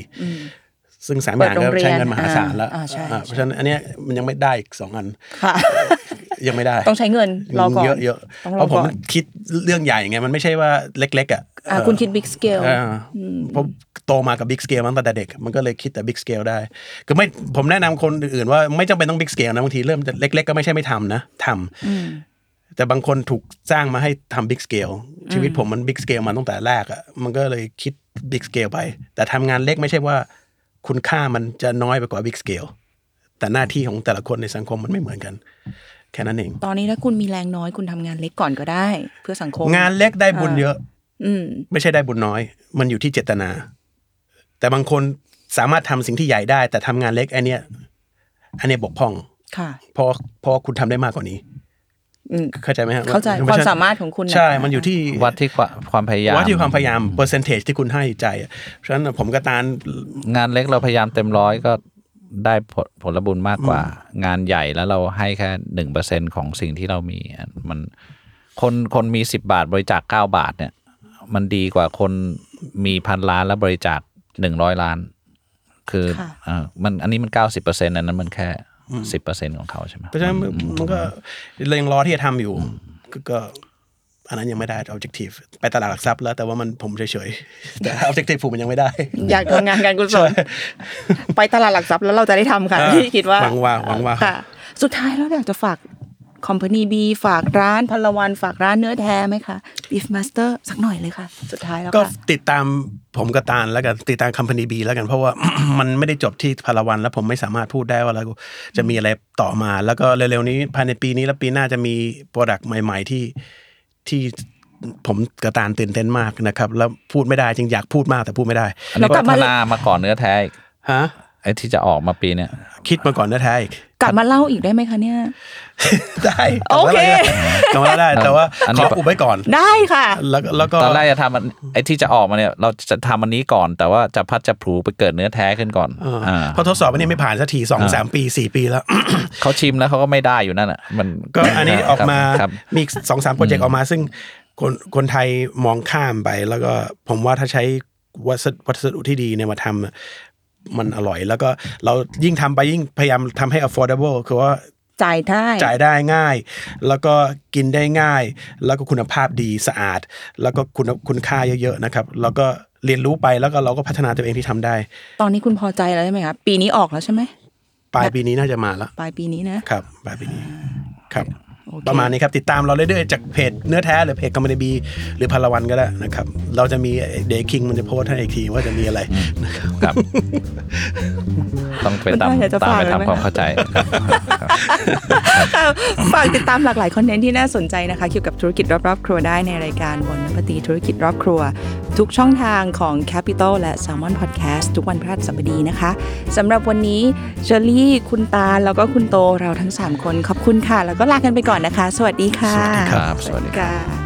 C: ซึ่งสามอย่างก็ใช้เงินมหาศาลแล้ว
B: อ่าอ่าใช่
C: อ่าเพราะฉะนั้นอันเนี้ยมันยังไม่ได้อีกสอง อัน
B: ค่ะ
C: ยังไม่ได้
B: ต้องใช้ เงินรอก่อน
C: เยอะเยอะ
B: ต้องรอก่อน
C: เพราะผมคิดเรื่องใหญ่ไงมันไม่ใช่ว่าเล็ก ๆ อ่ะ
B: อ่าคุณคิด big scale
C: อ่าเพราะโตมากับบิ๊กสเกลมาตั้งแต่เด็ก มันก็เลยคิดแต่บิ๊กสเกลได้คือไม่ผมแนะนำคนอื่นๆว่าไม่จำเป็นต้องบิ๊กสเกลนะบางทีเริ่มจากเล็ก ๆ ก็ไม่ใช่ไม่ทำนะทำแต่บางคนถูกสร้างมาให้ทำบิ๊กสเกลชีวิตผมมันบิ๊กสเกลมาตั้งแต่แรกอ่ะมันก็เลยคิดบิ๊กสเกลไป แต่ทำงานเล็กไม่ใช่ว่า คุณค่ามันจะน้อยไปกว่าบิ๊กสเกลแต่หน้าที่ของแต่ละคนในสังคมมันไม่เหมือนกัน แค่นั้นเอง
B: ตอนนี้ถ้าคุณมีแรงน้อยคุณทำงานเล็กก่อนก็ได้ เพื่อสังคม
C: งานเล็กได้บุญเยอะ
B: อืม
C: ไม่ใช่ได้บุญน้อย มันอยู่ที่เจตนา แต่บางคนสามารถทำสิ่งที่ใหญ่ได้ แต่ทำงานเล็กอันเนี้ยอันเนี้ยบกพร่อง
B: ค่ะ
C: เพราะเพราะคุณทำได้มากกว่านี้
B: อืม
C: เข้าใจไหมฮะ
B: เข้าใจความสามารถของคุณนะ
C: ใช่ มันอยู่ที่
D: วัดที่ความความพยายาม
C: วัดที่ความพยายามเปอร์เซนเทจที่คุณให้ใจอะเพราะฉะนั้นผมกับตาล
D: งานเล็กเราพยายามเต็มร้อยก็ได้ผลผลบุญมากกว่า งานใหญ่แล้วเราให้แค่หนึ่งเปอร์เซ็นของสิ่งที่เรามีอ่ะมันคนคนมีสิบบาทบริจาคเก้าบาทเนี่ย มันดีกว่าคนมีพันล้านแล้วบริจาคหนึ่งร้อยล้าน คือ
B: ค่ะ
D: เอ่อมันอันนี้มันเก้าสิบเปอร์เซ็นอันนั้นมันแค่สิบเปอร์เซ็นของเขาใช่ไหม
C: เพราะฉะนั้นมันก็เรายังรอที่จะทำอยู่ก็ก็ อันนั้นยังไม่ได้ objective ไปตลาดหลักทรัพย์แล้วแต่ว่ามันผมเฉยๆแต่ objective ผมมันยังไม่ได้
B: อยากทำงานการกุศลไปตลาดหลักทรัพย์แล้วเราจะได้ทำค่ะ
C: เออ
B: ที่คิดว่า
C: หวังว่าหวังว่า
B: ค่ะ สุดท้ายแล้วอยากจะฝากคอมพานีบีฝากร้านพลวันฝากร้านเนื้อแท้ไหมคะ Beef Master สักหน่อยเลยค่ะ สุดท้ายแล้ว
C: ก็
B: ค่ะ
C: ติดตามผมกับตาลแล้วกันติดตามคัมพานีบีแล้วกันเพราะว่า มันไม่ได้จบที่พาราวันแล้วผมไม่สามารถพูดได้ว่าเราจะมีอะไรต่อมา แล้วก็เร็วๆนี้ภายในปีนี้และปีหน้าจะมีโปรดักต์ใหม่ ๆ ที่ที่ผมกับตาลตื่นเต้นมากนะครับ แล้วพูดไม่ได้จริงอยากพูดมากแต่พูดไม่ได้
D: อันนี้
B: แล้วกลั
D: พั
B: บ
D: ฒ
B: มา
D: นามาก่อนเนื้อแท้อีก
C: ฮะ
D: ไอ้ที่จะออกมาปีเนี่ย
C: คิดมาก่อนนะแท้อีก
B: กลับมาเล่าอีกได้ไหมคะเนี่ย
C: ได้
B: โอเค
C: กลับมา ได้แต่ว่า
D: อัน
C: ข
D: นี้
C: ออุบไว้ก่อน
B: ได้ค่ะ
C: แล้วก็แล้วก็
D: ตอนแรกจะทำอันไอ้ที่จะออกมาเนี่ย เราจะทำอันนี้ก่อน แต่ว่าจะพัดจะผลูไปเกิดเนื้อแท้ขึ้นก่อน
C: เออ
D: อ่า
C: เพราะทดสอบอันนี้ไม่ผ่านสักทีสองสามปีสี่ปีแล้ว
D: เขาชิมแล้วเขาก็ไม่ได้อยู่นั่นอ่ะ มัน
C: ก็อันนี้ออกมา
D: ครับ
C: มีสองสามโปรเจกต์ออกมา ซึ่งคนคนไทยมองข้ามไป แล้วก็ผมว่าถ้าใช้วัสดุวัสดุที่ดีเนี่ยมาทำอะมันอร่อย แล้วก็เรายิ่งทำไปยิ่งพยายามทำให้ affordable คือว่า
B: จ่ายได้
C: จ่ายได้ง่าย แล้วก็กินได้ง่าย แล้วก็คุณภาพดีสะอาด แล้วก็คุณคุณค่าเยอะๆนะครับ แล้วก็เรียนรู้ไปแล้วก็เราก็พัฒนาตัวเองที่ทำได้
B: ตอนนี้คุณพอใจแล้วใช่ไหมคะปีนี้ออกแล้วใช่ไหม
C: ปลายปีนี้น่าจะมาแล้ว
B: ปลายปีนี้นะครับ
C: ปลายปีนี้ครับ
B: โอเค
C: ประมาณนี้ครับ ติดตามเราเรื่อยๆจากเพจเนื้อแท้หรือเพจกัมมันบี หรือพาราวันก็ได้นะครับ เราจะมีเดคิงมันจะโพสต์ให้อีกทีว่าจะมีอะไร
D: ครับ ต้องไปตาม
B: คุณได้อยากจะ
D: ตาม
B: ฝากอะไร
D: ไป
B: ไหม
D: ทำความเข้าใจครับ
B: ฝากติดตามหลากหลายคอนเทนต์ที่น่าสนใจนะคะ เกี่ยวกับธุรกิจรอบๆครัวได้ในรายการบนปฏิธุรกิจรอบครัว ทุกช่องทางของ Capital และ Salmon Podcast ทุกวันพฤหัสบดีนะคะสำหรับวันนี้เชอรี่ คุณตาลแล้วก็คุณโตเราทั้ง 3 คนขอบคุณค่ะ แล้วก็ลากันไปก่อนนะคะ สวัสดีค่ะ
C: สวัสดี
D: ครับสวัสดีครับ
B: ค่ะ